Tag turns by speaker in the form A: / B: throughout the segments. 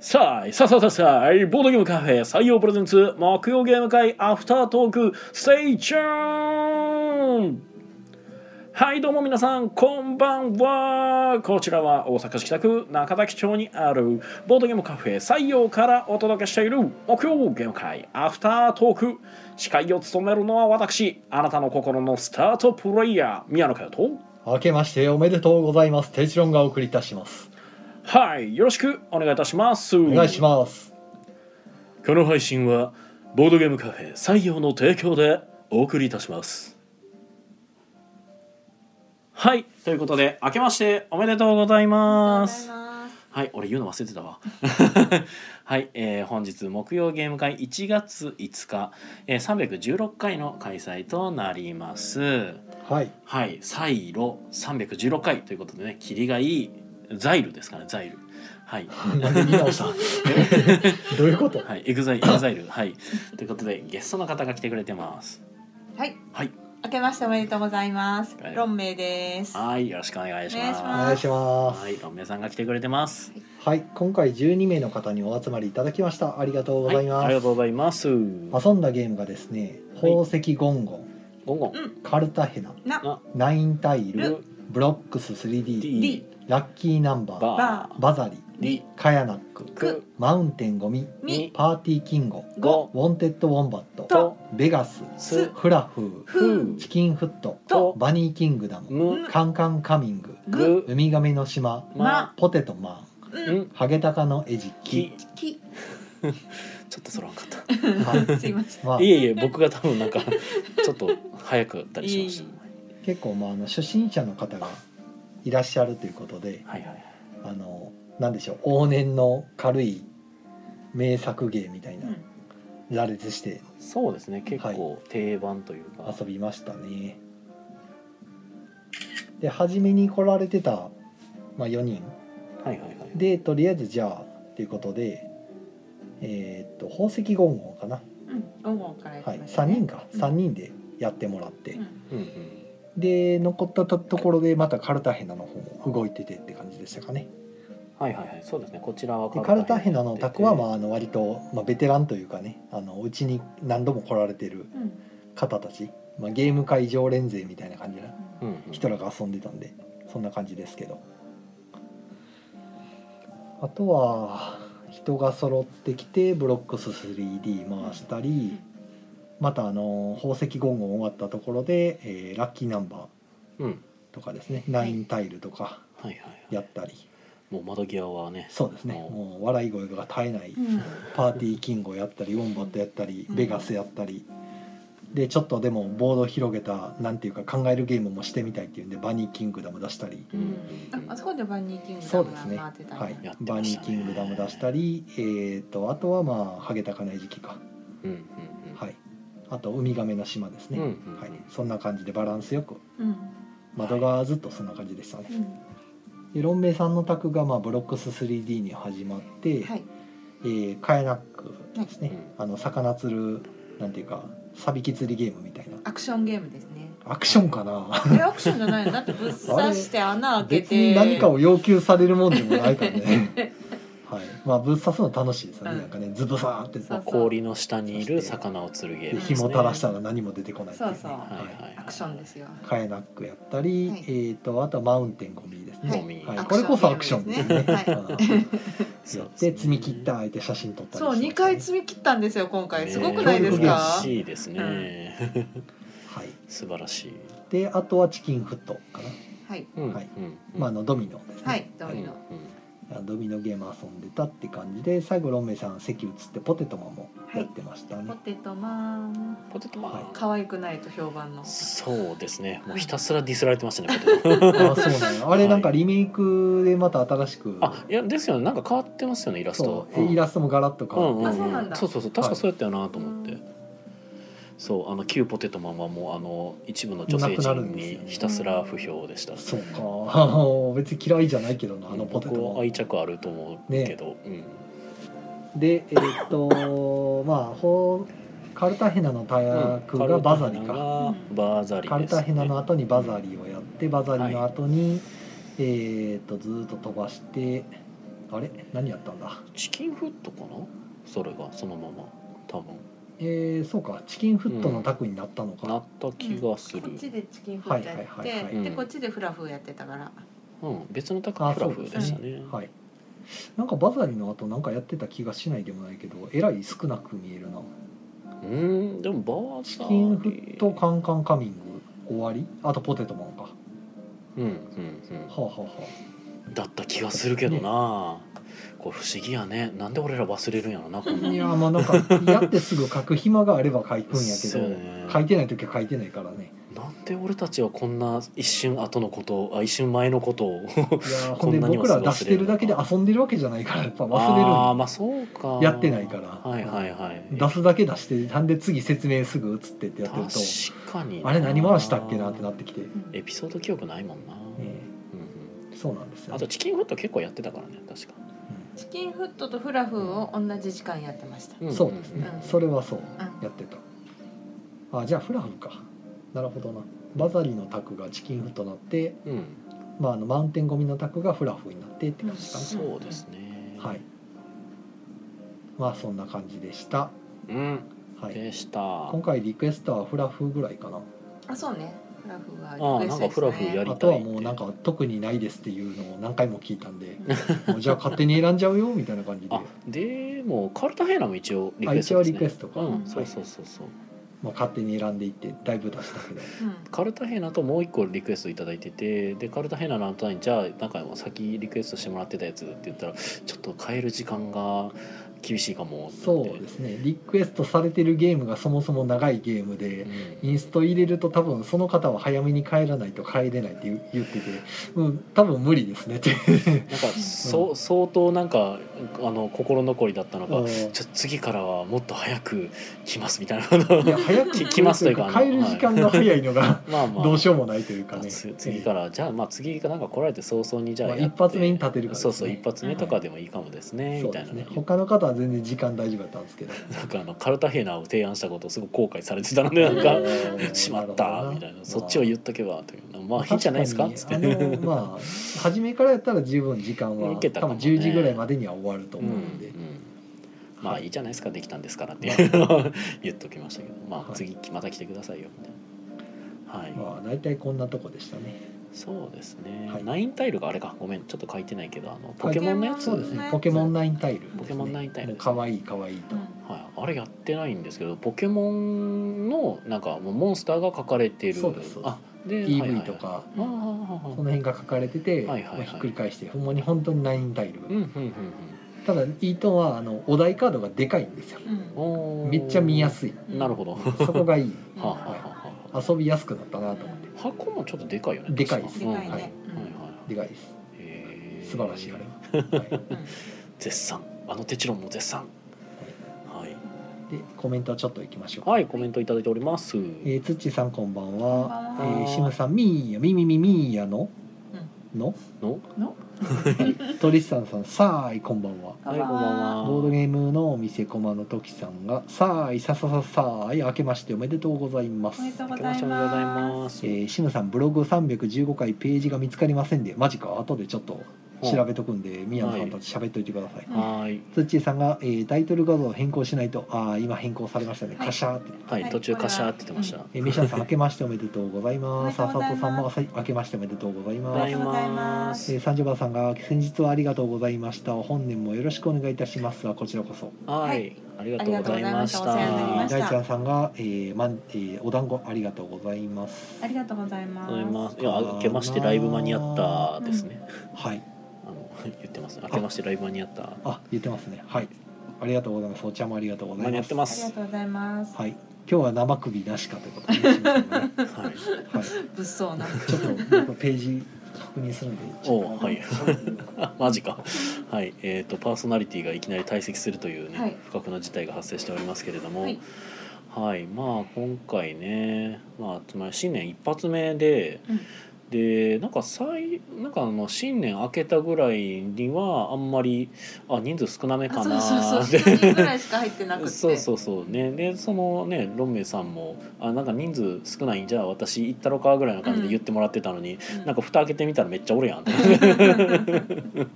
A: さあ、さあさあさあさあ、ボードゲームカフェ採用プレゼンツ、木曜ゲーム会アフタートーク、ステイチューンはい、どうも皆さん、こんばんは。こちらは大阪市北区中崎町にあるボードゲームカフェ採用からお届けしている木曜ゲーム会アフタートーク。司会を務めるのは私、あなたの心のスタートプレイヤー、宮野佳代と。
B: 明けましておめでとうございます。テチロンがお送りいたします。
A: はい、よろしくお願いいたします。お
B: お願いします。
A: この配信はボードゲームカフェ採用の提供でお送りいたしますはいということで明けましておめでとうございますはい俺言うの忘れてた わはい、えー本日木曜ゲーム会1月5日、えー、316回の開催となります
B: はい。
A: はい、サイロ316回ということでね、キリがいいザイルですかね、ザイル。はい、
B: なんで見直 した。どういうこと。
A: はい、エグザイル、エグザイル、はい、ということで、ゲストの方が来てくれてます。
C: はい。
A: はい、
C: 明けましておめでとうございます
A: はい。
C: ロンメイです。
A: はい、よろしくお願いします。
C: お
B: お願いします。
A: はい、ロンメイさんが来てくれてます。
B: はい、今回12名の方にお集まりいただきました。ありがとうござい
A: はい、あ
B: ま
A: り
B: す。
A: がとうございます。ゴ
B: 遊んだゲームがですね、宝石ゴンゴン、
A: ンゴン、
B: カルタヘナ、
C: な
A: な
B: ナインタイル
A: ル、、
B: ブロックス 3D、
A: D
C: D、
B: ラッキーナンバー、
A: バ
C: バ
A: ー、
B: バザリ、
A: リ、
B: カヤナック、
A: ク、
B: マウンテンゴミ、
A: み
C: み、
B: パーティーキンゴ、
A: ゴ、
B: ウォンテッドウォンバット、
A: と
C: と、
B: ベガス、
A: す、
B: フラフ
C: ふ
A: ふ
B: ー、、チキンフット、
A: と、
B: バニーキングダム、
A: む、
B: カンカンカミング
C: ぐ、
A: ぐ、
B: ウミガメの島
A: ま、
B: ポテトマ
C: うんん、、
B: ンハゲタカの餌
A: き
B: 食、、
C: き。
A: ちょっとそらんかった。
B: はい
C: すいません。
B: まあ
A: い、えいえ僕が多分なんかちょっと早くだったりしまし
C: い
B: 結構まああの初心者の方がいらっしゃるということで
A: た。はいはい。
B: あのなんでしょう往年の軽い名作芸みたいな
C: うん
B: 羅列して
A: そうですね。結構定番というか。
B: 遊びましたね。で初めに来られてた、まあ、4人
A: はいはいはい。
B: でとりあえずじゃあっていうことで、えーっと宝石ゴンゴンかな。
C: うん、ゴンゴンから行
B: は
C: き
B: い、
C: まし
B: 3
C: たね
B: 人か、3人でやってもらって、
C: うん
A: うんうん。
B: で残ったところでまたカルタヘナの方も動いててって感じでしたかね
A: はいはいはい。そうですね。こちらは
B: でカルタヘナのお宅は、ま
A: あ。
B: あ、あの割と、まあ、ベテランというかねあのうちに何度も来られてる
C: うん。
B: 方たち、まあ、ゲーム会常連勢みたいな感じな
A: うんうん。
B: 人らが遊んでたんでそんな感じですけどあとは人が揃ってきてブロックス 3D 回したりまたあの宝石ゴンゴン終わったところで、えーラッキーナンバー
A: うん。
B: とかですね、ナインタイルとか
A: はいはいはい。
B: やったり、
A: もう窓際はね。
B: そうですね、
A: お
B: もう笑い声が絶えない
C: うん。
B: パーティーキングやったりウォンバットやったり
C: うん
B: ベガスやったりでちょっとでもボードを広げたなんていうか考えるゲームもしてみたいっていうんでバニーキングダム出したり、
A: うんうんうん
C: あ、あそこでバニーキング
B: そ
C: ダ
B: う
C: ム
B: ですね、
C: が回ってたんだ
B: はい
A: やってましたね
B: バニーキングダム出したり、えー、とあとはまあハゲタカナイジキか、
A: うんうんうん。
B: はい、あとウミガメの島ですね、
A: うんうんうん
B: はい、そんな感じでバランスよく
C: うん。
B: 窓がずっとそんな感じでしたね。
C: うん。
B: でロンメイさんの宅がまあブロックス 3D に始まって、
C: はい。
B: えーカヤナックですね、
A: はい
B: あの魚釣るなんていうかサビキ釣りゲームみたいな
C: アクションゲームです ね。
B: アクションかな
C: え、アクションじゃないの、だってぶっ刺して穴開け
B: 別
C: て。
B: に何かを要求されるもんでもないからねはいまあぶっ刺すの楽しいですよね、
C: うん
B: なんかねズブサーって
C: そうそう
A: 氷の下にいる魚を釣るゲーム
B: で
A: ですね。
B: 紐垂らしたら何も出てこないっていね
C: そうそう
A: はいはいはい。
C: アクションですよ。
B: カヤナックやったり、
C: はい
B: えー、とあとはマウンテンゴミですね、
A: ゴミ。
B: はい
C: ア
B: こ
C: クシ
B: れ
C: ョン
B: こそアクションですね
C: ゲームですね
B: うん
A: そ
B: や
A: う
B: っ
A: すね
B: て積み切った相手写真撮ったり
C: そう、
B: しま
C: 二
B: したね
C: 回積み切ったんですよ、今回。
A: ね
C: すごくないですか
A: 嬉。しいですね。
B: はい、
A: 素晴らしい。
B: であとはチキンフットかな、
C: はい。
A: うん
B: はい
A: うんうん
B: まあ、あのドミノですね、
C: はい、ド
A: うん
C: ミ
A: うん
C: ノ。
B: ドミノゲーム遊んでたって感じで最後ロンメイさん席移ってポテトマンもやってましたね、
C: ポテトマン。
A: ポテトマ
B: はい
A: ン。
C: 可愛くないと評判の。
A: そうですね。もうひたすらディスられてましたね。ポテトマン
B: あそうなんやあれなんかリメイクでまた新しく、
A: あいやですよねなんか変わってますよねイラスト
B: そうイラストもガラッと変わって、
C: あそうなんだ
A: そうそうそう確かそうやったよなと思って、そうあの旧ポテトマンはもうあの一部の女性
B: なくなる
A: 陣
B: んですよ
A: に
B: ね
A: ひたすら不評でした、
B: そうか 別に嫌いじゃないけどなあのポテト
A: 僕は
B: マン
A: 愛着あると思うけど、
B: でえーっと まあほうカルタヘナの
A: う
B: 大
A: ん
B: クがバザリ
A: カルタヘナ
B: か、
A: がバザリ
B: カル
A: です、
B: タ
A: ね、
B: ヘナの後にバザリをやってバザリの後に、えーっとずーっと飛ばしてあれ何やったんだ
A: チキンフットかなそれがそのまま多分
B: えー、そうかチキンフットのタクになったの
A: な
B: か、
A: った気がする、
C: こっちでチキンフ
B: は
C: ラ
B: い
C: イやって、
B: はいはいはい
C: でこっちでフラフーやってたから、
A: うん、別のタクフラフでしたね
B: はいなんかバザリの後なんかやってた気がしないでもないけどえらい少なく見えるな
A: うんでもバー
B: チ
A: サー
B: キンフットカンカンカミング終わりあとポテトマンかは
A: うんうんうん
B: あ、はあは
A: だった気がするけどな、これ不思議やねなんで俺ら忘れるんやろなこん
B: あ、
A: ない
B: やまあなんかやってすぐ書く暇があれば書くんやけ
A: そう
B: ど、
A: ね
B: 書いてない時は書いてないから ね
A: なんで俺たちはこんな一瞬後のことをあ一瞬前のことを
B: いやー
A: こ
B: ほん
A: ん
B: で
A: なにも
B: 僕ら出してるだけで
A: 忘れるの
B: 遊んでるわけじゃないからやっぱ
A: ああ
B: 忘
A: まあそうか
B: やってないから
A: はいはいはい
B: れる出すだけ出してなんで次説明すぐ移ってってやってると
A: 確かにな
B: あれ何回したっけなってなってきて、
A: エピソード記憶ないもんな、
B: え
A: うん
B: えそうなんです
A: うん、
B: よ
A: あとチキンフット結構やってたからね確か、
B: う
C: チキンフットとフラフーを同じ時間やってました、
A: うんん
B: そうですね
C: うん
B: それはそう
C: うん
B: やってたあじゃあフラフかなるほどなバザリのタクがチキンフとなって、
A: うん
B: まあ、あのマウンテンゴミのタクがフラフになってって感じか
A: そうですね
B: な、はいまあそんな感じでした
A: うん
B: はい
A: でした
B: 今回リクエストはフラフぐらいかな
C: あそうねフラフーは
A: ああなんかフラフーやりたいって
B: あとはもうなんか特にないですっていうのを何回も聞いたん でもうじゃあ勝手に選んじゃうよみたいな感じで
A: あでもカルタヘイナも一応リ
B: あ
A: クエス
B: 一
A: ト
B: 応
A: です、ね、
B: リクエストか、
A: う
C: は
A: ん、
C: い
A: そうそうそうそう
B: まあ、勝手に選んでいってだいぶ出したけど
A: カルタヘナともう一個リクエスト頂いただいててでカルタヘナの後に「じゃあなんか先リクエストしてもらってたやつ」って言ったら「ちょっと変える時間が厳しいかも」って言
B: そ
A: って
B: うですねリクエストされてるゲームがそもそも長いゲームで
A: うん
B: インスト入れると多分その方は早めに帰らないと帰れないって言う言ってて、うん、多分無理ですねって
A: なんかそ、相当なんかあの心残りだったの
B: う
A: が
B: ん
A: 「ちょ次からはもっと早く来ます」みたいなこと
B: いや早く
A: き来ますというか
B: 帰る時間が早いのが
A: まあまあ
B: どうしようもないというかね
A: つ次からじゃあまあ次なんか来られて早々にじゃあ
B: まあ
A: やって
B: 一発目に立てるからです
A: そ
B: ね
A: うそう一発目とかでもいいかもですね、
B: そう
A: みた
B: で
A: い
B: す
A: な
B: ね
A: ね
B: 他の方は全然時間大丈夫だったんですけど
A: なんかあのカルタヘナを提案したことをすごく後悔されてたのでなん か「 しまった」みたいな「そっちを言っとけば」という「まあいいんじゃないですか」っつって
B: あのまあ初めからやったら十分時間はい
A: けた
B: 多
A: か
B: 分
A: もね
B: 10時ぐらいまでには終わる と
A: うん
B: 思
A: う
B: うんで、
A: ん
B: はい
A: まあいいじゃないですかできたんですからっていうのを 言っときましたけどま
B: は
A: あ
B: い
A: 次また来てくださいよみたいなはい、
B: まあ大体こんなとこでしたね
A: そうですね、
B: はい
A: ナインタイルがあれかごめんちょっと書いてないけどあのポケモンのやつ
B: そうですねポケモンナインタイルですね、
A: ポケモンナインタイル
B: もう可愛い可愛いと、
A: はい、あれやってないんですけどポケモンのなんかもうモンスターが書かれてる
B: そうですそうです
A: あで
B: EV とか、
A: はいはいはいあー
B: その辺が書かれてて、
A: はいはいはい
B: まあひっくり返してほんまに本当にナインタイル、
A: うんうんうん
B: ただイートンはあのお題カードがでかいんですよ
A: うんおー
B: めっちゃ見やすい
A: なるほどは
B: そこがいい
A: あはあはあは
B: 遊びやすくなったなと思って
A: あ箱もちょっとでかいよね
B: でかいで
A: 確
B: す
C: で
A: うん
C: か
A: はいい
C: ね、
A: はいはい
B: でかいです
A: へー
B: 素晴らしいあれは、はい
C: うん
A: 絶賛あのテチロンも絶賛はい、
B: でコメントちょっといきましょう、
A: はい、コメントいただいております
B: えー、つっちーさんこんばん
C: こんば
B: は
C: ん
B: え
C: は
B: ー、しむさんみーやみみみみーやの、の、
A: の
C: の
B: はい、トリスタンさんさーいこんばんは
A: はいこんばんは
B: ボードゲームのお店コマの時さんが「さあいささささあい明けましておめでとうございます
C: おめ」でとう
A: 明
C: ご
A: け
C: ざ
A: まし
C: い
A: ておめでとうございま
C: ます
B: えー、シムさんブログ315回ページが見つかりませんでマジか後でちょっと調べとくんで宮野さんたち喋っといてください、
C: べ
A: はい
B: ツッチーさんが、えータイトル画像を変更しないとああ今変更されましたね
C: はい
B: カシャーって、
A: はい、
C: はい
A: 途中カシャーって言ってました、
B: えー、ミシャンさん明けましておめでとうございます
C: お
B: あさ
C: めでとうござ
B: と
C: います
B: さんもあさ明けましておめでとうござい
A: お
B: ま
A: は
B: す
A: ようございます
B: えー、三十番さんが先日はありがとうございました本年もよろしくお願いいたしますはこちらこそ
A: はい、
C: はい
A: ありがとうございました。
C: ありがとうございましたお世話になりました
B: 大ちゃんさんが、えーまんえーお団子ありがとうございます
C: ありがとうございます
A: ありがとうございます。いや、明けましてライブ間に合ったですね。
B: はい
A: あの、言ってます。明けましてライブ間に合った。
B: あ言ってますねはいありがとうございますお茶もありがとうござ
A: 間
B: い
A: に合
B: ま
A: っ
B: す
A: てま
C: ありが
A: す。
C: とうございます
B: はい今日は生首なしかということですね、 は
A: は
B: い、
A: い。
C: 物騒な
B: ちょっと僕ページ確認するんで
A: おうはいあ マジか。はい、えっ、と、パーソナリティがいきなり退席するというね、
C: はい
A: 不覚な事態が発生しておりますけれども。は
C: はいい、
A: まあ、今回ね、まあ、つまり新年一発目で。
C: うん
A: でなんか最なんかあの新年明けたぐらいにはあんまりあ人数少なめ
C: あ
A: か
C: そう
A: な
C: そう
A: っ
C: そう
A: て
C: 一人ぐらいしか入ってなくて
A: そうそうそうねでそのねロンメイさんもあなんか人数少ないんじゃあ私行ったろかぐらいの感じで言ってもらってたのに、
C: うん
A: なんか蓋開けてみたらめっちゃおるやんそそうそう
C: い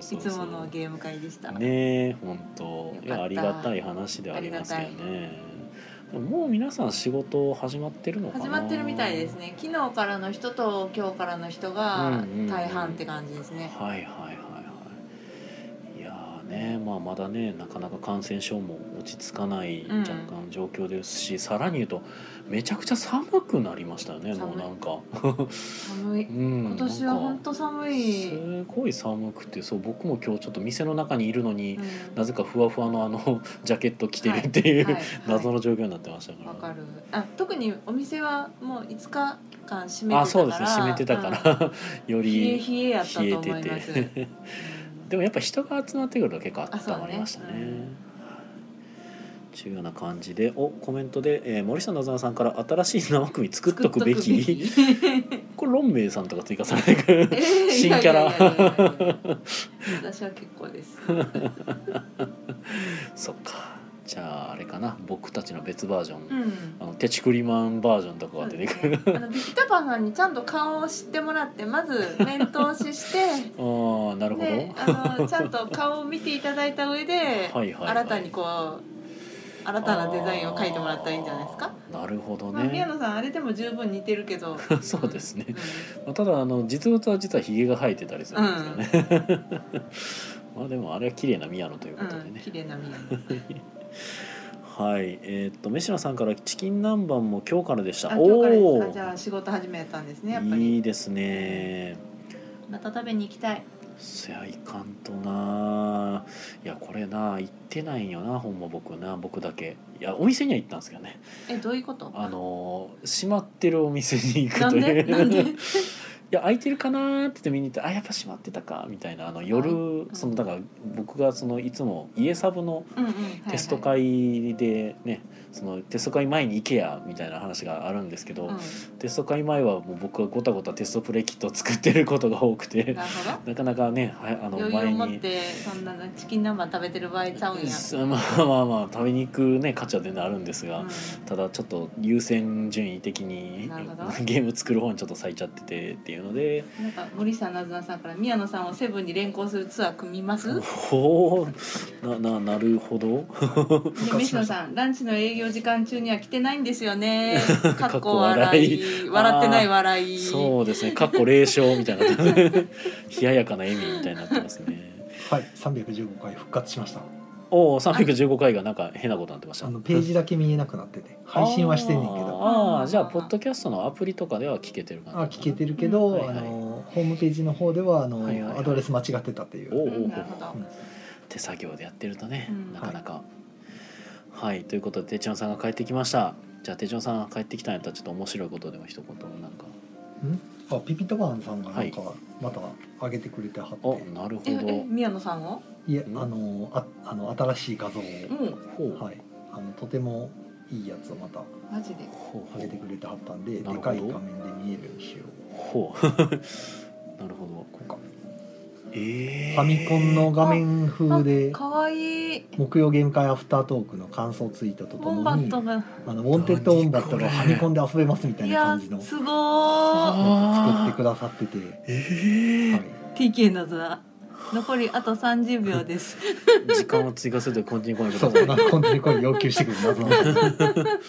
A: そう
C: つものゲーム会でした。
A: ねえ本当い
C: よかった
A: やありがたい話ではありますよねもう皆さん仕事始まってるのかな
C: 始まってるみたいですね。昨日からの人と今日からの人
A: うん
C: が
A: うんうん
C: 大半って感じですね。
A: はいはいはいはいいやーね、まあ、まだねなかなか感染症も落ち着かない
C: うん
A: 若干状況ですし、さらに言うとめちゃくちゃ寒くなりましたよねもうなんか、
C: 寒い。
A: うん、
C: 今年は本当寒い。うん
A: すごい寒くてそう僕も今日ちょっと店の中にいるのに、なぜかふわふわの あのジャケット着てるっていう、
C: はいはい
A: 謎の状況になってましたから
C: わかる。あ、特にお店はもう5日間閉めてたから。
A: あそうですね閉めてたから、 よ
C: うん。冷え
A: り
C: 冷えやったと
A: 冷え
C: 思
A: て
C: います。うん
A: てでもやっぱ人が集まってくると結構
C: あそう
A: 温
C: ね
A: まりましたね。
C: うん
A: というような感じでおコメントで、えー森下なずなさんから「新しい生組作っとくべき」
C: 作っ とくべき
A: これロンメイさんとか追加されてくる 新キャラ
C: いやいやいやいやいや私は結構です。
A: そっかじゃああれかな僕たちの別バージョン、
C: うん。
A: あのテチクリマンバージョンとか
C: そ
A: が
C: う
A: 出て
C: です
A: くる、
C: ねあのビキタパンさんにちゃんと顔を知ってもらってまず面通しして。
A: ああ なるほど、
C: であのちゃんと顔を見ていただいた上で
A: はいはいはい
C: 新たにこう新たなデザインを描いてもらったらいいんじゃないですか、
A: あーなるほど
C: まあ、宮
A: ね、
C: 野さんあれでも十分似てるけど
A: そうですね
C: うん
A: まあ、ただあの実物は実はひげが生えてたりするんですよね、 まあでもあれは綺麗な宮野という
C: う
A: ことで
C: ん
A: ね、
C: 綺麗な 宮野
A: はいえーっと飯野さんから「チキン南蛮も今日からでした」
C: あ今日から
A: お
C: で
A: お
C: すあじゃあ仕事始めたんですねやっぱり
A: いいですね
C: また食べに行きたい
A: せやいかんとないやこれな行ってないんよなほんま僕な僕だけいやお店には行ったんですけどね
C: えどういうこと
A: あのー閉まってるお店に行く
C: な
A: と
C: ん
A: い
C: で
A: う
C: なんで
A: いや空いてるかなーって言って見に行ってあやっぱ閉まってたかみたいなあの夜、
C: ん
A: そのだから僕がそのいつも家サブの
C: うんうん
A: テスト会でね、そのテスト会前に行けやみたいな話があるんですけど、
C: はいはい
A: テスト会前はもう僕はごたごたテストプレイキットを作ってることが多く
C: うん、
A: て
C: なるほど
A: なかなかねはいあの
C: 余裕
A: 前
C: を持っ
A: に。
C: てそんなチキン南蛮食べてる場合ちゃうんや、
A: すまあまあまあ食べに行くね価値は全然あるんですが、
C: うん
A: ただちょっと優先順位的に
C: なるほど
A: ゲーム作る方にちょっと咲いちゃっててっていうので
C: なんか森さんなずなさんから宮野さんをセブンに連行するツアー組みます で
A: ほうなななるほど
C: 飯野さんランチの営業時間中には来てないんですよ ね
A: か
C: か
A: っ
C: っ
A: こ
C: こ
A: 笑
C: 笑
A: い
C: い笑ってない笑い
A: そうですねかっこ冷笑みたいな 冷ややかな笑みみたいになってますね
B: はい315回復活しました
A: おお315回がなんか変なことになってました
B: あのページだけ見えなくなってて配信はしてんねんけど
A: あーあーじゃあポッドキャストのアプリとかでは聞けてる感じ
B: あ聞けてるけど、
A: はいはい
B: あのホームページの方ではあの、
A: はいはいはい
B: アドレス間違ってたっていう
A: おう
C: うんなるほど
B: うん
A: 手作業でやってるとね、
C: うん
A: なかなかはい、ということで手帳さんが帰ってきましたじゃあ手帳さんが帰ってきたんやったらちょっと面白いことでも一言なんか
B: あピピタバーンさんがなんか
A: は
B: また上げてくれてはって、
A: あなるほ
C: ええ
A: ど
C: 宮野さんを
B: いえ
A: うん
B: あのああの新しい画像を、
C: うん
A: ほうほう
B: はい、あのとてもいいやつをまた
C: マジで
A: ほう
B: 上げてくれてはったんでで
A: なるほど
B: かい画面で見えるようにしよう
A: ほう なるほど
B: こうか
A: ええ
B: ファミコンの画面風で
C: 可愛いい
B: 木曜ゲーム会アフタートークの感想ツイートと
C: ウ
B: と
C: ォン
B: も
C: バッ
B: に
C: トが
B: あのウォンテッドオンバット
A: 何これ
B: がファミコンで遊べますみたい
C: い
B: な
C: や
B: 感じの
C: すご
B: 作ってくださってて、
A: ええ
B: はい、
C: ー TK なずな残りあと30秒です
A: 時間を追加するとコンティニューコメン
B: そ
A: ト
B: う
A: くだ
B: な
A: さ
B: ん
A: い
B: かコンテニコに要求してくる謎の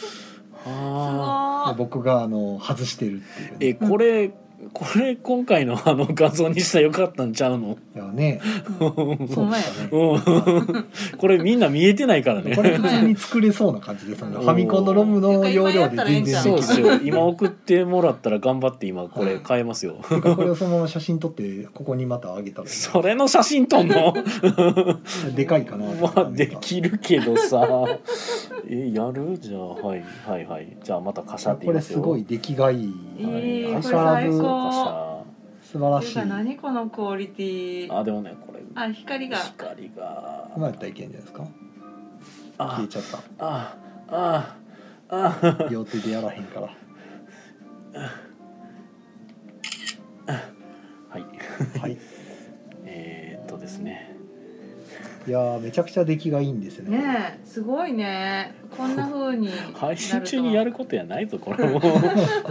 C: すご
A: あ
C: ー
B: 僕があの外してるっていう、
A: ーえ
B: ね、
A: これこれ今回のあの画像にしたらよかったんちゃうの
B: いやね
C: ほんまや
A: うん、これみんな見えてないからね
B: これ普通に作れそうな感じですよねファミコンのロムの容量で全然でき
A: そう
B: る
A: ですよ今送ってもらったら頑張って今これ変えますよ、
B: てかこれをそのまま写真撮ってここにまた上げたらいい
A: それの写真撮んの
B: でかいかなと
A: ま
B: か
A: あできるけどさえやるじゃあはいはいはいじゃあまたカシャって言
B: こ
A: い
B: れ
A: ます
B: す
A: よ
B: ごい出来がいい、
C: えー
B: 相
C: こ
B: 変わら
C: れ最
B: ず
C: 高
A: カシャ
B: 素晴ら
C: て
B: し
C: いう
B: い
C: か何このクオリティ
A: あでもねこれ
C: あ光が
A: 光が
B: 今やったらいけんじゃないですか消
A: あ
B: えちゃった
A: あああ
B: 両手でやらへんから
A: はい
B: はい
A: えー、っとですね
B: いやーめちゃくちゃ出来がいいんですね
C: ねえすごいね こんな風になるとは
A: 配信中にやることやないぞこれも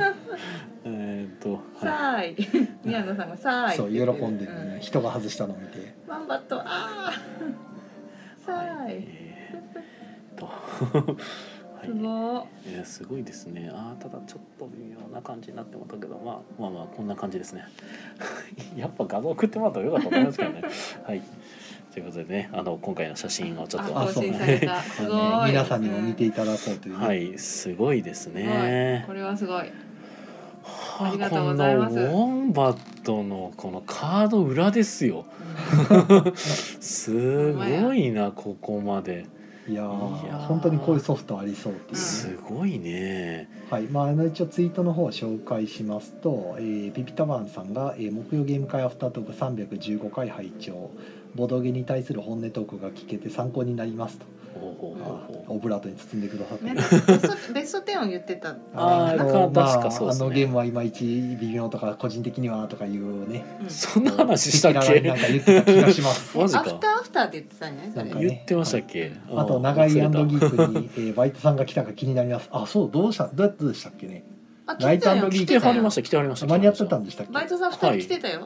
A: えーっと、は
C: さーい宮野さんがさーい
B: そう
C: って言
B: 喜
C: ってる
B: んでるね、人が外したのを見て
C: うんワンバットあー さ
A: い、
C: ーい
A: えー、と
C: す
A: はい
C: ご
A: えーすごいですねあーただちょっと微妙な感じになってもったけど、まあ、まあまあこんな感じですね やっぱ画像送ってもらったらよかったと思いますけど ねはいということでねあの今回の写真をちょっと
C: あ
B: あ
C: 更
B: そう
C: 新
B: ね
C: された
B: あ
C: すご
B: の
C: い
B: 皆さんにも見て
C: い
B: いただこうというね、
A: はいすごいですね
C: これはす ごい
A: はあ
C: ありがとうございます
A: このウォンバットのこのカード裏ですよすごいなここまで
B: いやー
A: いやー
B: 本当にこういうソフトありそうっていう、
A: すごいね、
B: はいまあ、あの一応ツイートの方を紹介しますと、えーピピタマンさんが、えー木曜ゲーム会アフタートーク315回拝聴ボドゲに対する本音トークが聞けて参考になりますと
A: ほうほうほうほう
B: オブラートに包んでくださっ
C: うん
B: て
C: ベストベスト10を言ってた、
A: あー
B: の
A: なんか
B: ま
A: 確かそう
B: あ
A: で
B: あ
A: すね
B: のゲームはいまいち微妙とか個人的にはとかいうね
C: うん
A: そんな話したっ
B: 赤
A: け
B: 裸々になんか言ってた気がしま す
A: マジ
C: アフ
A: か
C: ターアフターって言ってたんじゃないそ
B: なん
C: れ
B: か
A: 言ってましたっけ
B: あと長井ギークに、えーバイトさんが来たか気になりますあそうどうしたどうやってでしたっけね
C: あ聞いてたよ
B: ライトギ
A: 来
B: ー
C: 聞
B: ク
C: い
A: て
C: てた
A: はり
C: よ
A: ました来てはりました
B: 間に合ってたんでしたっけ
C: バイトさん二人来てたよ、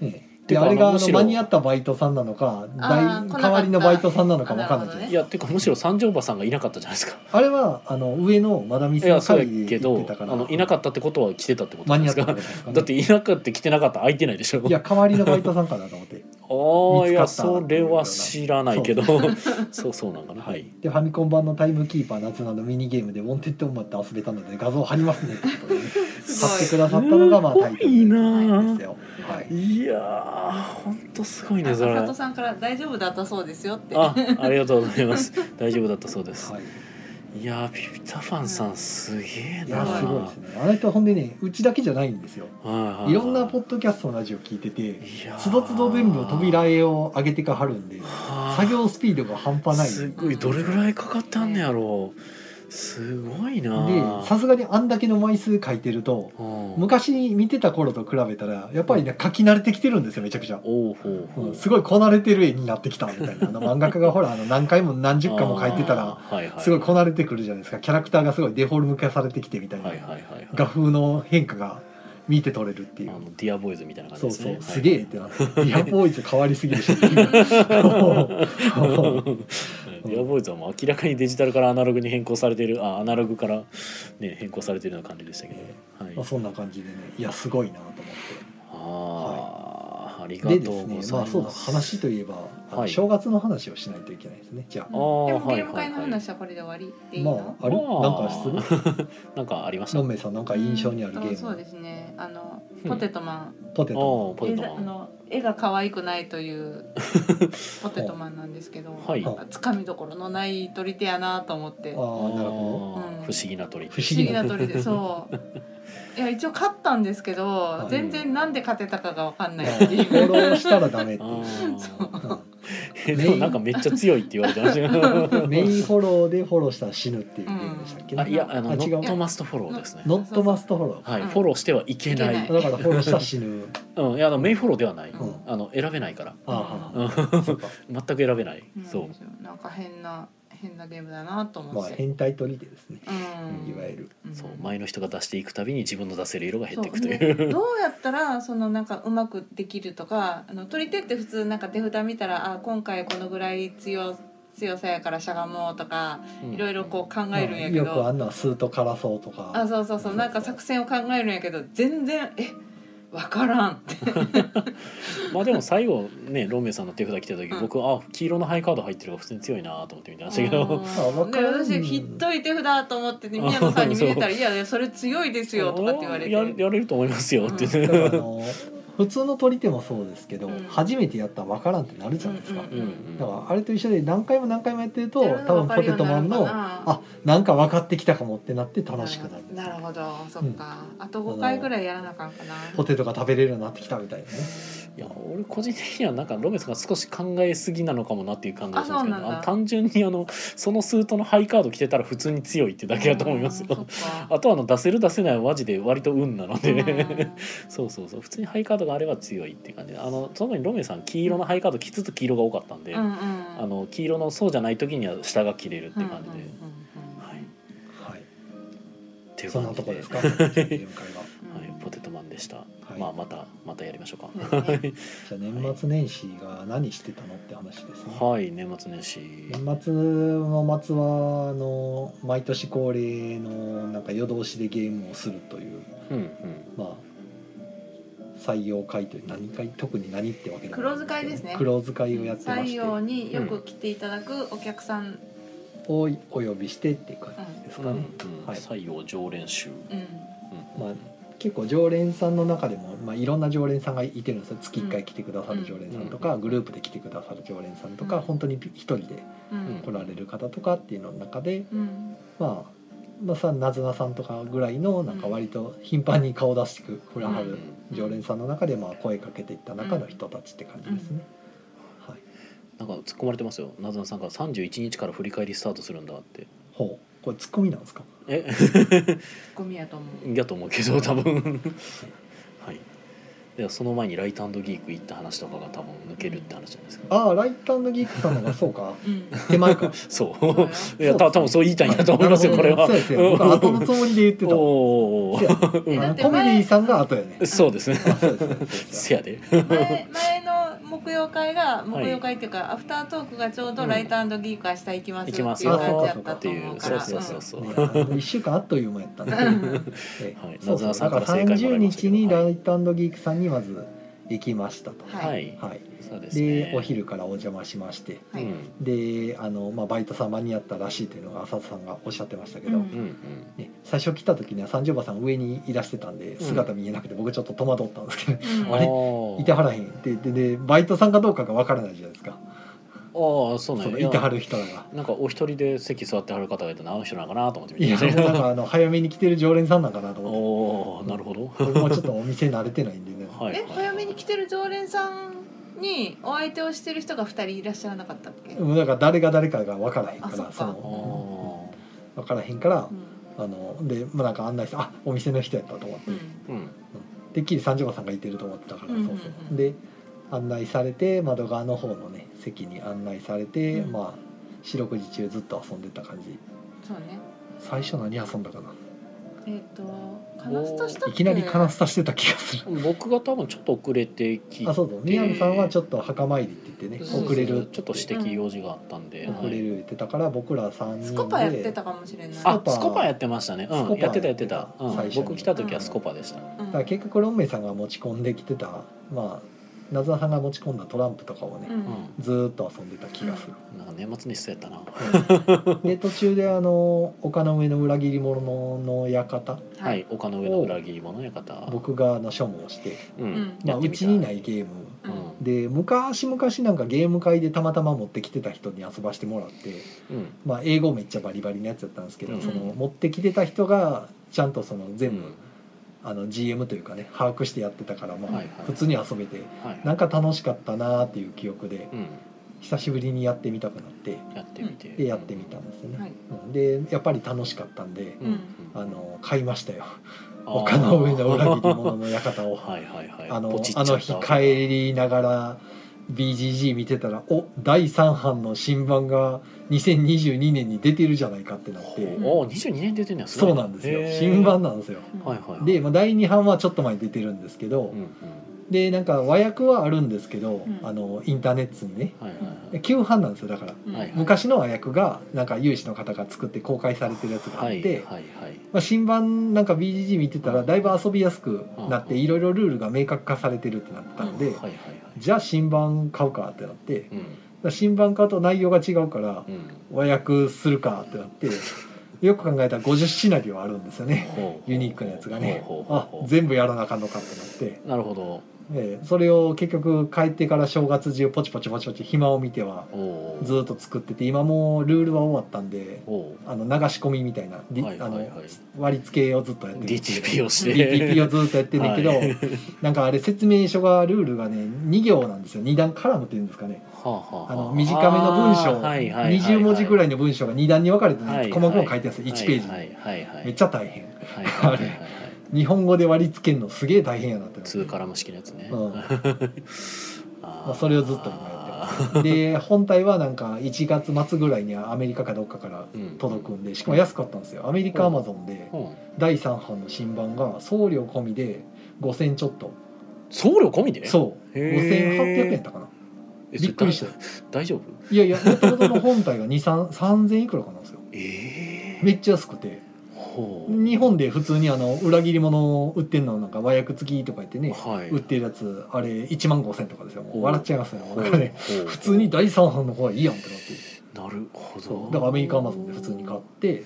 B: ね
A: て
B: で
A: か
B: あれ
A: あ
B: が
A: の
B: あ
A: むし
B: の
A: ろ
B: 間に合ったバイトさんなのか
C: あー
B: 代代わりのバイトさんなのか分かんない
C: 来
B: けど
C: なかった
A: いやてかむしろ三条馬さんがいなかったじゃないですか
B: あれはあの上のマダミ
A: い
B: スの
A: やそう
B: 会
A: や
B: で
A: け
B: 言っ
A: ど
B: てたか
A: あ
B: ら
A: のいなかったってことは来てたってこと
B: 間に
A: で
B: 合
A: す
B: った
A: か
B: ってことですかね
A: だっていなかった来てなかった空いてないでしょ
B: いや代わりのバイトさんかなと思って
A: ああいや
B: 見つかった
A: それは知らないけどそうそうなんかなはい
B: でファミコン版のタイムキーパー夏菜のミニゲームで「ウォンテッド・オンバット」遊べたので画像貼りますねってことで、ね、貼って
C: す
B: く
C: ごい
B: ださったのがまあタイト
A: すごい
B: ル
A: な
B: ですよ、はい、
A: いやーほんとすごいねそれ
C: 佐
A: あ
C: 藤さんから大丈夫だったそうですよって
A: ありがとうござい ます大丈夫だったそうです
B: はい
A: いやーピピタファンさんすげえ
B: い
A: な
B: や
A: は
B: す
A: い
B: ごいですねあの人ほんでねうちだけじゃないんですよ
A: はい
B: ろんなポッドキャストのラジオ聞いててつど
A: ど
B: つど全部扉絵を上げてかはるんで作業スピードが半端ない
A: すっ
B: で
A: ごいどれぐらいかかってあんねやろうすごいな
B: さすがにあんだけの枚数書いてると
A: うん
B: 昔見てた頃と比べたらやっぱりね書き慣れてきてるんですよめちゃくちゃ、
A: おうほうほ
B: う
A: うん
B: すごいこなれてる絵になってきたみたいなあの漫画家がほらあの何回も何十回も書いてたら
A: あーはいは
B: すごいこなれてくるじゃないですかキャラクターがすごいデフォルム化されてきてみたいな、
A: はいはいはいはい
B: 画風の変化が見て取れるってい
A: あ
B: う
A: のディアボーイズみたいな感じ
B: そう
A: ですね
B: そうすげえってなってリアボーイズ変わり すぎるし
A: ディアボーイズはもう明らかにデジタルからアナログに変更されてるあアナログから、ね、変更されてるような感じでしたけど、はい
B: まあ、そんな感じでねいやすごいなと思って
A: あーありがと
B: で
A: う
B: で
A: ござい
B: す
A: ま
B: ね
A: す。
B: まあそうだ話といえば、あの
A: はい
B: 正月の話をしないといけないですねじゃ
C: う
B: あ、
C: ん
A: あー
C: でも
A: はい
C: ゲーム会の話はこれで終わりでいいの、
B: まああれなんかす
A: なんかありました
B: るのんめいさんなんか印象にあるゲー
C: うん
B: ム
C: とそうですねあの
A: うん
C: ポテトマン、
B: ポテ
A: あー
B: ト
A: ポテト
C: 絵があ
A: マン
C: の絵が可愛くないという ポテトマンなんですけど、
A: はい
C: つかみどころのない取り手やなと思って
B: あ
C: 不思
B: ーなるほ
A: あー
C: うん
A: 不思議な鳥
B: 不思議
C: 議な取り手そういや一応勝ったんですけど、
B: い
C: 全然なんで勝てたかが分か
B: ど
C: んない
B: あ
C: って
B: ー
C: いう
B: フォローしたらダメっていう
A: あー
B: う
A: えでもなんかめっちゃ強いって言われてましたけ
B: ん
A: ど
B: メインフォローでフォローしたら死ぬっていうゲームでしたっけね、
A: あいやあの
B: あ
A: ノ
B: 違う
A: ットマストフォローですね
B: ノットマストフォロー、
A: はい
C: うん
A: フォローしてはいけない
C: いけ
B: だからフォローしたら死ぬ
A: うんいやあのメインフォローではない、
B: うん
A: あの選べないから
B: あ
A: うん
B: あそうか
A: 全く選べない、
C: うん
A: そう
C: なんか変な変なゲームだなと思
B: まあ
C: って、
B: 変態取り手ですね
C: うん
B: いわゆる
C: うん
A: そう前の人が出していくたびに自分の出せる色が減っていくと
C: そう
A: いう
C: でどうやったらそのなんかうまくできるとかあの取り手って普通なんか手札見たらあ今回このぐらい強強さやからしゃがもうとかいろいろこう考えるんやけ
B: よくあ
C: ど、
B: んなスーとからそうとか
C: あそうそうそうなんか作戦を考えるんやけど全然えわからんって
A: まあでも最後ねロンメイさんの手札来た時、
C: うん
A: 僕あ黄色のハイカード入ってるから普通に強いなと思って見てましたけ
C: う
A: ど。
B: わ
C: ん
B: か
C: で
B: らん
C: 私ひっどい手札と思ってて宮野さんに見えたら「いやそれ強いですよ」とかって言われ
A: やる
C: て。
A: やれると思いますよってね、
B: だからあの普通の取り手もそうですけど、
C: うん
B: 初めてやったら分からんってなるじゃないですか、
C: うん
A: うんうん
B: だからあれと一緒で何回も何回もやってると
C: や
B: 多
C: るの
B: 分
C: 分か
B: ポ
C: る
B: テ
C: よう
B: ト
C: にな
B: マ
C: る
B: ン
C: の
B: の
C: かな
B: あなんか分かってきたかもってなって楽しくなる
C: なるほどそっか、あと5回ぐらいやらなあかんかな
B: ポテトが食べれるようになってきたみたいなね
A: いや俺個人的にはなんかロメさんが少し考えすぎなのかもなっていう感じがしますけ
C: あそうなん
A: ど
C: だ
A: あの単純にあのそのスートのハイカード着てたら普通に強いってだけだと思います
C: うんそ
A: よ
C: っ。か
A: あとはあの出せる出せないはマジで割と運なので、
C: うん
A: そうそうそう普通にハイカードがあれば強いっていう感じであのその前にロメさん黄色のハイカード着つつ黄色が多かったんで、
C: うんうん
A: あの黄色のそうじゃない時には下が切れるって感じで、
C: うんうんうんうん
A: はいっ
B: はい
A: ていう
B: そんな
A: 感
B: と
A: じ
B: こ
A: で
B: ですかゲーム会は
A: はい、ポテトマンでした、
B: はい
A: まあまたまたやりましょうか、
C: ですね
B: じゃあ年末年始が何してたのって話ですね、
A: はい年末年始
B: 年末の末はあの毎年恒例のなんか夜通しでゲームをするという
A: うんうん
B: まあ採用会という何会特に何ってわけでもないんけど
C: 黒遣いですね
B: 黒使いをやってま
C: 採
B: して
C: 用によく来ていただくお客さん、
B: をお呼びしてっていう感じです
A: うんう
B: かね、
A: ん
B: はい
A: 採用常練習、
C: うん
A: うん
B: まあ結構常連さんの中でも、まあ、いろんな常連さんがいてるんですよ月1回来てくださる常連さんとか、
A: うん
B: グループで来てくださる常連さんとか、
C: うん
B: 本当に一人で
C: うん
B: 来られる方とかっていうのの中で、
C: うん
B: まあまあ、さなずなさんとかぐらいのなんか割と頻繁に顔出してくくらは
A: う
B: る
A: ん
B: 常連さんの中でまあ声かけていった中の人たちって感じですね。はい、
A: なんか突っ込まれてますよなずなさんから31日から振り返りスタートするんだって
B: ほうこれツッコミなんですか
A: え
C: ゴミやと思う
A: やと思うけど多分はいではその前にライトギーク行った話とかが多分抜けるって話じゃないですか
B: ああライトギークさんのがそう か
C: うん
B: 手前か
A: そ
C: そうよ
A: ういやた多分そう言いたいんだと思いますよこれは
B: そうですよ僕後のつもりで言ってた
A: おーお
B: せ
A: ー
B: や
C: え
B: あ
C: だっ
B: の
C: て
B: コメディさんが後や ね
A: おーそうですね
B: あそうですね
A: せやで
C: 前前の木曜会が木曜会っていうか、アフタートークがちょうどライトギーク明日行きますっていう感じだったと思うから
A: そうそうそうそう
B: ね1週間あっという間やったね
C: うん
B: ええ
A: はい
B: そうそ
A: 謎
B: う
A: の
B: だから
A: 参加の正解も
B: 30
A: ありましたけ
B: 日
A: ど
B: にライトギークさんにまず行きましたと
A: は
C: はい
B: はい
A: そうですね
B: でお昼からお邪魔しまして
A: う
C: は
A: ん
C: い
B: であの、まあ、バイトさん間に合ったらしいっていうのが浅田さんがおっしゃってましたけど、
C: うん
A: うんうん
B: ね、最初来た時には三条馬さん上にいらしてたんで姿見えなくて僕ちょっと戸惑ったんですけど、
C: うん
B: あれ
A: あー
B: いてはらへんってででバイトさんかどうかがわからないじゃないですか
A: ああそうなんや
B: その
A: いや
B: いてはる人らが。
A: なんかお一人で席座ってはる方がいたらあの人なのかなと思って見
B: い
A: て
B: や
A: まし
B: もうなん
A: た
B: かあの早めに来てる常連さんなんかなと思って
A: おおなるほど
B: 僕もちょっとお店慣れてないんで ね、
A: はい
C: え早めに来てる常連さんにお相手をしてる人が2人いらっしゃらなかったっけ、
B: もうなんか誰が誰かがわからへんか
C: あそ
B: ら
C: っか
A: あ
B: の
A: ー
B: わからへんから
C: うん
B: あので、まあ、なんか案内してあお店の人やったと思って、
C: うん
A: うん
B: てっきり三条馬さんがいてると思ってたから、
C: うんうんうん
B: そうそうで案内されて窓側の方のね席に案内されて、
C: うん
B: まあ四六時中ずっと遊んでた感じ
C: そうね
B: 最初何遊んだかな
C: えっ、とカナスタしたっけ
B: いきなりカナスタしてた気がする
A: 僕が多分ちょっと遅れてき
B: あそうそう宮野さんはちょっと墓参りって言ってね
A: そうそう
B: 遅れる
A: ちょっと私的用事があったんで、
C: うん
B: 遅れる言ってたから僕ら3人で
C: スコパやってたかもしれない
A: あ
B: パ
A: スコパやってましたね、
B: ス
A: う
B: コ
A: ん、
B: パ
A: やってたやってた、う
B: 最
A: ん、
B: 初に
A: 僕来た時はスコパでした、
C: うん
B: だから結局ロンメイさんが持ち込んできてたまあ謎さんが持ち込んだトランプとかをね、
C: うん
A: う
B: ずーっと遊んでた気がする、
A: ん、なんか年末にそうやったな
B: で途中であの丘の上の裏切り者の館
A: はい、丘の上の裏切り者や方
B: 僕があの書もして、
A: うん
C: うん
B: まあ、
A: やってみ
B: う
A: た
B: ちにないゲーム
C: うん
B: で昔々なんかゲーム会でたまたま持ってきてた人に遊ばしてもらって、
A: うん
B: まあ、英語めっちゃバリバリのやつだったんですけど、
A: うん
B: その持ってきてた人がちゃんとその全部、
A: うん
B: あの GM というかね把握してやってたから、ま
A: は
B: あ
A: いはい
B: 普通に遊べて
A: はい
B: なんか楽しかったなーっていう記憶で
A: うん、
B: 久しぶりにやってみたくなって
A: やってみて、
B: でやってみたんですよね、
C: はい
B: うんでやっぱり楽しかったんで
A: うん、うん
B: あの買いましたよ
A: あー
B: 丘の上の裏切り者の館を。
A: はいはいはい
B: あの
A: ポチっちゃ
B: あ
A: った
B: の日帰りながら BGG 見てたらお第3版の新版が2022年に出てるじゃないかってなっ
A: ほう
B: て
A: あー22年出てんねや
B: そうなんですよ新版なんですよ
C: うん
A: はいはいはい
B: で、まあ、第2版はちょっと前に出てるんですけど
A: うんうん
B: でなんか和訳はあるんですけど
C: うん
B: あのインターネットにね
A: はいはい
B: 旧版なんですよだから
C: うん
A: はい
B: 昔の和訳がなんか有志の方が作って公開されてるやつがあっ
A: はいはい
B: て
A: はいはい
B: まあ、新版なんか BGG 見てたらだいぶ遊びやすくなって
A: うん
B: いろいろルールが明確化されてるってなったんで、
A: はいはいはい
B: じゃあ新版買うかってなってだか
A: うん
B: ら新版買うと内容が違うから
A: うん
B: 和訳するかってなってよく考えたら50シナリオあるんですよね
A: ほう
B: ユニークなやつがね
A: ほうほう
B: あ
A: ほうほう
B: 全部やらなあかんのかってなって、
A: なるほど
B: ええそれを結局帰ってから正月中ポチポチポチポチ暇を見ては
A: おー
B: ずっと作ってて今もうルールは終わったんで
A: おー
B: あの流し込みみたいな、り
A: はいはいはい
B: あの割り付けをずっとやってる
A: DTP をして
B: DTP をずっとやってんねんけど、
A: は
B: なんかあれ説明書がルールがね2行なんですよ2段カラムっていうんですかね
A: はあはあ
B: あの短めの文章20文字ぐら
A: い
B: いの文章が2段に分かれて
A: は
B: ね
A: い
B: 細々書いてあるんですよ1ページに
A: はいはいはいはい
B: めっちゃ大変
A: はいはいはいはい
B: 日本語で割り付けるのすげえ大変やなって
A: 通カラム式のやつね
B: うん
A: あ
B: ま
A: ー
B: あそれをずっと今やってますで本体はなんか1月末ぐらいにはアメリカかどっかから
A: うん
B: 届くんでしかも安かったんですよアメリカアマゾンで
A: うん
B: 第3版の新版が送料込みで5,000ちょっと
A: 送料込みで
B: そう
A: へー
B: 5,800円だったかな
A: え
B: びっくりした
A: それだ大丈夫
B: いやいやもともとの本体が2 3 3,000いくらかなんですよ
A: ええ
B: めっちゃ安くて
A: ほう
B: 日本で普通にあの裏切り物を売ってんのなんか和訳付きとか言ってね
A: はい
B: 売ってるやつあれ1万5,000とかですよもう笑っちゃいますよ
A: ほう
B: なんかね
A: ほう
B: 普通に第3版の方がいいやんってなって
A: なるほ
B: そ
A: ど
B: うだからアメリカアマゾンで普通に買って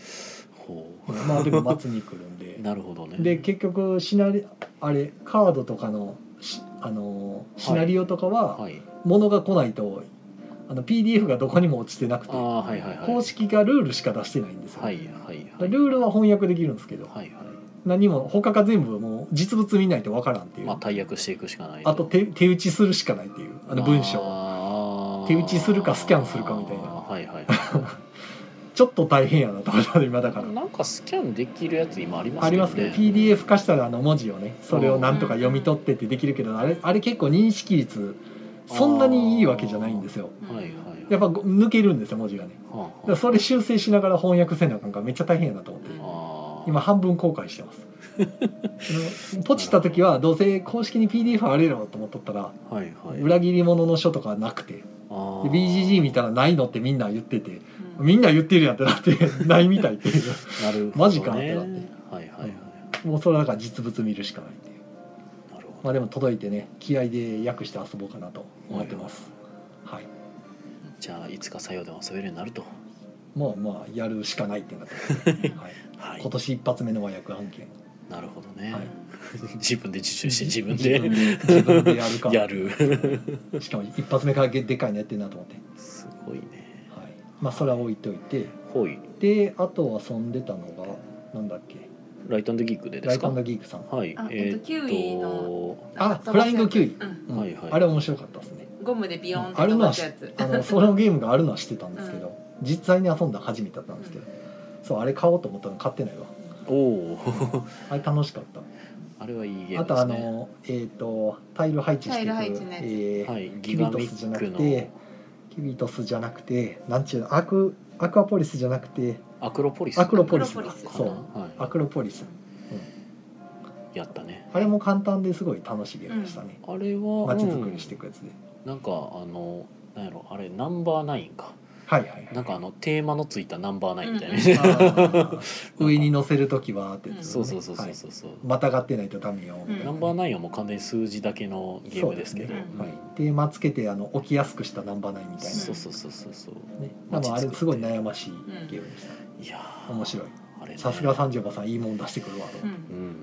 A: ほ
B: まあ でも待つに来るんで
A: うなるほどね
B: で結局シナリあれカードとかのしあのーシナリオとかは
A: はい
B: 物が来ないとあの PDF がどこにも落ちてなく
A: あ
B: て
A: ーはいはいはい
B: 公式がルールしか出してないんですよ、
A: はいはいは
B: ル
A: い
B: ールは翻訳できるんですけど
A: はいは
B: 何も他が全部もう実物見ないとわからんってい、
A: いうまあ大役していくしかない
B: あと手手打ちするしかないっていうあの文章を
A: を
B: 手打ちするかスキャンするかみたいな
A: はいはいは
B: ちょっと大変やなと思った今だか
A: い
B: ら。
A: なんかスキャンできるやつ今あります
B: ありますけど PDF 化したらあの文字をねそれをなんとか読み取ってってできるけどあれあれ結構認識率そんなにいいわけじゃないんですよ
A: はいはいはい
B: やっぱご抜けるんですよ文字がね
A: は
B: だ
A: あ
B: から
A: は
B: それ修正しながら翻訳せなあかんからめっちゃ大変やなと 思って
A: あ
B: 今半分後悔してますあのポチった時はどうせ公式に PDF あれやろと思っとったら
A: はいはい
B: 裏切り者の書とかなくてで
A: あー
B: BGG 見たらないのってみんな言ってて
C: うん
B: みんな言ってるやんってなって ないみたいっていう
A: なるほどね
B: マジか
A: はい
B: っ
A: は
B: て
A: い
B: なっ
A: はい
B: もうそれはだから実物見るしかないっていう
A: なるほど
B: まあでも届いてね気合で訳して遊ぼうかなと思ってますはい
A: じゃあいつかさようでも遊べるようになると
B: もうまあやるしかないってなってます、はい、
A: はい
B: 今年一発目の和訳案件
A: なるほどね
B: はい
A: 自分で受注して自分で
B: 自分でやる か
A: やる
B: しかも一発目からでかいのやってんなと思って、
A: すごいね
B: はい、まあそれは置いといて
A: ほい
B: であと遊んでたのがなんだっけ
A: ライトギークでで
B: ラ
A: す
B: イト
A: か
B: ンドギークさん
A: はい
C: あ
A: え
C: え
A: ー
C: っと
A: っと
C: キウイの
B: あフライングキウイ、
C: うん
B: うん
A: はいはい
B: あれ面白かったですね
C: ゴムでビヨーンって
B: ある
C: 飛
B: のは
C: ば
B: 知
C: すやつ
B: あのそのゲームがあるのは知ってたんですけど、実際に遊んだの初めてだったんですけど、そうあれ買おうと思ったの買ってないわ
A: おおー
B: あれ楽しかった
A: あれはいいゲー
B: あ
A: ムで
B: とあ
A: すね
B: の、えっ、とタイル配置していく
C: タイル配置のやつ
B: えー
A: はい
B: キ
A: ギ
B: ビ
A: ガ
B: ト
A: ミ
B: スじゃな
A: ッ
B: く
A: ク
B: て
A: の
B: キビトスじゃなくてなんちゅうのアクアクアポリスじゃなくて
A: アクロポリス
B: アクロポリス
C: アクロポリス
A: か
B: そ
A: な
B: うア
A: は
B: クロポリス
A: いやったね
B: あれも簡単ですごい楽しいゲームでしたね、
A: あれは
B: 街づくりしていくやつで、
A: うんなんかあのなんやろあれナンバーナインか
B: はいはいはい
A: なんかあのテーマのついたナンバーナインみたいな、
B: あー 上に乗せる時はってやつね、
A: そうそうそうそう
B: はい
A: そうそう、
B: またがってないとダメよみたい
A: ナ
B: な、
A: ンバーナインはもう完全に数字だけのゲームですけど
B: そう
A: そう
C: ですね
B: はい、テーマつけてあの起きやすくしたナンバーナインみたいな、
A: そうそうそうそうそう
B: ね、多分あれすごい悩ましいゲームでし
A: いや
B: た
A: ー
B: 面白い
A: あれね
B: さすが三条馬さんいいもん出してくるわと思って、
A: うんうんうん、
B: ね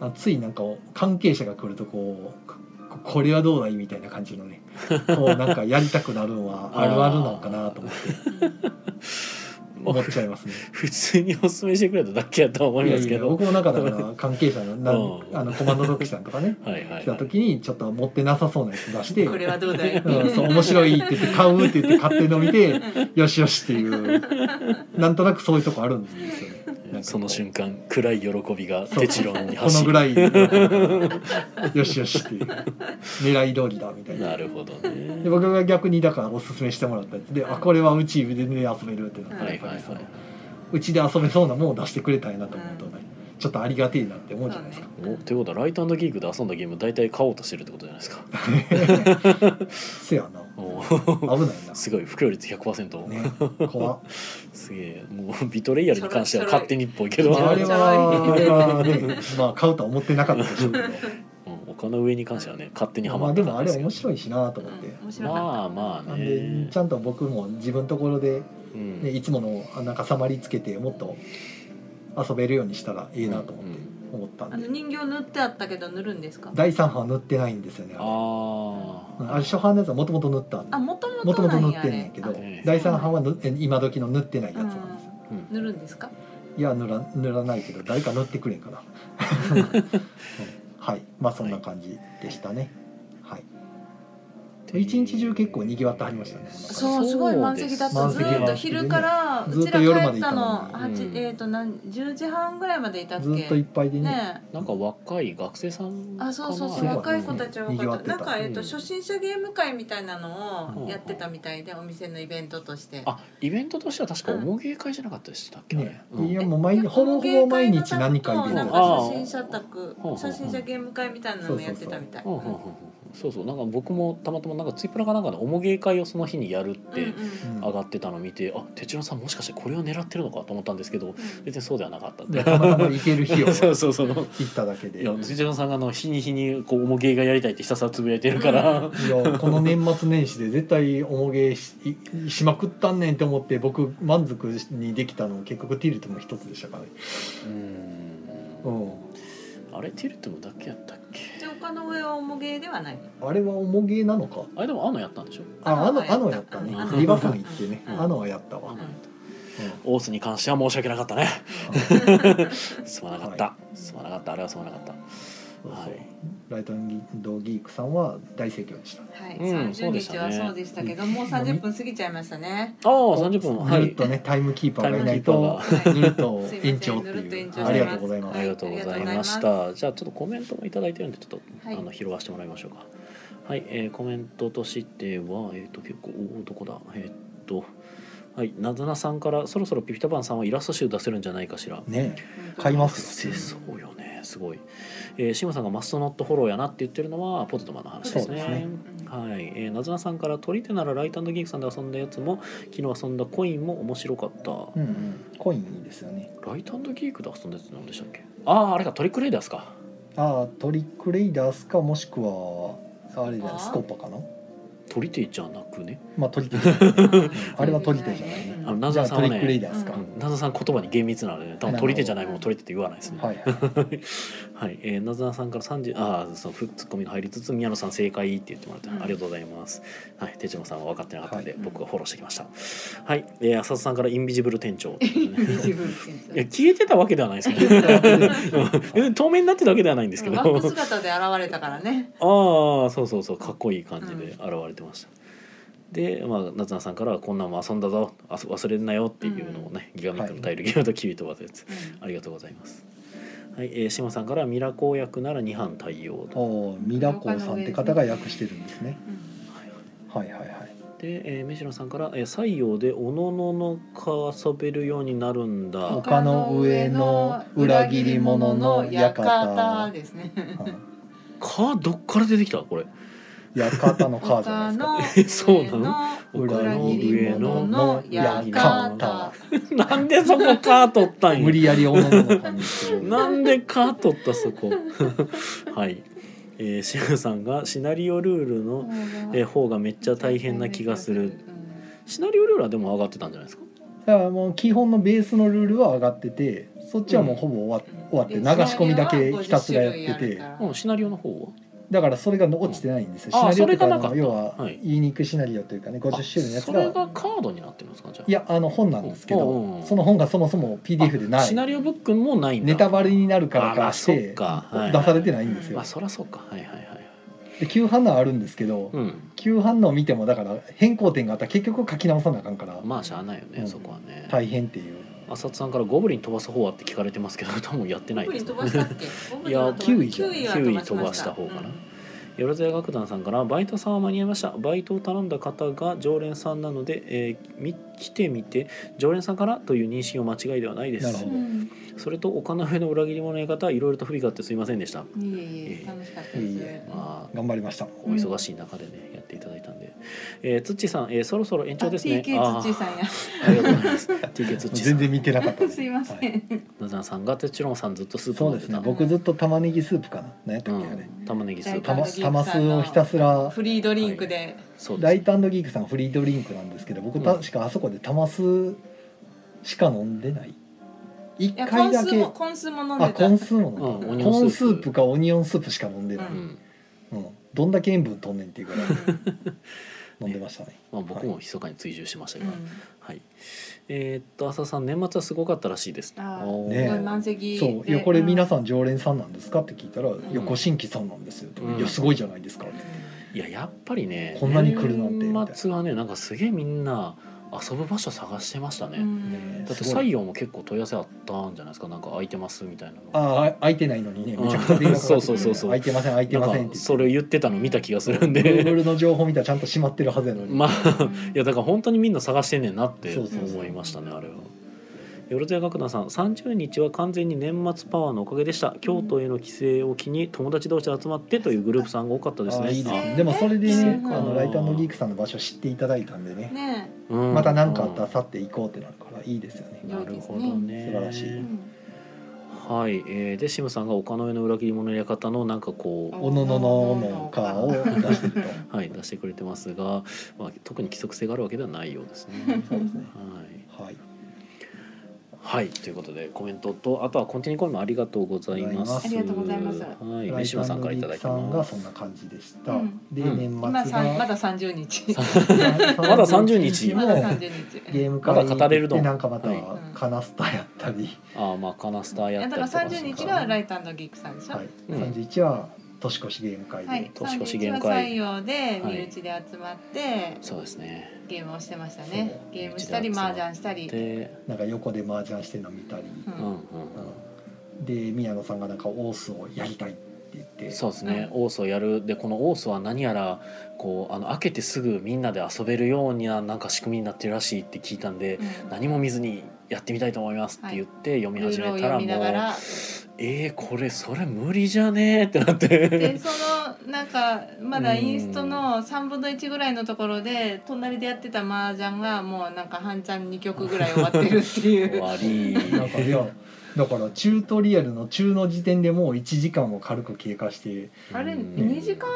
B: あついなんか関係者が来るとこうここれはどうだいみたいな感 じのねこうなんかやりたくなるんはあるあるなんかなと思って
A: ま
B: 思
A: あ
B: っちゃいますね。
A: 普通におすすめしてくれただけやとは 思
B: い
A: い
B: や
A: ま
B: い
A: すけ
B: やいや
A: ど
B: 僕もなんかだから関係 者のな
A: うん
B: あのコマンドドキさんとかね
A: はいはい
B: 来た時にちょっと持ってなさそうなやつ出して「
C: こ
B: う
C: れはどうだい
B: ん、そう面白い」って言って「買う」って言って買って飲みて「よしよし」っ ていうなんとなくそういうとこあるんですよね。なんかこう
A: その瞬間暗い喜びがテチロンに
B: この
A: 走
B: ぐ
A: る
B: らいよしよしっていう狙い通りだみたいな
A: なるほどね
B: で僕が逆にだからおすすめしてもらったやつで、あこれはうちで、ね、遊べるってなったら
A: は
B: や
A: い
B: っぱ
A: はい
B: りそ
A: は
B: の
A: いう
B: ちで遊べそうなものを出してくれたんやなと思うとね、ちょっとありがてえなって思うじゃないですか、
A: おということはライトギークで遊んだゲーム大体買おうとしてるってことじゃないです か
B: せやな
A: おー
B: 危ないな
A: すごい不況率100%、
B: ね怖っ
A: すげえもうビトレイヤルに関しては勝手にっぽいけど、
C: ちょろ
B: あ
C: ち
B: れ
C: ょろ
B: はあれはねまあ買うとは思ってなかったでし ょうけ
A: うん丘の上に関してはね勝手に
B: ど
A: は
B: ま
A: ま
B: あ
A: っ
B: で
A: て
B: も
A: た
B: あ
A: んで
B: れ
A: すけど
B: 面白いしなと思って、
C: 面白かっ
A: まあまあ
B: なんで
A: ね
B: ちゃんと僕も自分のところで、
A: うん
B: ね、いつものあなんかさまりつけてもっと遊べるようにしたらいいなと思って
A: うん
B: 思ったん
C: た
B: で、
C: あの人形塗ってあったけど塗るんですか
B: 第3波は塗ってないんですよねあれ
A: あ
B: うん
A: ー
B: あれ初版のやつはもともと塗ったんで
C: あもとも
B: もと
C: と
B: もと
C: なん
B: 塗
C: や
B: っ
C: あ
B: てんねん
C: れ
B: けど
A: あええ
B: 第3版は塗え今時の塗ってないやつなんです
C: あ
A: うん
C: 塗るんですか
B: いや塗ら塗らないけど誰か塗ってくれんかなうんはいまあそんな感じでしたねはい、一日中結構にぎわってはりましたね
C: そうすごい満席だった
B: 満
C: ず
B: 席
C: ーっと昼から
B: ずー
C: うち
B: っと
C: ら
B: 夜まで
C: 帰
B: い
C: ったた
B: の
C: の
B: に
C: 八
A: うん
C: えっと何10時半ぐらいまでいたっけ
B: ずっといっぱいでね
C: ね
A: なんか若い学生さんかな
C: あそうそうそ
B: す
C: う
B: ごい
C: 若い子たちは
B: 賑わ
C: 若
B: っ
C: か
B: て
C: ったたなんかえっと
A: うん
C: 初心者ゲーム会みたいなの
A: う
C: を
A: ん
C: やってたみたいでお店のイベントとして
A: あイベントとしては確か重芸会じゃなかったでしたっけ、
B: ね
A: あれうん
B: いやもう毎日ほぼほぼ毎日何かイベン
C: な
B: ト
C: ん
A: う
C: か
A: あ
C: 初心者宅
A: うん
C: 初心者ゲーム会みたいなのもやってたみたい
A: うんうんうんうんそうそうなんか僕もたまたまなんかツイプラかなんかで重芸会をその日にやるって
B: うん
A: 上がってたのを見て、あ哲郎さんもしかしてこれを狙ってるのかと思ったんですけど別にそうではなか ったんで
B: たまたま行ける日 を
A: そう
B: 行
A: そうその
B: っただけで
A: いや
B: い
A: 辻野さんがあの日に日にこう重芸がやりたいってひたすらつぶやいてるから、
C: うん
B: やこの年末年始で絶対重げしいしまくったんねんって思って僕満足にできたのも結局ティルトの一つでしたからね うん
A: あれティルトもだけやったっけ
C: で丘の上は重げではない
B: あれは重げなのか
A: あれでもあのやったんでしょ
B: あ、あ
C: あ
B: の
C: の、
B: あのやったね
A: あ。の
B: リバファン行ってね、
C: うん
B: あのはやった
A: あ
B: わ
A: の。
B: う
A: オースに関しては申し訳なかったね
B: ん
A: すまなかった、
B: は
A: すまなかったあれはすまなかった
B: そう
A: は
B: そう
A: い
B: ライトンドギークさんは大盛況でした。
C: はい、
A: うん
C: 30日はそうでしたけど、もう30分過ぎちゃいましたね。
A: ああ三十分は
B: ぬるっ
A: い
B: とね、タイムキーパーがいないと
A: タ、
C: はい
B: ぬるっと
C: すいません
B: 延長って
C: ぬるっと
B: い
C: 延長
B: う。
A: します
B: ありがとうございま
A: あ
B: す
A: り。がとうございました、じゃあちょっとコメントもいただいてるんでちょっと、
C: はい
A: あの拾わせてもらいましょうかはい、えーコメントとしてはえっ、と結構おーどこだえっ、とはいなずなさんからそろそろピピタパンさんはイラスト集出せるんじゃないかしら
B: ね、買います
A: 出
B: よ。
A: せそうよねすごい、えー、シムさんがマストノットフォローやなって言ってるのはポテトマンの話ですね
B: そうですね
A: はい、えー、なずなさんから「取り手ならライトギークさんで遊んだやつも昨日遊んだコインも面白かった」
B: うんうん、コインいいですよね。
A: ライトギークで遊んだやつなんでしたっけあああれかトリックレーダーですか
B: ああ、トリックレイダースか、もしくは。あれだ、スコッパかな。
A: 取り手じゃなくね
B: まあ、トリック。 あれは取り手じゃないね
A: あの
C: うん
A: な
B: じ
A: ず
B: ゃ
A: な
B: あ、
A: さ
B: ト
A: ん
B: リ
A: は
B: ックレイ
A: ね
B: ダースか。
C: う
A: なずなさん言葉に厳密なので、ね、多分取り手じゃないもの取り手って言わないですね
B: はいはい。
A: はい、えー、なずなさんから三十、ああ、そのふツッコミの入りつつ、宮野さん正解って言ってもらって、
C: うん
A: ありがとうございます。はい、手島さんは分かってなかったんで、
B: はい
A: 僕がフォローしてきました。はい、えー、浅田さんからインビジブル店長。
C: 自分
A: いや、消えてたわけではないですけど、 うん透明になってたわけではないんですけど。
C: バック姿で現れたからね。
A: ああそうそうそうかっこいい感じで現れてました、で、まあ、夏菜さんからは「こんなんも遊んだぞあそ忘れんなよ」っていうのをね、ギガミックのタイルゲームとキビ飛ばすやつ、ありがとうございますはい、えー、島さんから「ミラ公役なら2班対応と」
B: おお、ミラコーさんって方が訳してるんですね。
C: うん
B: はいはいはい。
A: で、えー、飯野さんから「えー採用でおのののか遊べるようになるんだ」
B: 丘の上の裏切り者の
C: 館
B: 館
C: ですね。
B: はい
A: かどっから出てきたこれ
B: 館のカーじゃない
C: 丘
B: ですか。
C: の
A: えそうな
C: の
B: 裏
C: 裏
B: の
C: 切り
A: 上
C: 者
A: の
C: の館
B: 館。
A: なんでそこか取ったんや
B: 無理やり女の子にす る。
A: なんでか取ったそこはい、えー、シムさんがシナリオルールのえー方がめっちゃ大変な気がする。シナリオルールはでも上がってたんじゃないですか
B: だからもう基本のベースのルールは上がってて、そっちはもうほぼ終わ,、終わって流し込みだけひたすらやってて、
A: うんシナリオの方は
B: だからそれが落ちてないんですよ。
A: うん
B: シナリオとか
A: あそれがなかった
B: の要は
A: はい
B: 言いにくいシナリオというかね、50種類のやつ
A: あそれ
B: が。
A: がカードになってるんですかじゃあ
B: いやあの本なんですけ
A: うんうんう
B: ど
A: ん
B: その本がそもそも PDF でな
A: シナ
B: い
A: リオブックもないんだ
B: ネタバレになる
A: か
B: からかし
A: そってか、
B: 出されて
A: い
B: ないんです
A: ま
B: よ
A: あそらそうかはいはいはい
B: で旧版のはあるんですけど
A: うん
B: 旧版のを見てもだから変更点があったら結局書き直さなあかんから
A: まあしゃあないよね、
B: うん
A: そこはね、
B: 大変っていう
A: 浅津さんから「ゴブリン飛ばす方は?」って聞かれてますけど 多分やってないです
C: 飛ばしたっけ？
A: いや
B: キウイじゃん
C: は
A: キウイ飛ばした方かなよろずや楽団さんから「バイトさんは間に合いましたバイトを頼んだ方が常連さんなので、えーみ来てみて常連さんからという認識を間違いではないで
B: なるほ
A: す
B: ど
C: うん
A: それと丘の上の裏切り者の方いろいろと不備があってすいませんでした
C: いえいえ楽しかったです。
B: いえいえ
A: まあ
B: 頑張りました
A: お忙しい中でねやっていただいたんで、えー、つっちーさん、えーそろそろ延長ですね
C: TK 土さんや。
A: あーありがとうございます TK つっちーさ
B: 全
A: ん
B: 然見てなか ったです
C: いませ
B: はい
C: ん。
A: なずなさんがてちろんさんずっとスープ
B: そ
A: 飲
B: うん
A: で
B: で
A: すた
B: ね僕ずっと玉ねぎスープかな何やったっけあれ
A: うん、玉ねぎスープ
B: た
A: で
B: ます
C: 玉
B: 玉酢をひたすら
C: フリードリンクで。
A: そう
B: ラ
A: で
B: イトギークさんフリードリンクなんですけど僕
A: うん
B: 確かあそこで玉酢しか飲んでない一
C: いや
B: 回
C: 今
B: だ
C: 週
B: け
C: も今週も飲ん
B: あ
C: で
B: コ
C: た。
B: ーンスープ
A: う
B: も
A: ん
B: 飲
A: オ
B: ん
A: ニ
B: で
A: オ
B: コ
A: ンスープ
B: ーンスープかオニオンスープしか飲んでない
A: す、うん
B: うんどんだけ塩分とんねんっていうぐらい
C: う
B: 飲
C: ん
B: んでましたね
A: まあ、僕も
B: はい
A: 密かに追従しましたけ
C: う
A: ど、
C: ん
A: はい。えーっと浅田さん年末はすごかったらしいです。
C: あー
A: おー
B: ね
C: すごい満席で。
B: そう「いやこれ皆
C: ん。
B: さん常連さんなんですか?」って聞いたら「いや
A: うん
B: ご新規さんなんですよ」
A: うん
B: いやすごいじゃないですか」って
C: う
A: いややっぱりね
B: こんなに来るなんて
A: 年末はねなんかすげえみんな遊ぶ場所探してましたね、
C: うん
A: だって
B: すご
A: 採
B: い
A: 用も結構問い合わせあったんじゃないですかなんか空いてますみたいなの
B: ああ空いてないのにねめちゃくちゃ電話かかってきて
A: そうそうそうそう
B: 空いてません空いて
A: な
B: ませんっ
A: ん
B: て
A: かそれを言ってたの見た気がするん で
B: Google の情報見たらちゃんと閉まってるはずやのに、
A: まあいやだから本当にみんな探してんねんなって
B: そうそう
C: そう
A: 思いましたねあれは。よろずやがくなさん30日は完全に年末パワーのおかげでした京都への帰省を機に友達同士で集まってというグループさんが多かったです
B: あ
A: ね
B: あいいです
A: あ
B: ねでもそれでね
C: うん
B: あのライターのギークさんの場所知っていただいたんでね
C: ね
A: うん
B: また何かあったら去って行こうってなるからいいですよね
A: なるほどね
B: 素晴らし
C: え、
B: い
A: はい、えー、でシムさんが丘の上の裏切り者の館のなんかこ
B: おののののかを出してると。
A: うはい出してくれてますが、まあ、特に規則性があるわけではないようですね
B: そうですね
A: はい
B: はい
A: はい、ということでコメントとあとはコンティニューコインもありがとうございます。
B: あ
C: りがとうございます
A: はい、
B: ラ
A: 三
B: イ
A: 島
B: タ
A: さ
B: ー
A: ん
B: の
A: からい
B: ギ
A: た
B: ー
A: だ
B: ク
A: き
B: さんが
A: ます。
B: そんな感じでした、
C: うん
B: で
A: うん
B: 年末が
C: 今さんまだ30日
A: まだ30日
C: まだ
B: も
C: 30日
B: ゲーム
A: ま
B: 会
A: だ語れるの
B: でなんかまた
A: は
B: カナスタやったり、
A: ああ、まあカナスター
C: い
A: や
C: や
A: っ
C: だ
A: た
C: か
A: りと
C: ら
A: か
C: 30日がライターのギークさんでしょ、
B: はい
A: うん
B: 31は年越しゲーム会で、
C: はい、
A: 年越しゲー
C: は
A: ム会
C: 採用で
A: はい
C: 身内で集まって、
A: そうですね。
C: ゲームをしてましたね
B: そう
C: ゲームしたり
A: 身内で集まっ
C: 麻
A: て
C: 雀したり、
A: で、
B: なんか横で麻雀してるの見たり、
C: う
A: うんうん
B: う
C: ん
B: んで宮野さんがなんかオースをやりたいって言っ
A: う
B: て
A: ん。そうですね。オースをやるでこのオースは何やらこうあの開けてすぐみんなで遊べるようにななんか仕組みになってるらしいって聞いたんで、何も見ずにやってみたいと思いますって言って読み
C: ルー
A: 始
C: ルを
A: めた
C: 読
A: らも
C: み
A: う、
C: ながら
A: えー、これそれ無理じゃねえってなっ
C: で
A: て。
C: そのなんかまだインストの3分の1ぐらいのところで隣でやってた麻雀がもうなんか半ちゃん2曲ぐらい終わってるってい
A: 終
C: う
A: わり。
B: なんかい やだからチュートリアルの中の時点でもう1時間を軽く経過して
C: あれ
A: うん
C: 2時間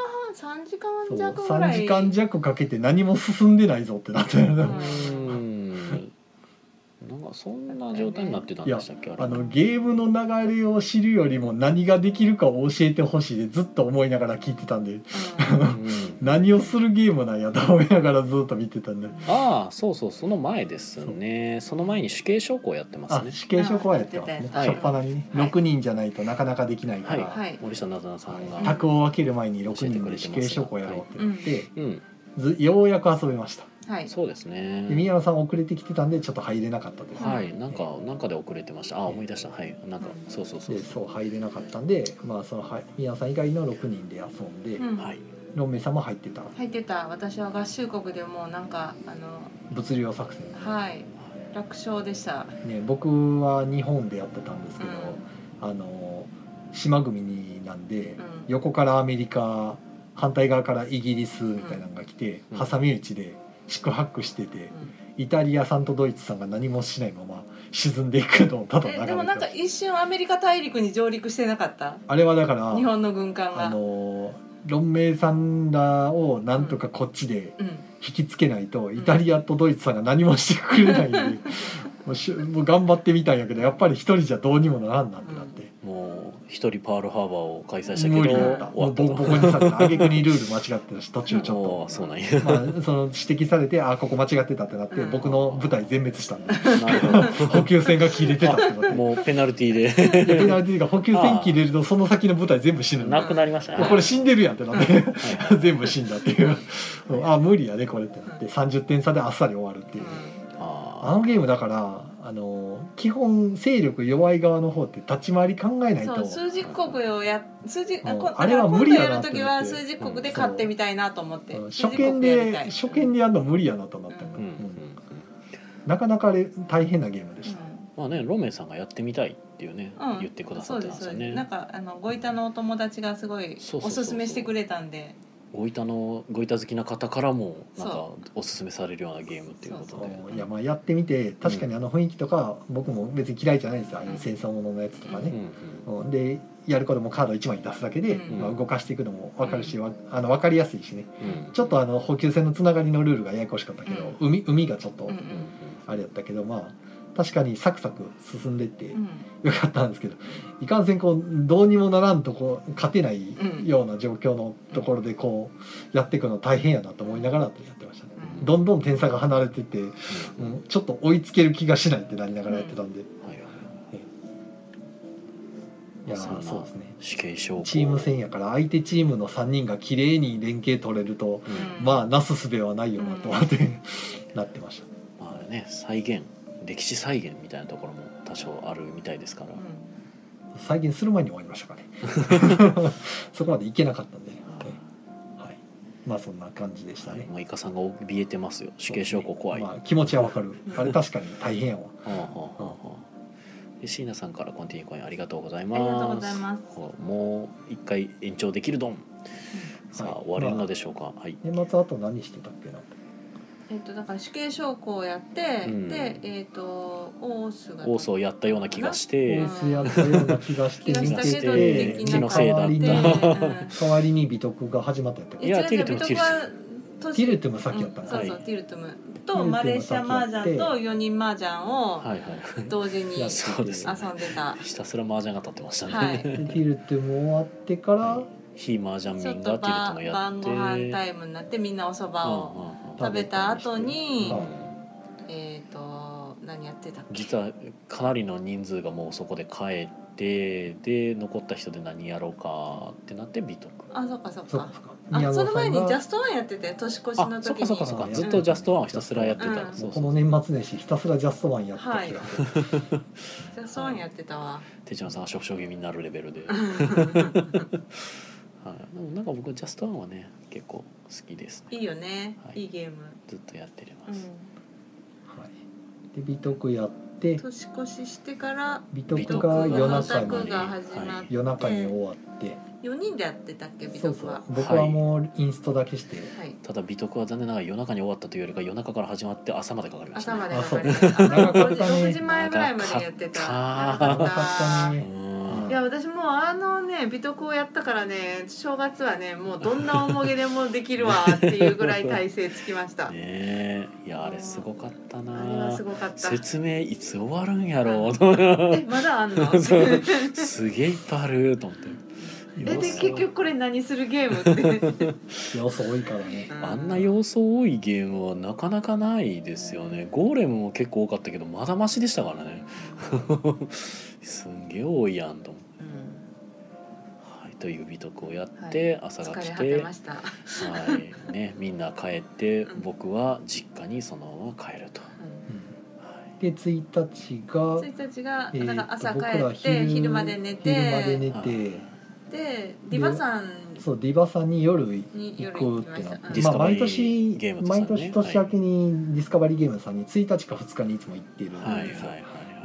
C: 半3時
B: そう
C: 間弱ぐら
B: 3
C: い
B: 時間弱かけて何も進んでないぞってな って
A: う
B: る
A: ーんなんかそんな状態になってたんでしたっけあれ
B: あのゲームの流れを知るよりも何ができるかを教えてほしいでずっと思いながら聞いてたんで
A: う
C: うん
A: ん
B: 何をするゲームなんやと思いながらずっと見てたんで
A: ああそうそうその前ですねその前に主刑証拠をやってます
B: あ
A: ね
B: 死刑証拠はやってますね
C: あ
A: やっ
B: 初って端にね
C: はい
B: 6人じゃないとなかなかできないか
A: はい、
B: ら、
C: はい
A: 森下なずなさんが、
B: 卓を分ける前に6人
A: 教え
B: で
A: て
B: 死
A: くれてます
B: 刑証拠をやろうってなって、
A: うん
B: ずようやく遊べました
C: はい
A: そうですね
B: で宮野さん遅れてきてたんでちょっと入れなかったです、
A: はいなんかなんかで遅れてましたあ思い出したはいなんかそうそうそう
B: でそう入れなかったんで、まあ、そのは宮野さん以外の6人で遊んで、
C: うん
A: はい
B: ロンメイさんも入ってた
C: 入ってた私は合衆国でもうなんかあの
B: 物量作戦、
C: はい楽勝でした
B: ね、僕は日本でやってたんですけど、あの島国なんで、
C: うん
B: 横からアメリカ反対側からイギリスみたいなのが来て、
A: うん
B: 挟み撃ちで宿泊してて、イタリアさんとドイツさんが何もしないまま沈んでいくのをただ眺
C: え
B: め
C: で
B: て
C: も
B: ま
C: なんか
B: した
C: 一瞬アメリカ大陸に上陸してなかった
B: あれはだから
C: 日本の軍艦
B: あ
C: が
B: のロンメイさんらをなんとかこっちで
C: うん
B: 引きつけないと、イタリアとドイツさんが何もしてくれないんでもうしもう頑張ってみたんやけどやっぱり一人じゃどうにもならんなってなって。
A: もう一人パールハーバーを開催したけど
B: 無理
A: 終
B: だ
A: わ
B: っ
A: ったた
B: もう
A: と
B: ボコボコにされた挙句にルール間違ってたし途中ち
A: お
B: ょ
A: ー
B: っ
A: そうなんや
B: と、まあ、その指摘されてあここ間違ってたってなって
C: うん
B: 僕の舞台全滅したんで
A: なるほ
B: 補給線が切れてたってな
A: ど
B: って
A: もうペナルティー
B: で
A: で
B: ペナルティーが補給線切れるとその先の舞台全部死ぬんで
A: なくなりましたね
B: これ死んでるやんってな って
A: はい
B: 全部死んだっていううんあ無理やねこれってなって30点差であっさり終わるっていううんあ
A: あ
B: のゲームだからあの基本勢力弱い側の方って立ち回り考えない
C: そう
B: と
C: 数字国をや数字
B: うん
C: こ
B: あれは
C: だから
B: 無理
C: 今
B: や
C: 度や
B: な
C: る
B: って
C: 時
B: 思っ
C: は
B: て
C: 数字国で
B: うん
C: 勝ってみたいなと思って、
B: うん
C: 数
B: 初
C: 字国
B: 見
C: やり
B: で
C: たい
B: 初見でやるの無理やなとなったから、
A: ーう
B: うん
A: うんん
B: なかなかあれ大変なゲームでした、
A: まあねロメンさんがやってみたいっていうね、
C: うん
A: 言ってくださ
C: そう
A: って
C: で
A: たん
C: す
A: です
C: そう
A: よ
C: ですなん
A: ね
C: かあのごいたのお友達がすごい
A: そうそ
C: お
A: うそうそう
C: すすめしてくれたんで
A: ご板のご板好きな方からもなんか
C: そ
A: おすすめされるようなゲームっていうことで
B: いやまあやってみて確かにあの雰囲気とか、僕も別に嫌いじゃないですよああいう戦争もののやつとか
A: う
B: ね、
A: ん
B: うんでやることもカード1枚出すだけで、
C: うん
B: まあ、動かしていくのも分かるし、わあの分かりやすいしね
A: うんうん
B: ちょっとあの補給線のつながりのルールがややこしかったけど、海海がちょっと
C: うん
A: うんうん
B: あれやったけどまあ確かにサクサク進んでって
C: うん
B: よかったんですけどいかんせんこうどうにもならんとこう勝てないような状況のところでこうやっていくの大変やなと思いながらやってましたね。
C: うん
B: どんどん点差が離れてって、
A: う
B: うんん、ちょっと追いつける気がしないってなりながらやってたんで、
A: はいはい
B: いや
A: そん
B: ー
A: な
B: そうですね
A: 死刑証拠
B: チーム戦やから相手チームの3人が綺麗に連携取れると
A: うん
B: まあなすすべはないよなと思って、なってました
A: まあね再現歴史再現みたいなところも多少あるみたいですから、
C: う
B: 再現する前に終わりましたかねそこまでいけなかったんで、ねはい、まあそんな感じでした
A: はい
B: ね、
A: もうイカさんが怯えてますよ死刑証拠怖い、
B: まあ、気持ちはわかるあれ確かに大変やわ
A: はあはあはあはあで椎名さんからコンティニューコインありがとうございます
C: ありがとうございます
A: ほらもう一回延長できるどんさあ、
B: はい
A: 終われるのでしょうかはい、
B: 年末あと何してたっけな、
C: んえっとだから死刑証拠をやって、
A: うん
C: でえっ、とオースが
A: オースをやったような気がして、
B: レー
C: うん
B: スやったような気がして
C: 気がしたけど
A: え
C: で
A: え
C: きなかった
A: 気のせいだ
B: 代わ
C: でうん
B: り代わりに美徳が始まったやったっ
A: い
B: け
A: や
C: え違う違う
A: ティルトム
C: ビトコは当時
B: ティルトムさっきやった
C: うんん
B: だ
C: そうそ
A: は
C: う
A: い
C: ティルトム
B: ティルト
C: と
B: ム
C: マレーシア麻雀
B: さっきやっ
C: と
B: て
C: 4人麻雀を
A: はいはい
C: 同時に
B: やって
C: 遊んで
B: て
A: そうですね
C: た
A: ひたすら麻雀が立ってましたね、
C: は
B: で
C: い
B: ティルトム終わってから、
A: 非麻 雀
C: ちょっ
A: 民
C: と
A: がティルト
C: ば
A: もやっ
C: 晩
A: て
C: ご飯タイムになってみんなおそばを
A: うんうんうん
C: 食べた後に
B: はい
C: えっと何やってたっけ
A: 実はかなりの人数がもうそこで帰ってで残った人で何やろうかってなって美徳
C: あそっかそっ
B: そうか
C: か
B: そうか
C: あそ
B: 川
C: の前にジャストワンやってて年越し
A: あ
C: の
A: そっ
C: 時
A: か
C: に
A: そっかそっか
B: うん
A: ずっとジャストワンをひたすらやってた、
C: うん
A: そう
B: こ
A: そ
B: の
A: う
B: 年末年始ひたすらジャストワンやった気がする、
C: ジャストワンやってたわ
A: 手島さんが食傷気味になるレベル で、はい、でもなんか僕ジャストワンはね結構好きですね
C: いいよね
A: はい
C: いいゲーム
A: ずっとやってれ
C: う
A: ます、
C: ん
B: はい、で美徳やって
C: 年越ししてから
B: 美
A: 美
B: 徳
A: 徳
B: が
A: は
B: 夜中に
C: 美徳が始まって
B: 夜中に終わって、
C: 4人でやってたっけ美
B: そう
C: 徳
B: そう
C: は
B: 僕はもうインストだけして、
C: はい
A: ただ美徳は残念ながら夜中に終わったというよりか夜中から始まって朝までかかりましたね
C: 朝まで
B: あ
C: か
B: そ
C: か
B: う
C: りました朝
B: 長か
C: 6
B: っ
C: 時
B: たね
C: 6時前ぐらいまでやってた
A: 長
B: 長
A: か
B: かったね
A: うん
C: いや私もうあのね美徳をやったからね正月はねもうどんな重げでもできるわ っていうぐらい体勢つきました、
A: ねえいやあれすごかった
C: あれは
A: な
C: すごかった
A: 説明いつ終わるんやろう
C: えまだあ んの
A: そう
C: え
A: すげえいっぱいあると思って
C: で
A: 要素
C: 結局これ何するゲー ムって
B: 要素多いからね
C: う
A: あんな要素多いゲームはなかなかないですよねゴーレムも結構多かったけどまだマシでしたからね すんげえ多いやんと思って
C: うん
A: はい、という美徳をやって、朝が
C: 疲
A: 来
C: れ果
A: て
C: てました、
A: はいね、みんな帰って、
C: うん
A: 僕は実家にそのまま帰ると、
C: う
A: はい
B: で1日が
C: ん、1日が
B: えーと
C: だから朝帰
B: 僕ら
C: って昼まで寝て
B: 昼まで寝て
A: はい
C: でリバさん
B: そうディバさんに夜行
C: に夜
B: こ
C: 行
B: うっ
C: きま
B: て
C: し
B: な
C: た
B: っ
C: うん
A: デ
B: て、
A: ィス
B: まあ、
A: カバリ
B: 毎
A: ー
B: 年
A: ゲームズさん
B: 毎
A: ね
B: 年年明けにディスカバリーゲームズさんに1日か2日にいつも行ってるんですよ、
A: はいはいはいは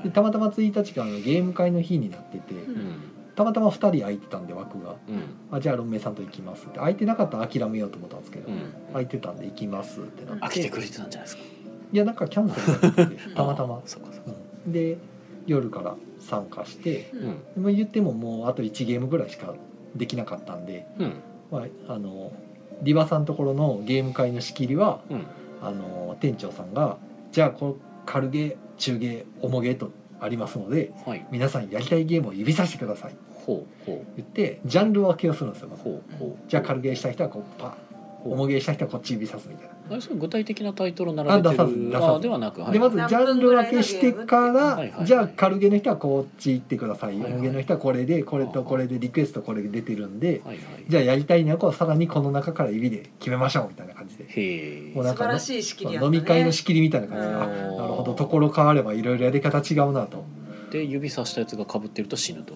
B: で
A: い
B: たまたま1日があのゲーム会の日になってて、
C: ん
A: うん
B: たまたま2人空いてたんで枠が
A: うん
B: あじゃあロンメイさんと行きますって空いてなかったら諦めようと思ったんですけど、
A: うん
B: 空いてたんで行きますってなっ
A: 飽
B: て
A: きてくれてたんじゃないですか
B: いやなんかキャンセルになって てたまた
A: あ
B: ま
A: ー、そっかそっか
B: うんで夜から参加して
C: う
A: うんん
B: でも言ってももうあと1ゲームぐらいしかできなかったんで、
A: うん
B: まあ、あのリバさんところのゲーム会の仕切りは
A: うん
B: あの店長さんが「じゃあこう軽ゲー中ゲー重ゲーとありますので
A: はい
B: 皆さんやりたいゲームを指さしてください」
A: ほうほ
B: 言ってジャンル分けをするんですよま
A: う
B: ず
A: ほうほう
B: じゃあ軽ゲーした人はこうパー
A: ほう
B: 重ゲーした人はこっち指さすみたいな。
A: あれそれ具体的なタイトル並べてる
B: あ出さず出さず
A: あではなく、はい、
B: でまずジャンル分けしてか
A: はいはいは
B: ら
A: い
B: じゃあ軽毛の人はこっち行ってください
A: はいはい
B: 重毛の人はこれでこれとこれでリクエストこれ出てるんで
A: はいはい、
B: じゃあやりたいのはさらにこの中から指で決めましょうみたいな感じで
A: へえ
B: もうな
C: 素
B: んか
C: 晴らしい仕切りやった
B: 飲
C: ね
B: み会の仕切りみたいな感じで
C: う
B: あ
C: ん
B: なるほどところ変わればいろいろやり方違うなと
A: で指さしたやつが被ってると死ぬと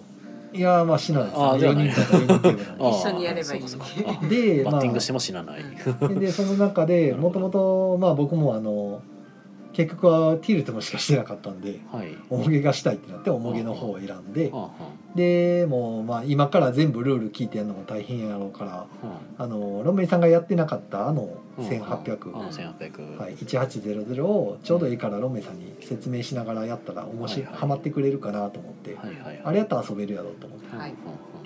B: いやーまあ死なんです
A: あー
B: よ
A: じゃあ
B: 4
A: ね
B: 人と4人っていうのは
C: 一緒にやればいい
A: あーそうかそう か あ
B: で
A: バ
B: ま
A: ッ
B: あ
A: ティングしても死なない、
B: でその中でもともとまあ僕もあの結局はティルトもしかしてなかったんで
A: はい
B: 重毛がしたいってなって重毛の方を選んで
A: はあは
B: でもうまあ今から全部ルール聞いてやるのも大変やろうから
A: あは
B: あのロンメイさんがやってなかったあの
A: あ
B: 1800、
A: あの1800
B: はい、1800をちょうどいいからロンメイさんに説明しながらやったら面白い、
A: はいはい
B: ハマってくれるかなと思って、
A: はいはい
B: あれやったら遊べるやろうと思って。
C: はい
B: っ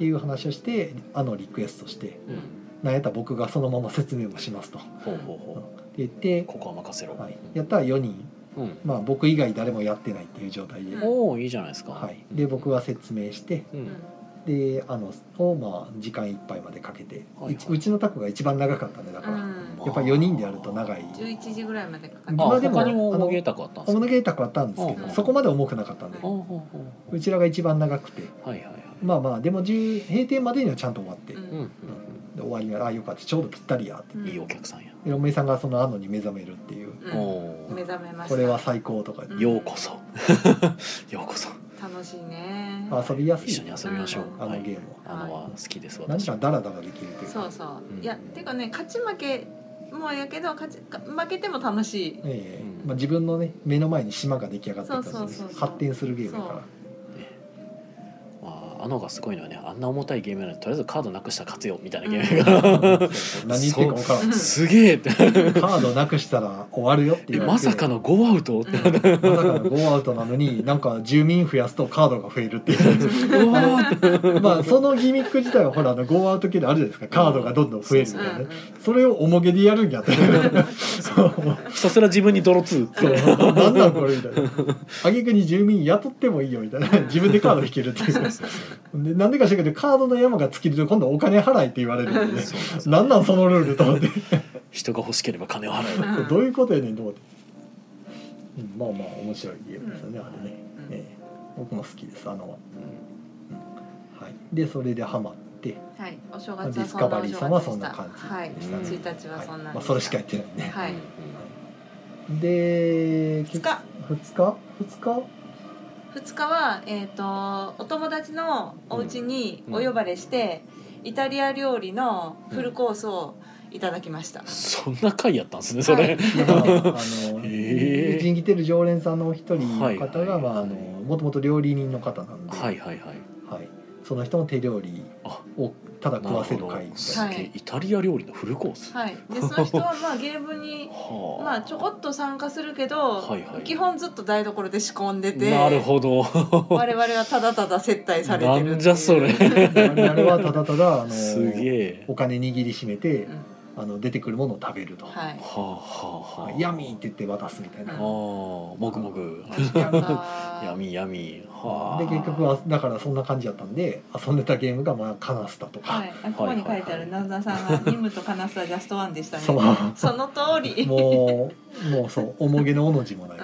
B: ていう話をしてあのリクエストして
A: うん
B: なんやったら僕がそのまま説明もしますとって
A: ほうほうほ
B: 言っ
A: う
B: て、
A: ここは任せろ、
B: はい、やったら4人、
A: うん
B: まあ、僕以外誰もやってないっていう状態で,、
C: うん
A: おおいいじゃないですか
B: はい、で僕が説明して
A: うん、
B: であのをまあ時間いっぱいまでかけて、
A: はいはいう
B: ちうちのタコが一番長かったんでだ
C: う
B: から、
C: ん
B: やっぱ4人でやると長い
C: 十一時ぐらいまでかか
A: あ
C: っ
B: まあでも
A: 他にも重げたくあったんですか
B: 小物ゲータコあったんですけど、
A: うん
B: そこまで重くなかったんで、
A: ほうほうほう
B: うちらが一番長くて
A: はいはいはい
B: まあまあでも10閉店までにはちゃんと終わって、
C: う
B: で
A: うん
C: ん
A: うん
B: 終わりがああよかったちょうどぴったりやって
C: う
A: うんんいいお客さんや、
B: でおめさんがその「あの」に目覚めるっていう、
C: うん
A: おー
C: 目覚めました
B: これは最高とか、
C: うん
A: ようこそ ようこそ
C: 楽しいね
B: 遊びやす
A: 一緒に
B: い
A: 遊びましょう、
B: あ
A: は
B: の
A: い
B: ゲームは
A: あのは好きです
B: 何
A: 私
B: かダラダラできるというか
C: そうそう、
A: うん
C: いやてかね勝ち負けもやけど勝ち負けても楽しい
B: ええ
A: うん
B: まあ、自分のね目の前に島が出来上がってたし
C: そうそうそうそう
B: 発展するゲームだから
A: まああのがすごいのはねあんな重たいゲームなのにとりあえずカードなくしたら勝つよみたいな
C: うん
A: ゲームが、
B: そうそう何言ってるか分からん
C: そう
A: すげえって
B: カードなくしたら終わるよって
A: え
B: 言われて
A: まさかの5アウトって、
C: うん
B: まさかのゴーアウトなのになんか住民増やすとカードが増えるっていう
A: うわーって
B: まあそのギミック自体はほらあのゴーアウト系であるじゃないですかカードがどんどん増えるみたいなねそれを重げでやるんやってそう
A: ひたすら自分に泥ツー
B: そうなんなんこれみたいな挙句に住民雇ってもいいよみたいな自分でカード引けるっていうでなんでか知らんけどカードの山が尽きると今度お金払いって言われるんでね
A: そうそう
B: なんなんそのルールと思って
A: 人が欲しければ金を払
C: うん
A: う
B: どういうことやねんと思って、うん、まあまあ面白いゲームですよね、あれね、
C: うん
B: ええ僕も好きですあのは、
A: うん
B: はい、でそれでハマって
C: はいお正
B: デ
C: 月
B: ィ
C: は
B: ス
C: そんな
B: カバリーさんはそん
C: お正月でした
B: な感じ
C: はい
B: でした
A: うん
C: 1日はそんな
B: はい
C: ん
B: まあ、
C: で
B: それしかやってないね、
C: はい
B: で
C: 2日
B: 2日2日
C: 2日は、えー、とお友達のお家にお呼ばれして、イタリア料理のフルコースをいただきました、
A: そんな回やったんですねそれ、
C: はい
B: だからあの
A: ええ
B: 人気てる常連さんのお一人の方が
A: はい
B: まああのもともと料理人の方なんで、
A: はいはいはい
B: はいその人の手料理
A: あ
B: をただ食
A: なる
B: わせ
A: ほ
B: る
A: ど
B: 会みたい
A: す
B: な
A: げえ、イタリア料理のフルコース、
C: はい、でその人はまあゲームに
A: は
C: まあちょこっと参加するけど、
A: はいはい
C: 基本ずっと台所で仕込んでて
A: なるほど
C: 我々はただただ接待されてるっていう
A: なんじゃそれ
B: 我々はただただあの
A: すげえ
B: お金握りしめ
C: う
B: て
C: ん
B: あの出てくるものを食べると「
C: はい
A: はあはあはあ
B: ヤミー」って言って渡すみたいな
A: あ。ーもぐもぐ
C: や
A: 闇闇はあ
B: で結局はだからそんな感じだったんで遊んでたゲームがまあカナスタとか、
C: はい、あここに書いてあるナズナさんは「ニムとカナスタジャストワン」でしたね
B: そう
C: その通 り
B: もうもうそう重げのおの字もない、
C: う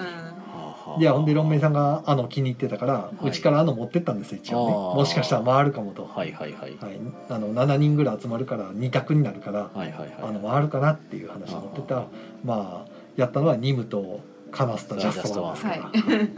B: いやほんでロンメイさ
A: ん
B: んがあの気に入ってたから、
A: いう
B: ちからあの持ってったんですよ一応ね
A: あー
B: もしかしたら回るかもと、は
A: はいはいはい
B: いあの7人ぐらい集まるから2択になるから、
A: はいはいはい
B: あの回るかなっていう話を持ってたまあやったのはニムとカナスタジャストワンですから、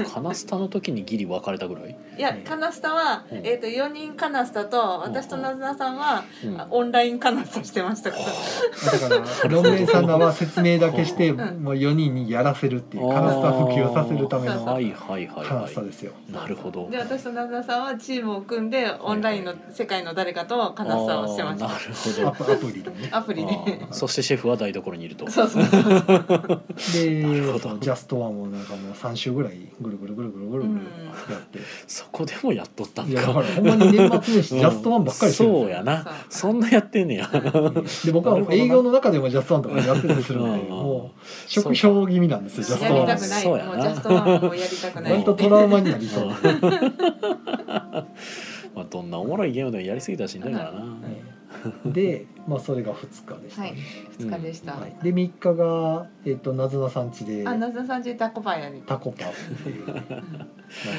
C: は
A: カナスタの時にギリ別れたぐらい、
C: んいやカナスタは、
A: うん
C: えー、と4人カナスタと私とナズナさんは、
A: うん
C: あオンラインカナスタしてましたから
B: だからロンメイさんらは説明だけして
C: うん
B: もう4人にやらせるっていうカナスタ普及させるため
C: あー
B: の
A: はいはいはい
B: カナ
A: は
B: スタ
A: い
B: ですよ。
A: なるほど
C: で私とナズナさんはチームを組んでオンラインの世界の誰かとカナスタをしてまし
A: あ
C: た
A: ー
B: ア
A: なるほど
B: プアプリでね。
C: ア プリで、
A: あーそしてシェフは台所にいると
C: そうそうそうそう
B: で
A: なるほど
B: そのジャストワンもなんかもう3週ぐらいぐるぐるぐるぐるぐるぐるやって、
A: そこでもやっとったん
B: い
A: か
B: やだからほんまに年末年始
A: うん
B: ジャストワンばっかりしてるん
A: そ
B: で
A: う
B: すよ
A: やな
C: そう
A: そんなやってんねや
B: で僕はもう営業の中でもジャストワンとかやってたりするんで
A: うん
B: もう職業気味なんですよジャ
A: そうそう
B: ストワンは
C: やりたくない
A: やな
C: もうジャストワンはもうやりたくない
B: 割とトラウマになりそ
A: う
B: う
A: ん
B: はい
A: まあどんなおもろいゲームでもやりすぎたらしんどいからな、
B: で、まあ、それが2日でした
C: はい
B: ね、
C: 2日でした、
B: はいで3日が、えっとなずなさん家で
C: あナズナさんちタコパンやね
B: タコパっていうなんか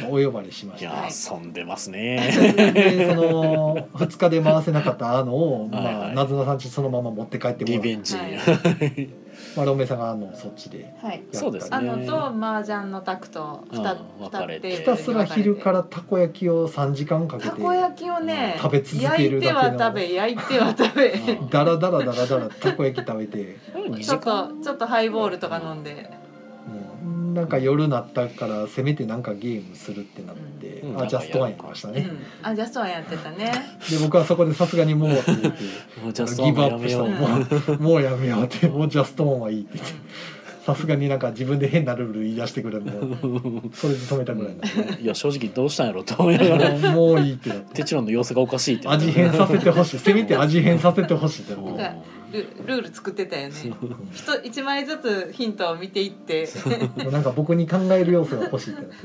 B: お呼ばれしま
A: い
B: し
A: や
B: た
A: ー、遊んでますね
B: でその2日で回せなかったあのを、
A: はい
B: ま
A: は
B: あ、
A: い
B: なずなさんちそのまま持って帰っても
A: リ
B: らっ
A: ベ
B: て、
A: ンジ、
C: はい
B: まあ、ロンメイさんがあのそっちで
C: はい
A: そうですね
C: あのと麻雀のタクと二
A: うん
C: 二
A: 分かれて
C: テーブルに分かれて
B: ひたすら昼からたこ焼きを3時間かけ
C: た
B: て
C: こ焼きをね
B: 食べ続けるだけの
C: 焼いては食べ焼いては食べ
A: うん
B: だらだらだらだらたこ焼き食べて、
A: 2
C: ちょ
A: 時
C: っと
A: 間
C: ちょっとハイボールとか飲んで、
B: うん、なんか夜なったからせめてなんかゲームするってなって、
A: うん
B: あジャストワンやりました
C: う
B: ね、
C: ん、あジャストワンやってたね
B: で僕はそこでさすがにもうって言って
A: も うジ
B: あ
A: ャ
B: の
A: スト
B: ギブ
A: も
B: ア
A: や
B: ップ
A: め
B: し
A: よ
B: た
A: う
B: もう もうやめようってもうジャストワンはいいって言ってさすがになんか自分で変なルール言い出してくれもうそれで止めたぐらいなん
A: いや正直どうしたんやろと思いながら
B: でもうもういいってなって
A: テチロンの様子がおかしいってなって
B: 味変させてほしいせめて味変させてほしいって
A: う
B: 思
A: ん
B: う
C: なんかルルール作ってたよね
B: うん
C: 一一枚ずつヒントを見ていって、
B: もうなんか僕に考える要素が欲しいってなって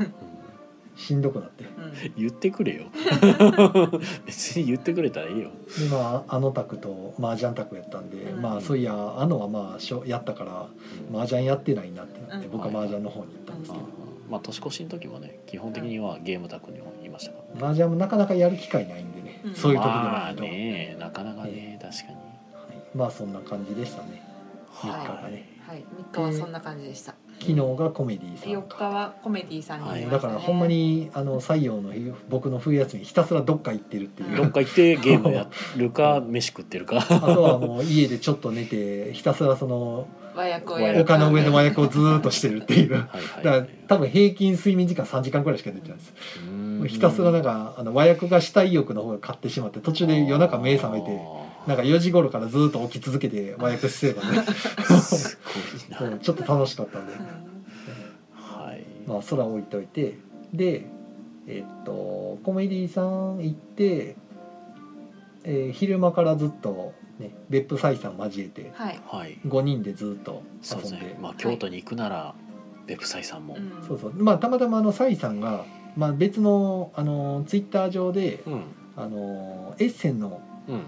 B: しんどくなって
C: うん
A: 言ってくれよ別に言ってくれたらいいよ
B: でまああの卓と麻雀卓やったんで、
C: うん
B: まあそういやあのはまあしょやったから麻雀やってないなってなって、
C: うん
B: 僕は麻雀の方に行ったんです
A: あ
B: けど、
A: ーまあ年越しの時もね基本的にはゲーム宅にいましたから、
B: マージャンもなかなかやる機会ないんでね、
C: うん
B: そういう時で
A: ま
B: な
A: あ
B: いと、
A: ねなかなかね確かに
B: はいまあそんな感じでしたね
C: い
B: 3日がね
C: はい、3日はそんな感じでした。
B: 昨日がコメディさん
C: 4日はコメディさんに
A: はいい
B: だからほんま。にあの採用の日僕の冬休みひたすらどっか行ってるっていう
A: どっか行ってゲームやるか飯食ってるか
B: あとはもう家でちょっと寝てひたすらその
C: 和訳をやる。
B: 丘の上の麻薬をずーっとしてるっていう
A: はいは
B: だ
A: い
B: から多分平均睡眠時間3時間くらいしか寝てないです
A: うん
B: ひたすらなんかあの和訳がしたい欲の方が勝ってしまって途中で夜中目覚めて
A: あ
B: なんか4時頃からずーっと起き続けて和訳してれば ね
A: ーす ご
B: う
A: いな、
B: んちょっと楽しかったんで
C: うん
A: はい、
B: まあ空置いといてでえっとコメディさん行って、えー昼間からずっと、ね、別府採算交えて
C: はい。
A: はい、
B: 5人でずっと
A: そうで
B: 遊
A: す
B: んで
A: ねまあ京都に行くなら別府斎さんも、
C: ん
B: そうそうまあたまたまあのサイさんが、まあ、別のあのツイッター上で
A: うん
B: あのエッセンの
A: うん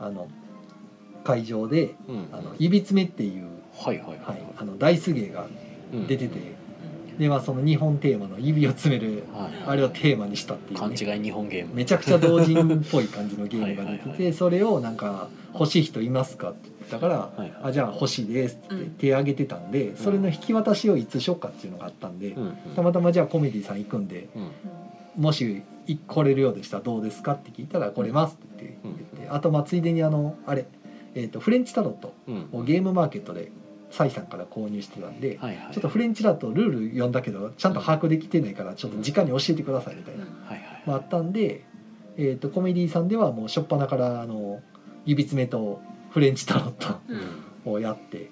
B: あの会場で
A: うん
B: 「あのいびつめ」っていう、
A: はいはいはい
B: は
A: はいい、
B: あの大手芸が
A: うん
B: 出てて、でまあその日本テーマの「指を詰める
A: は」い
B: あれをテーマにしたっていう、
A: 勘
B: ね、
A: 違い日本ゲーム
B: めちゃくちゃ同人っぽい感じのゲームが出てて
A: はいはいは
B: それをなんか「欲しい人いますか?」って言ったから
A: はい
B: 「
A: はい
B: あじゃあ欲しいです」って
C: うん
B: 手挙げてたんで、それの引き渡しをいつしようかっていうのがあったんで、
A: うんうん
B: たまたまじゃあコメディさん行くんで。
A: うん
B: もしい来れるようでしたらどうですかって聞いたら来れますって言って,、
A: うん
B: あとまあついでにあのあれ、えー、とフレンチタロット
A: うん
B: をゲームマーケットでサイさんから購入してたんで、
A: はいはい
B: ちょっとフレンチタロットルール読んだけどちゃんと把握できてないからちょっと直に教えてくださいみたいな、
A: はいはい
B: まあ、あったんで、えー、とコメディさんではもう初っ端からあの指詰めとフレンチタロット
C: うん
B: をやって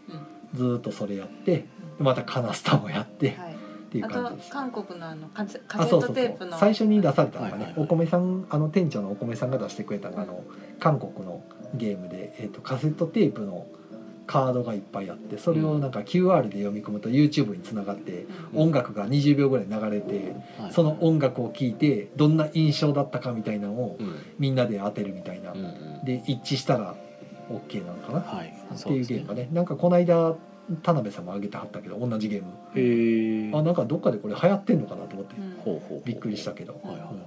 C: うん
B: ずーっとそれやってまたカナスタもやってっ
C: はい。
B: ていう
C: あ
B: 感
C: と
B: じです。
C: 韓国のあのカセカ
B: あ
C: セ
B: そう
C: ッ
B: そ
C: ト
B: うそ
C: テープ
B: う
C: の
B: 最初に出されたのがね、
A: はいはいはい
B: お米さんあの店長のお米さんが出してくれたのがあの韓国のゲームで、えー、とカセットテープのカードがいっぱいあってそれをなんか QR で読み込むと YouTube につながって
A: うん
B: 音楽が20秒ぐらい流れて
A: はい
B: その音楽を聴いてどんな印象だったかみたいなのを
A: うん
B: みんなで当てるみたいな
A: うんうん
B: で一致したら OK なのかな
A: はい
B: って
A: そう
B: い
A: で
B: う
A: す
B: ゲーム
A: ね
B: がねなんかこの間田辺さんも挙げてはったけど同じゲーム
A: へえ
B: あなんかどっかでこれ流行ってんのかなと思って
C: う。ん
A: ほうほうほう
B: びっくりしたけど、
A: はいはい
B: うん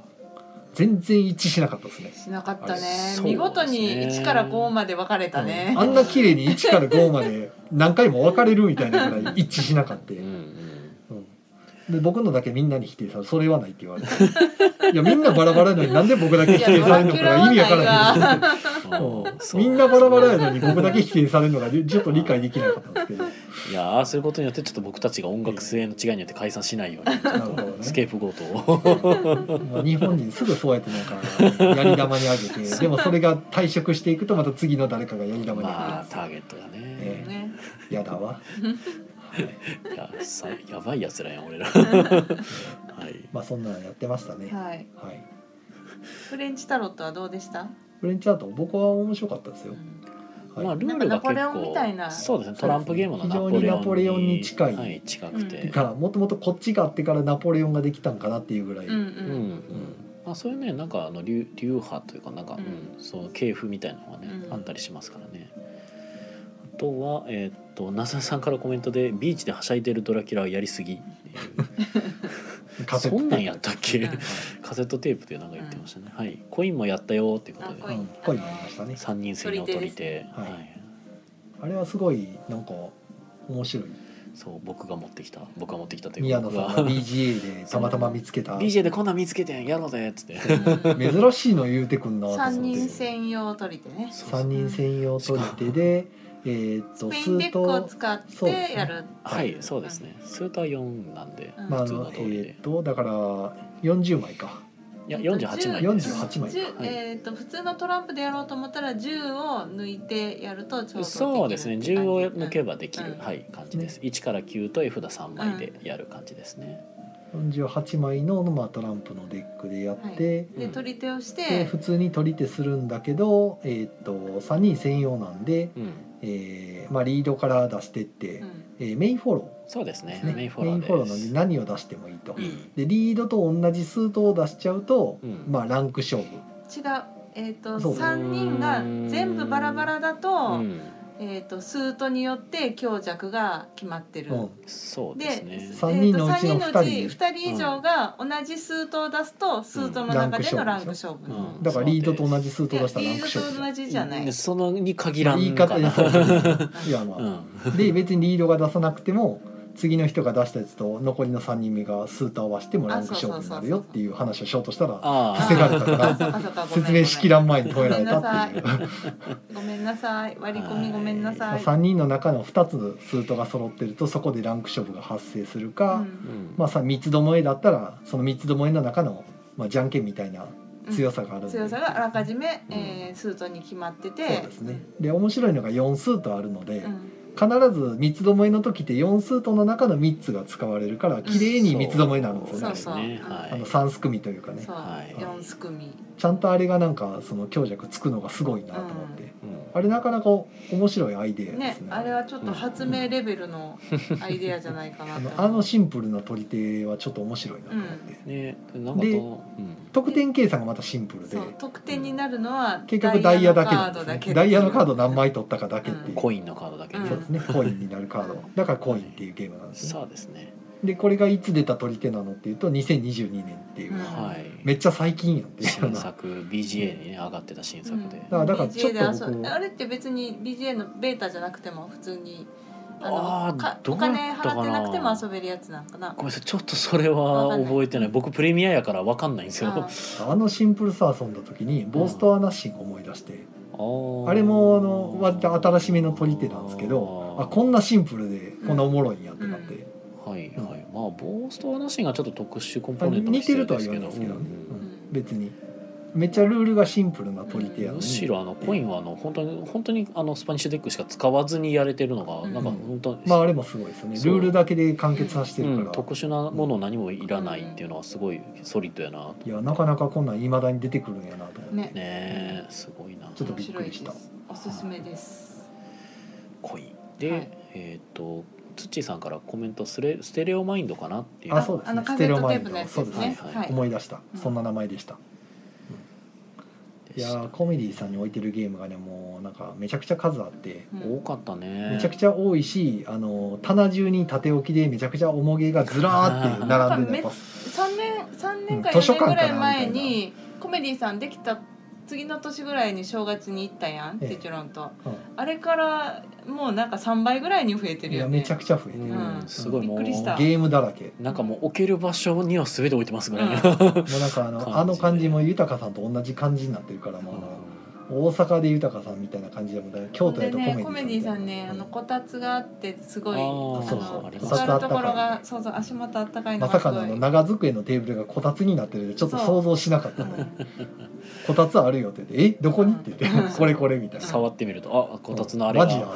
B: 全然一致しなかったですね
C: しなかった
A: あれ
C: ね
A: そうですね
C: 見事に1から5まで分かれたね
B: うんあんな綺麗に1から5まで何回も分かれるみたいなぐらい一致しなかった、う
A: うんん
B: で僕のだけみんなに否定されるそれはないって言われていやみんなバラバラやのになんで僕だけ否定されるのかが意味わからへんない
A: うんうんそう
B: みんなバラバラやのに僕だけ否定されるのがちょっと理解できなかったんですけど
A: いやああそういうことによってちょっと僕たちが音楽性の違いによって解散しないようにちょ
B: なるほ
A: っ
B: ど
A: と
B: ね
A: スケープゴートを
B: もう日本人すぐそうやってなんかやり玉にあげてでもそれが退職していくとまた次の誰かがやり玉に
A: ま
B: あ
A: あターゲットが
B: え
A: ね
C: ね
B: げてやだわ、はい
A: いやさやばいやつらやん俺ら はい
B: まあそんなのやってましたね。
C: はい
B: はい。
C: フレンチタロットはどうでした、
B: フレンチアート僕は面白かったです
C: う
B: よ。
C: ん
B: はい。
A: まあルール
C: なん
A: が
C: かナポ
A: 結
C: レオンみたいな
A: 構そうですねトランプゲームのナポレオン
B: 非常にナポレオンに近い
A: はい、近く
B: て
A: て、
B: かもともとこっちがあってからナポレオンができたんかなっていうぐらい。
C: うんう
A: う
C: ん
A: ん うんまあ、そういうねなんかあの流流派というかなんか、
C: うん
A: うんその系譜みたいなのがね、
C: うん
A: あったりしますからねあとはえーっと那須さんからコメントで「ビーチではしゃいでるドラキュラはやりすぎ」っていう
B: カセット
A: そん
B: テープ
A: なんやったっけ、
C: うん
A: カセットテープでなんか言ってましたね、はいコインもやったよっていうことで
C: あコ
B: う
C: イン
B: ん。こういうのありましたね。
A: 3人制の取り手、
B: すね
A: はい
B: はいあれはすごいなんか面白い。
A: そう僕が持ってきた僕が持ってきたという
B: 宮
A: か
B: 野
A: 僕
B: さ
A: が
B: んが BGA でたまたま見つ
A: 「
B: け た珍
A: BJ でこんなん見つけてんやろうぜ」っつって
B: しいの言うてくんなと思っ
C: 3人
B: て。
C: 専用取り手ね
A: そうそう
B: 三人専用取り手で、えーっと
C: スペインデ
B: 数
C: ックを
B: と。
C: 使っ
B: そうですね
C: てやる、
A: はいそうですねスーター4なんで、
C: うん
B: まあ、あ
A: 普通
B: の
A: の
B: え
A: 通りで
B: ーっとだから40枚か
A: いや48枚です
B: 48枚
C: 十
A: はい
C: えー、と普通のトランプでやろうと思ったら10を抜いてやるとちょうど
A: そうですね
C: きる
A: 10を
C: って感じ
A: 抜けばできる、
C: うん
A: はい感じです、1から9と絵札3枚でやる感じですね、
B: 48枚の、まあ、トランプのデックでやって、
A: ば
C: で取り手をし
B: で
C: て
B: 普通に取り手するんだけど、えーっと3人専用なんで、
A: うん
B: えーまあ、リードから出してって、
C: うん
B: えーメインフォロ
A: そうですね
B: ーですね
A: メインフォローです
B: の何を出してもいいと、
C: うん
B: でリードと同じ数頭を出しちゃうと、
A: うん
B: まあ、ランク勝負
C: 違うえー、と
B: そう
C: 3人が全部バラバラだと、
A: うん
C: えー、とスートによって強弱が決まってる。
B: うん、
A: そう
C: で
A: ですね
B: さ三人のうちの
C: えーと三
B: 二人
C: 2人以上が同じスートを出すと、スートの中でのラン
A: ランク
C: ク勝負
A: 勝負でしょうん
B: だからリードと同じスー
C: い
B: ト
C: や
B: 出したらラン
C: リ
B: ク
C: ードと同
B: 勝負
C: じじゃない、
A: でそのに限らん
B: 言い方にそういや
A: う
B: ま
A: ん
B: あで別にリードが出さなくても次の人が出したやつと残りの3人目がスート合わせてもランク勝負になるよっていう話をしようとしたら
A: ああ
B: 伏せられたから
C: あそうかそうかごめん
B: 説明しきらん前に止められたっていう
C: ごめんなさい割り込みごめんなさい、
B: 3人の中の2つスートが揃ってるとそこでランク勝負が発生する
C: う
B: か、
C: ん
A: うん
B: まあ、さ三つどもえだったらその三つどもえの中の、まあ、じゃんけんみたいな強さがあるんで、
C: 強さがあらかじめ、
A: うん
C: えースートに決まってて
B: そうですねで面白いのが4スートあるので、
C: うん
B: 必ず三つどもえの時って4スートの中の3つが使われるから綺麗に三つどもえになるんですよね
C: そうそう
A: は
B: あの
A: い
B: 3すくみというかね
C: そう、
A: はい
C: 四すくみ、
B: ちゃんとあれがなんかその強弱つくのがすごいなと思って、
A: うん
B: あれなかなか面白いアイデアですね
C: ねあれはちょっと発明レベ ルのアイデアじゃないかな
B: あ
C: と
B: のあのシンプルな取り手はちょっと面白いなと思って、
A: ねなんか
B: で
A: とうん
B: 得点計算がまたシンプルで
C: そう得点になるのは
B: 結局ダイヤだけなん
C: ダイヤ
B: です
C: のカードだ
B: ね
C: け
B: ダイヤのカード何枚取ったかだけっていう、
C: うん
A: コインのカードだけ
C: うん
B: そうですねコインになるカードだからコインっていうゲームなんですね
A: そうですね
B: でこれがいつ出た取り手なのっていうと2022年っていう、
C: うん
A: はい
B: めっちゃ最近やんっていうよう
A: 新
B: な
A: 作 BGA にね上がってた新作で
B: だからだからちょっと
C: BGA で
B: 僕
C: 遊あれって別に BGA のベータじゃなくても普通に
A: あ
C: あ
A: ー
C: のか
A: ど
C: お
A: うだったかな
C: 金払ってなくても遊べるやつなんかな
A: ごめんなさいちょっとそれは覚えてない僕プレミアやから分かんないんですよ
C: あ
B: あのシンプルさ遊んだ時にボーストアナッシング思い出して
A: あ
B: あれもあの割と新しめの取り手なんですけどあこんなシンプルでこんなおもろいんやってなって、
A: はいはいまあボーストアナシンがちょっと特殊コンポ
B: あ
A: ーネント
B: 似てるとは
A: 必
B: 言わ
A: 要
B: ないですけどね、
A: うんうん
B: うん別にめっちゃルールがシンプルな取り手やの
A: む
B: に
A: しろあのコインはあの本当に本当にあのスパニッシュデックしか使わずにやれてるのが
C: うん
A: なんか本当に、
B: まああれもすごいですよね
A: そう
B: ルールだけで完結させてる
A: うん
B: から、
A: 特殊なもの何もいらないっていうのはすごいソリッドやなと
B: いやなかなかこんなん未だに出てくるんやなと思って、
C: ね
A: ねえすごいな
B: ちょっと
C: 面
B: びっ
C: 白
B: く
C: い
B: り
C: で
B: し
C: す
B: た
C: おすすめです
A: コインで、
C: はい
A: えっ、とツッチーさんからコメントスレステレオマインドかなっていう
B: あそうですね
C: あのカセットテープのやつ
B: ステレオマインドそうですす
C: でね
B: ね
A: は
C: はい
B: 思い出した、
C: うん
B: そんな名前でしたい
A: でした
B: やーコメディさんに置いてるゲームがねもうなんかめちゃくちゃ数あって、
A: 多かったね
B: めちゃくちゃ多いしあの棚中に縦置きでめちゃくちゃ重げがずらーって並んでるやっぱ
C: 3年三年か
B: うん図書館
C: 4年ぐ
B: かな
C: らい前にコメディさんできた次の年ぐらいに正月に行ったやん
B: ええ
C: テチュロンと
B: う
C: あれからもうなんか3倍ぐらいに増えて
B: ん、い
C: る
B: や
C: よ
B: め
C: ね
B: ちゃくちゃ増えて
A: う
B: る、
A: ん
C: うん
A: すごいもう
C: びっくりした
B: ゲームだらけ
A: なんかもう置ける場所には全て置いてますぐらいな、
B: もうなん
A: 感
B: かあ
A: じで
B: のあの感じも豊さんと同じ感じになってるからもうあの大阪で豊さんみたいな感じでもない京
C: ほん
B: 都や
C: で
B: と
C: ねコ
B: コ
C: メ
B: メ
C: デ
B: デ
C: ィ
B: ィ
C: さ
B: さ
C: ん
B: んみたい
C: ね
B: な
C: あのこたつがあってすごい
A: あ
C: あ
A: ー
B: そうそうあ
C: の
B: ります
C: 座るところが
B: こた
C: そうそう足元あったかいの
B: ま
C: が
B: さ
C: すご
B: か
C: い
B: のあの長机のテーブルがこたつになってるんでちょっと想像しなかったねこたつあるよって言って「えどこに?」って言
C: う
B: っ
C: ん
B: て「 これこれ」みたいな
A: 触ってみるとあこたつのあれ
B: マジ
A: が
B: だ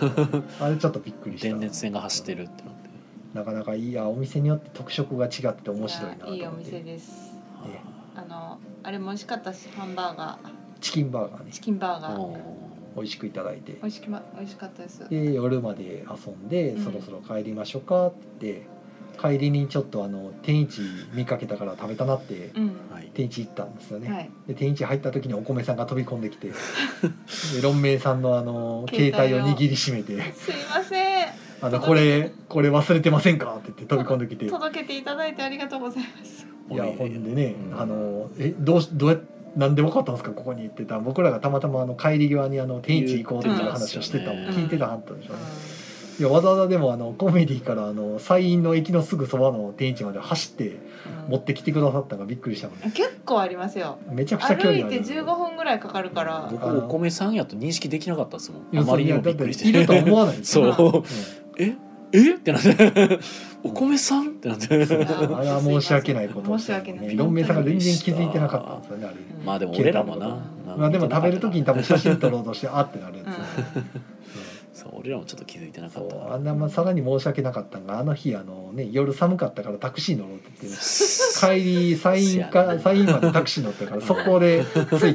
B: あれちょっとびっ くりした
A: 電熱線が走ってるってなって、
B: なかなかいいやお店によって特色が違って
C: うん
B: 面白いなと
C: いやいいお
B: 思っ
C: 店
B: て
C: です
B: え
C: あのあれも美味しかったしハンバーガ
B: チキンバーガー
C: ー
B: ね
C: チキンバーガー
A: う
B: 美味しくいただいて
C: 美味しきま美味しかったです
B: で夜まで遊んで
C: うん
B: そろそろ帰りましょうかって帰りにちょっとあの天一見かけたから食べたなって
C: うん
A: んはい
B: 天一行ったんですよね
C: はい
B: で天一入った時にお米さんが飛び込んでき てで論明さんのあの携帯を握りしめて
C: すいません
B: 「あのこれこれ忘れてませんか?」って言って飛び込んできてい
C: 届けていただいてありがとうございます。
B: やほんでね
A: う
B: 「
A: ん
B: あのえどうしどうやなんで分かったんですかここに」って言ったら僕らがたまたまあの帰り際にあの天一行こうっていう話をしてたの
A: 言
C: ってますよね
B: 聞いてたはったんでしょうね。いやわざわざでもあのコメディからあの西院の駅のすぐそばの天一まで走って持ってきてくださったのがびっくりしたのね
C: 結構ありますよ。
B: めちゃくちゃ距
C: 歩
B: 離
C: い
B: あ
C: て
B: る
C: 15分ぐらいかかるから。
A: 僕お米さんやと認識できなかったですもんあ
B: 要す
A: ま
B: る
A: りに
B: に
A: も
B: だ
A: び
B: っ
A: っくり
B: て
A: し
B: いるとは
A: て
B: 思わないですよ
C: は
A: そうええってなってお米さんってなって
C: あ
B: あれは申し訳ないことを
C: 申し訳ない
B: ね論明さんが全然気づいてなかったんですよねあれ
C: うん
A: まあでも俺らもな
C: う
B: まあでも食べる時に
A: 多
B: 多分写真撮ろうとしてあってなる やつ、
A: そう俺らもちょっと気づいてなか
B: う
A: っ
B: ん
A: た
B: そう
A: な
B: あんなまあさらに申し訳なかったんがあの日あのね夜寒かったからタクシー乗ろうって言って帰り西院
A: せや
B: か
A: な
B: 西院までタクシー乗ったからそこで着いたんですよ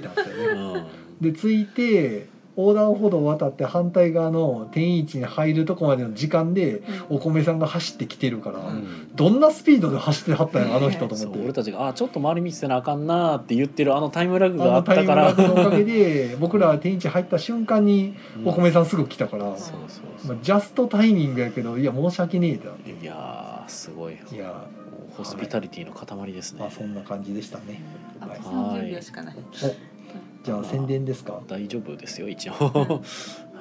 B: ね
A: うん
B: で着いて横断歩道を渡って反対側の天一に入るとこまでの時間でお米さんが走ってきてるから、
C: う
B: どんなスピードで走ってはったんやあの人と
A: そ
B: 思っ
A: う俺
B: て。
A: たちが「あちょっと周り見せなあかんな」って言ってるあのタイムラグ
B: あ
A: があ
B: の
A: った
B: タイム
A: か
B: ラ
A: ら
B: グのおかげで 僕ら天一入った瞬間にお
A: うん
B: 米さんすぐ来たから、まあ
A: そうそうそう、
B: ジャストタイミングやけどいや申し訳ねえってなって
A: いやーすごい
B: いや
A: もうホスピタリティの塊ですね、
B: まあそんな感じでしたね。
C: あと
B: はい
C: 30秒しかない。
B: じゃあ宣伝ですか。
A: 大丈夫ですよ一応は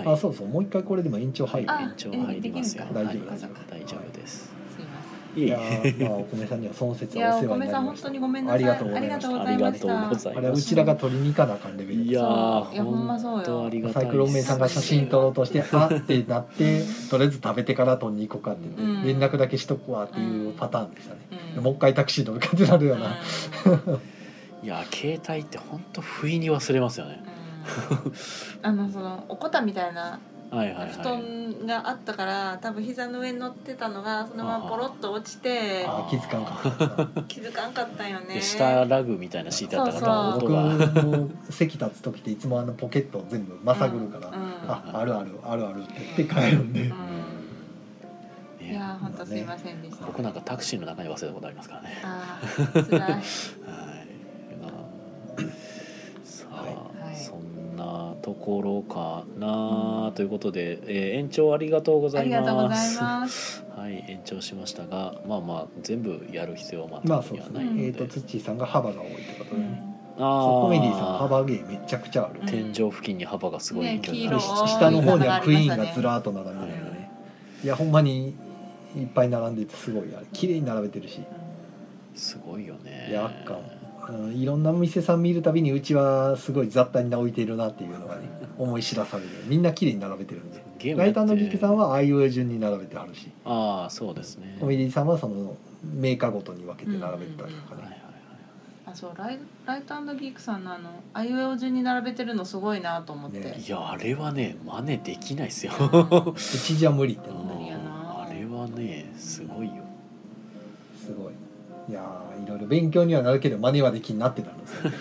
A: い
B: あそうそうもう一回これでも延長入る。
C: あ
A: 延長入りますよ
C: あ
B: できるんだ
A: はい
B: 大丈夫
A: 大丈夫です、
C: すいませ
A: いえい
B: い
A: え
B: やーまあお米さんにはその節
C: ん。い
B: は
C: や
B: お
C: お
B: 世話になりました。
C: 米さん本当にごめんなさ
B: あ
C: い。
B: りがとうございました
A: ありがとうござい
B: あ
A: ま
B: れ
A: す
B: はうちらが取りに行かなあかんレベル
A: い
B: で
A: やー
C: そういやほんまそうよ
A: 当ありが
B: す
A: た
B: サ
A: い
B: イクロンメイさんが写真撮ろうとしてあってなってとりあえず食べてから取りに行こうかって言って
C: う
B: 連
C: ん
B: 絡だけしとくわっていうパターンでしたね、
C: うん
B: もう一回タクシー乗る感じになるような、
C: うん
A: いや携帯って本当不意に忘れますよね
C: あのそのおこたみたいな
A: はいはい
C: 布
A: はい
C: 団があったから多分膝の上に乗ってたのがそのままポロッと落ちて
B: あー気づかんかっ
C: 気づかんかったよね
A: で下ラグみたいな敷いてあったか
B: た
A: ら
C: そう
A: 音
B: 僕
A: が
B: も席立つ時っていつもあのポケットを全部まさぐるから、
C: うんうん
B: ああるあるあるあるって言って帰るんで、
C: うんい
A: ね
C: や本当すいませんでした、
A: 僕なんかタクシーの中に忘れたことありますからね
C: ああ辛い
A: はいなさあ、
C: はい
A: そんなところかなということで、えー延長ありがとうご
C: あ
A: ざい
C: りがとうご
A: ま
C: ざい
A: す
C: ます
A: はい、延長しましたが、まあまあ全部やる必要はまあ
B: まあ
A: 特
B: そう
A: に
B: で
A: は
B: す
A: な
B: ね
A: い、の
B: え
A: で。
B: っ、とツッチーさんが幅が多いってこと
C: う
B: で、
C: ん
A: あ
B: そうコメディーさん幅芸めちゃくちゃある、
C: うん
B: で
A: 天井付近に幅がすごい
C: ね
A: 勢い
C: 黄色
B: 下の方にはクイーンがずらーっと並んでるんだね、いやほんまにいっぱい並んでてすごいあれ綺麗に並べてるし
A: すごいよね。
B: いや圧巻うんいろんな店さん見るたびにうちはすごい雑多に置いているなっていうのがね思い知らされるみんな綺麗に並べてるんで
A: ゲーム
B: ラ
A: や
B: イ
A: って
B: ターの菊さんはああいう順に並べてはるし
A: ああそうですね。
B: コメディさんはそのメーカーごとに分けて並べてたりとか
A: はいはい
B: ね、
A: はい
C: あそうライライトギークさんのあのあいうえお順に並べてるのすごいなと思って、
B: ね
A: いやあれはね真似できないですよ。
C: うん
B: うちじゃ無理って
A: う
B: の
A: ん
B: ね
C: 理やな
A: あれはねすごいよ。
B: すごいいやーいろいろ勉強にはなるけど真似はできんなってなるんですよね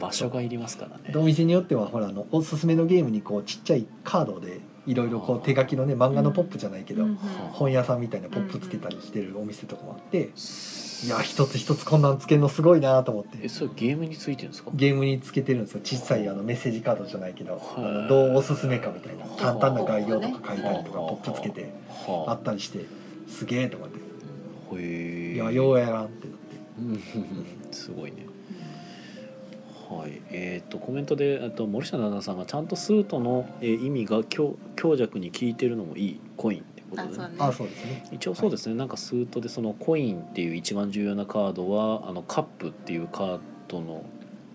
A: 場所がいりますからね。
B: お店によってはほらあのおすすめのゲームにこうちっちゃいカードでいろいろこう手書きのね漫画のポップじゃないけど、
C: うんうん
B: 本屋さんみたいなポップつけたりしてるお店とかもあって、いや一つ一つこんなんつけるのすごいなと思って
A: えそれゲームについてるんですか？
B: ゲームにつけてるんですよ小さいあのメッセージカードじゃないけどあ
A: へー
B: のどうおすすめかみたいな簡単な概要とか書いたりとか
A: ほうほう
B: ポップつけてあ
A: は
B: ったりしてすげえと思って「
A: あ。へえ。
B: いやようやらん」ってなって
A: うん すごいね。はい、えっ、とコメントでえっと森下奈々さんがちゃんとスートの、えー意味が強強弱に効いてるのもいいコインってこと
C: あ
A: で、
C: そう
A: ね
C: ね。
B: あそうですね
A: 一応そうですね、なんかスートでそのコインっていう一番重要なカードはあのカップっていうカードの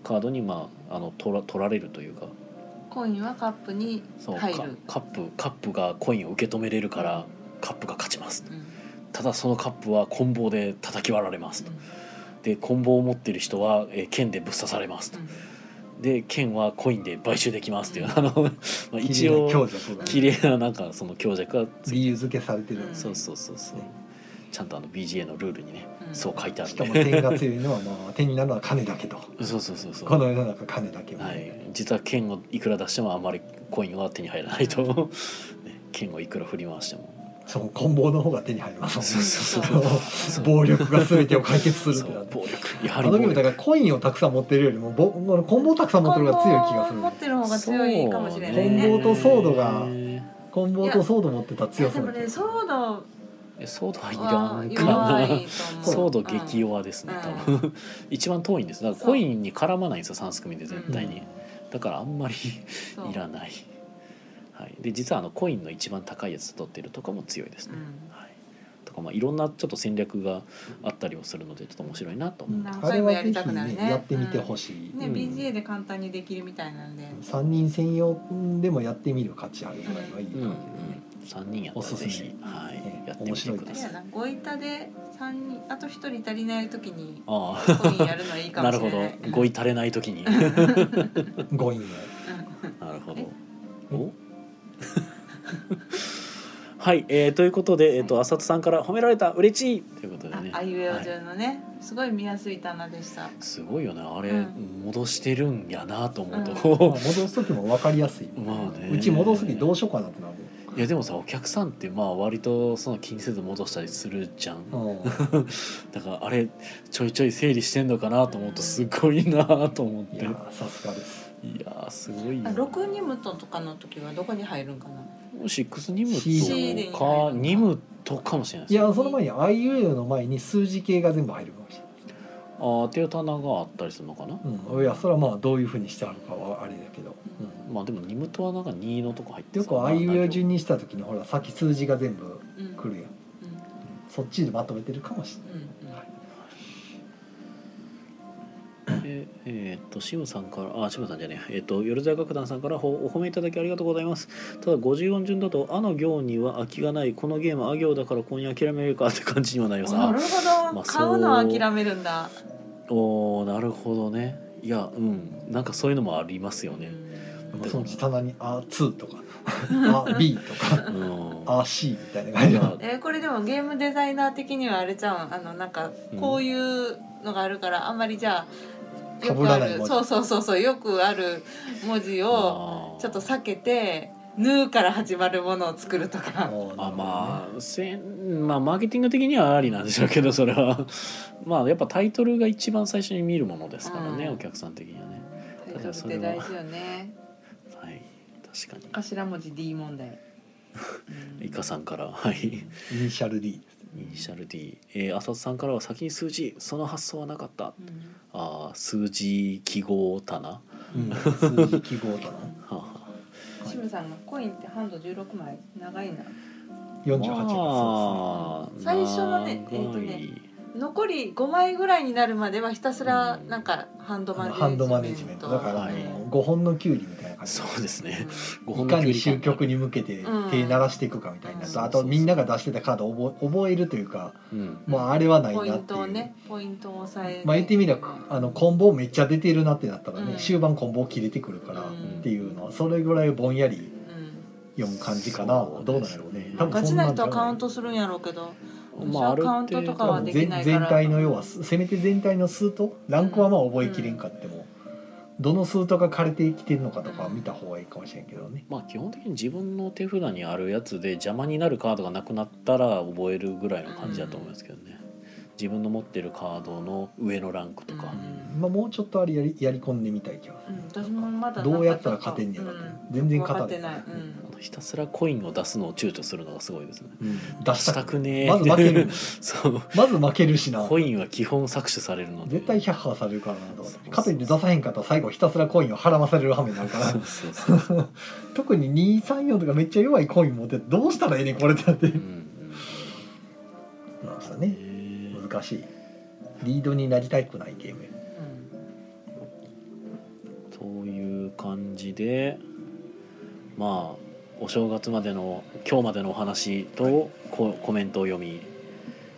A: カードにまああの取ら取られるというか
C: コインはカップに
A: そう
C: 入
A: か
C: る
A: カップカップがコインを受け止めれるからカップが勝ちます
C: うん
A: ただそのカップは棍棒で叩き割られますとで棍棒を持ってる人は、えー剣でぶっ刺されますと
C: うん
A: で剣はコインで買収できますっていうあの、まあ、一
B: 一応強
A: 応
B: 弱が
A: 綺麗ななんかその強弱はつい
B: 理由付けされてるんです
A: そうそうそうそう
B: ね
A: ちゃんとあの BGA のルールにね、
C: うん
A: そう書いてある
B: し
A: ん
B: かも
A: で
B: 点が強いのはまあ点になるのは金だけと
A: そうそうそうそう
B: この世の中金だけみた
A: はい、
B: ない
A: 実は剣をいくら出してもあんまりコインは手に入らないと、 ね剣をいくら振り回しても
B: その棍棒の方が手に入りますもんね
A: そうそう
C: そ
A: そうう
B: その暴力が全てを解決するっ
A: そ
B: てなっ
A: う
B: て
A: 暴力や
B: あ
A: はり
B: の
A: 暴
B: 時もだ
A: 力
B: からコインをたくさん持ってるよりもぼこの棍棒をたくさん持ってる方が強い気がする
C: 持ってる方が強いかもしれない
B: ね
C: ね。
B: 棍棒とソードが
A: ね
B: 棍棒とソード持ってたら強
C: で
B: そう
C: も
B: な気
C: ね、
B: がす
C: ソ
B: る
C: ード
A: えソードはいら
C: は
A: んか
C: 弱
A: ない
C: と思
A: ソ
C: う。
A: ード激弱ですね、多分一番遠いんですだからコインに絡まないんですよ三すくみで絶対に、だからあんまり
C: うん。
A: いらない、はい、で実はあのコインの一番高いやつ取ってるとかも強いです
C: そう
A: ね、はい、とかまあいろんなちょっと戦略があったりもするのでちょっと面白いなと思
C: う
A: う、
C: ん
B: あれはぜひねやってみてほしい、
C: うん。ね、
A: うん
C: BGA で簡単にできるみたいなんで。
B: 3人専用でもやってみる価値あるぐらいはいい
A: うん
B: 感
A: 3人やったらぜ
B: おすす
A: ひ、
B: め
A: はい
B: ね、
A: やってみてく
C: あ
A: だ
C: れ
A: さ
C: や
A: い
C: な、ご板で三人、あと一人足りないときに
A: あ
C: コインやるのいい
A: あ
C: か
A: な
C: も
A: る
C: し
A: ほ
C: れな
A: ど
C: い。
A: 語彙足れない時にな
B: じで、5位の
A: るほど
C: え
A: お
B: え
A: はい、えーということで、えー、と浅田さんから褒められた嬉しいということで
C: あ
A: ね
C: あいうえお
A: はい
C: 順のね、すごい見やすい棚でした。
A: すごいよねあれ、
C: うん
A: 戻してるんやなと思う
B: まあ
A: と、
B: 戻す時も分かりやすい
A: まあね
B: うち戻す時どうしようかなってなる
A: いやでもさお客さんってまあ割とその気にせず戻したりするじゃん、
B: もん、うん
A: だからあれちょいちょい整理してんのかなと思うとすごいなと思っ
B: い
A: てい
B: や
A: や
B: ーさすがです
A: ーすごいよ
C: あ六ニムトとかの時はどこに入るんかな。
A: 6ニム
B: C
C: で
A: とかニムとかもしれない
B: い
A: です
B: やその前にあいうえおの前に数字系が全部入るかもし
A: あーっていう棚があったりするのかな
B: れない、うん、いやそれはまあどういうふうにしてあるかはあれだけど、うん、っ
A: まあでもニムとはなんか2のとこ入って
B: ていう
A: そう
B: か
A: な
B: あいうえお順にした時にほら先数字が全部
C: うん。うん。
B: 来るやんそっちでまとめてるかもしれない
C: うん。うん
A: でえーっとシムさんからあシムさんじゃねええーっと夜座楽団さんからほお褒めいただきありがとうございますただ50音順だと「あ」の行には空きがないこのゲームあ行だから今夜諦めるかって感じにはなります
C: なる
A: あ
C: ほど、
A: まあ
C: 買うのは諦めるんだ。
A: おーなるほどねいやうんなんかそういうのもありますよね
C: うん
B: そのうち棚に「あ2」とか「あ B」とか
A: うん
B: 「あ C」みたいな感じの
A: い
C: えーこれでもゲームデザイナー的にはあれじゃんあのなんかこういうのがあるからあんまりじゃあよくあ
B: 被らない
C: る
B: 文字
C: そうそうそうそうよくある文字を
A: あー
C: ちょっと避けて「ぬ」から始まるものを作るとか。
A: あまあせんまあマーケティング的にはありなんでしょうけどそれは まあやっぱタイトルが一番最初に見るものですからね、
C: うん
A: お客さん的にはね
C: タイトルって大事よね。
A: はい確か
C: 頭文字 D 問題。
A: にイカさんからはい
B: イニシャル
A: イ
B: D
A: ニシャル D、えー、浅田さんからは先に数字その発想はなかった
C: うん
A: あー数字記号棚は
B: うん、数字記号だな
A: あは
C: 志村さんがコインってハンド16枚長いな。
A: あ
B: 48がそ
A: まあ
C: そうですね最初のねえーとね残り5枚ぐらいになるまではひたすらなんかハンド
B: うです
C: マ
B: ねハ
C: ネジメント。
B: ンドマネジメントだからあ
A: はい
B: の5本のキュウリみたいな感じ
A: そうですね
C: う
A: 5
B: い
A: 本
B: か
A: の距離感が
B: に終局に向けて手鳴らしていくかみたいなやつ
A: うん
B: あとみんなが出してたカードを覚え覚えるというか
A: うん
B: まああれはなんい
C: ポイ
B: なっ
C: ン
B: てい
C: トを
B: う、
C: ねポイントを抑えて。
B: まあ言ってみればあのコンボめっちゃ出てるなってなったらね、
C: うん
B: 終盤コンボ切れてくるから
C: う
B: っ
C: ん
B: ていうのはそれぐらいぼんやり
C: うん
B: 読む感じかな
A: そうですね
B: どうなんやろうね
A: 多
C: ガチな人はカウン
B: ト
C: トするんやろうけど。
A: まあある程
C: カウント
A: 度
C: とか
B: 多
C: は
B: 分
C: でき
B: 全
C: ないから
B: 全体の要はせめて全体の数とランクはまあ覚えきれんかっても、どの数とが枯れてきてるのかとかは見た方がいいかもしれんけどね
A: まあ基本的に自分の手札にあるやつで邪魔になるカードがなくなったら覚えるぐらいの感じだと思いますけどね、自分の持ってるカードの上のランクとか、
C: う
B: まあ、もうちょっとあれやりやり込んでみたい気がす
C: う
B: る、
C: ん私もまだなんか
B: どうやったら勝てんねやろ
C: う
B: って、
C: ん
B: 全然
C: 分かっ
B: 勝たれ
C: てない。
B: な
C: う
B: い、
C: ん
A: あのひたすらコインを出すのを躊躇するのがすごいですね
B: うん出し
A: したた
B: く
A: くねえ
B: まず負ける
A: そう
B: まず負けるしな
A: コインは基本搾取されるので
B: 絶対
A: そ
B: 百0されるからなと思っ
A: そうそ
B: て
A: う
B: かといって出さへんかったら最後ひたすらコインをはらまされる羽目にな るから
A: うそうそう、
B: 特に234とかめっちゃ弱いコイン持っててどうしたらええねんこれってなって
A: うんうん
B: なんか
A: え
B: ね
A: ー
B: 難しいリードになりたくないゲームや
C: う
A: そ
C: ん
A: ういう感じでまあお正月までの今日までのお話と、こコメントを読み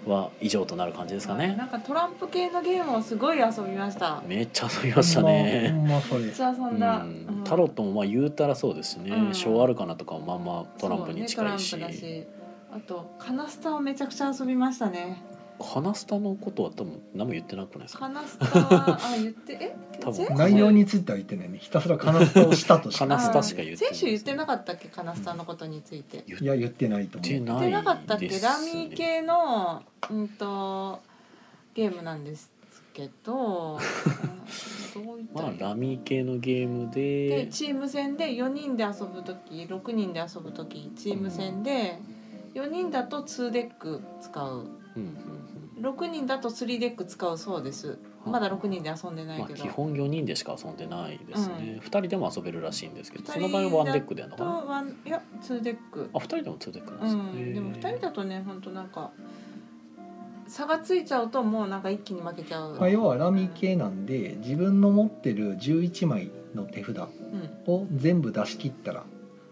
A: は以上となる感じですかね
C: なんかトランプ系のゲームをすごい遊びました。
A: めっちゃ遊びましたね。
B: ほんまほんまそれ
C: めっちゃ遊んだ。
A: うんタロットもまあ言うたらそうですね、
C: うん
A: 小アルカナとかもまあまあトランプに近いし,、
C: そうね、トランプだしあとカナスタをめちゃくちゃ遊びましたね
A: カナスタのことは多分何も言ってなくないですか
C: カナスタはあ言ってえ
A: 多分
C: 全部
B: 内容については言ってないねひたすらカナスタをしたとし
A: カナスタ
B: か
A: しか言ってない
C: あ選手言ってなかったっけカナスタのことについて
A: 言っ
B: いや言ってないと
A: て
B: 思う
C: 言ってな
A: な
C: かったっ
A: い
C: け、
A: です、ね、
C: ラミー系のうんとゲームなんですけ どうんどういった
A: ま
C: ら
A: あ
C: いい
A: ラミー系のゲーム
C: で
A: で
C: チーム戦で4人で遊ぶ時6人で遊ぶ時チーム戦で4人だと2デック使う
A: うんうんうん
C: 6人だと3デック使うそうですまだ6人で遊んでない
A: まあ、
C: けど、
A: 基本4人でしか遊んでないですね、二2人でも遊べるらしいんですけどその場合はワンデックでやるの
C: と
A: かな
C: ワンいやツーデック
A: あ2人でも2デックなん
C: う
A: ですね、
C: んでも2人だとねほんとなんか差がついちゃうともうなんか一気に負けちゃう、
B: まあ、要はラミ系なんで自分の持ってる11枚の手札
C: うん
B: を全部出し切ったら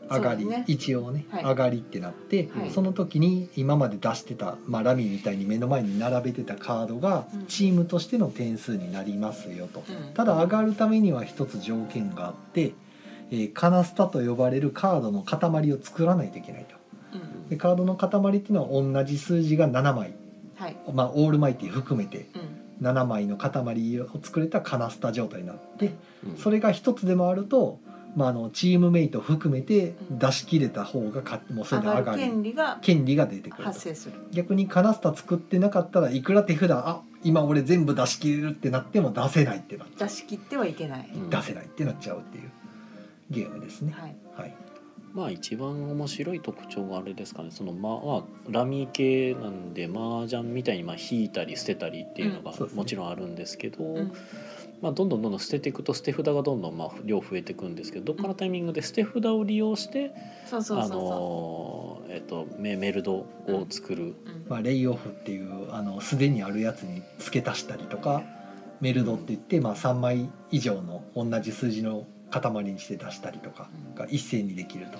B: 上がり、
C: そうだね
B: 一応ね、
C: はい
B: 上がりってなって、
C: はい
B: その時に今まで出してた、まあ、ラミーみたいに目の前に並べてたカードが
C: うん
B: チームとしての点数になりますよと、
C: うん
B: ただ上がるためには一つ条件があって、えーカナスタと呼ばれるカードの塊を作らないといけないと。
C: うん
B: でカードの塊っていうのは同じ数字が7枚、
C: はい
B: まあ、オールマイティ含めて
C: うん
B: 7枚の塊を作れたカナスタ状態になって
A: うん
B: それが一つでもあると、まあ、あのチームメイト含めて出し切れた方が勝もうそれ
C: 上
B: で上
C: がる
B: がる
C: 権利が
B: 権利が出てくる
C: 発
B: と
C: 生する
B: 逆にカナスタ作ってなかったらいくら手札あ今俺全部出し切れるってなっても出せないってなっちゃ
C: 出
B: う
C: し切ってはいけない、
A: うん
B: 出せないってなっちゃうっていうゲームですね。
C: はい
B: はい、
A: まあ一番面白い特徴があれですかねそのまあラミー系なんで麻雀みたいにまあ引いたり捨てたりっていうのが
B: うんそうですね
A: もちろんあるんですけど、
C: うん
A: まあ、どんどんどんどん捨てていくと捨て札がどんどんまあ量増えていくんですけどどっかのタイミングで捨て札を利用して、
C: そうそうそう
A: あ
C: そ
A: のーえっとメメルドを作る、
C: う、うん
B: まあ、レイオフっていうあのすでにあるやつに付け足したりとかメルドって言って、まあ、3枚以上の同じ数字の塊にして出したりとかが一斉にできると。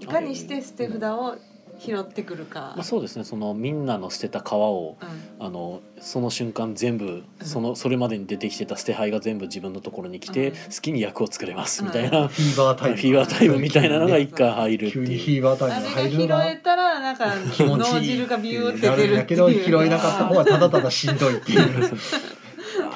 C: いかにして捨て札を拾ってくるか、
A: まあ、そうですねそのみんなの捨てた皮を
C: うん
A: あのその瞬間全部
C: うん
A: そのそれまでに出てきてた捨て牌が全部自分のところに来て
C: うん
A: 好きに役を作れます
C: うん
A: みたいな、
B: フィーバータ
A: フ
B: イム
A: ィーバータイムみたいなのが
B: 急にね
A: 一回入るって
B: 急にフ
A: いう。
B: ィーバータ
C: あ
B: イムが入
C: れ
B: る
C: が
B: な
C: 拾えたらなんか
B: 気持ち
C: 脳
B: いい
C: 汁がビューって
B: な
C: 出
B: るん
C: る
B: だ
C: っ
B: け
C: て
B: ど
C: いう
B: 拾えなかった 方がただただしんどいっていう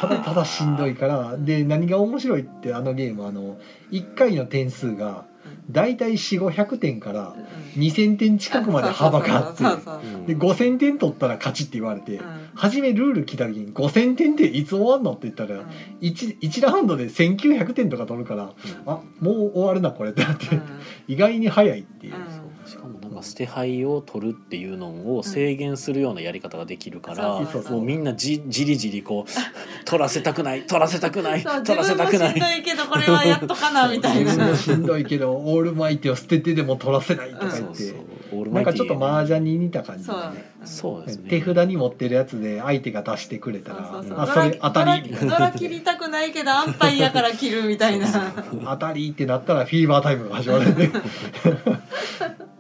B: ただただしんどいからで何が面白いってあのゲームあの1回の点数がだいたい4500点から
C: うん
B: 2000点近くまで幅があって
C: そうそうそう
A: うん
B: で5000点取ったら勝ちって言われて
C: そう
B: 初めルール来た時に5000点っていつ終わんのって言った
C: うん
B: ら 1, 1ラウンドで1900点とか取るからあもう終わるなこれってなって
C: うん
B: 意外に早いっていううん
A: しかもなんか捨て牌を取るっていうのを制限するようなやり方ができるから、
C: うんそうそうそう
A: もうみんなじじりじりこ う取らせたくない取らせたくない
C: そう
A: 取
C: 自
A: らせ
C: 分
A: た
C: も
A: くな
C: し
A: ん
C: ど
A: い。
C: いけどこれはやっとかなみたい
B: 自分
C: な
B: もしんどいけどオールマイティを捨ててでも取らせないとか言
A: そ
B: っ
A: う
B: て、
A: そうオール
B: な
A: マ
B: ん
A: イテ
B: か
A: ィ
B: ちょっと麻雀に似た感じ
C: そう
B: だね
A: そうですね
B: 手札に持ってるやつで相手が出してくれた
C: そう
B: ら
C: そうそう
B: あそれ当
C: ド
B: た
C: ラ
B: り
C: ドラ切りたくないけど安牌やから切るみたいな
B: 当たりってなったらフィーバータイムが始まるんで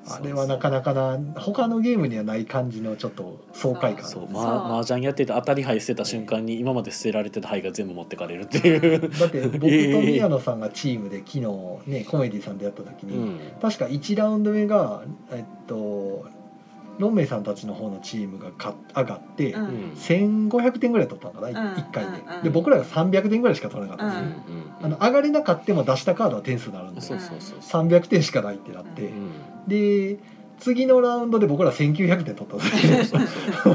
B: あれはなかなかな他のゲームにはない感じのちょっと爽快感
A: そう、
C: そう
A: ま、麻雀やってて当たり牌捨てた瞬間に今まで捨てられてた牌が全部持ってかれるっていう。
B: だって僕と宮野さんがチームで昨日ねコメディさんでやった時
A: う
B: に、
A: ん、
B: 確か1ラウンド目がえっとロンメイさんたちの方のチームが勝上がって、
C: うん
A: うん
B: 1500点ぐらい取ったのかな、
C: うん
B: 1回で、
C: うんうん
B: で僕らが300点ぐらいしか取らなかったんですよ、あの上がれなかっても出したカードは点数になるんで
A: そうそうそうそう。
B: 300点しかないってなって、
A: うん
B: で次のラウンドで僕ら1900点取ったんですよ
A: そ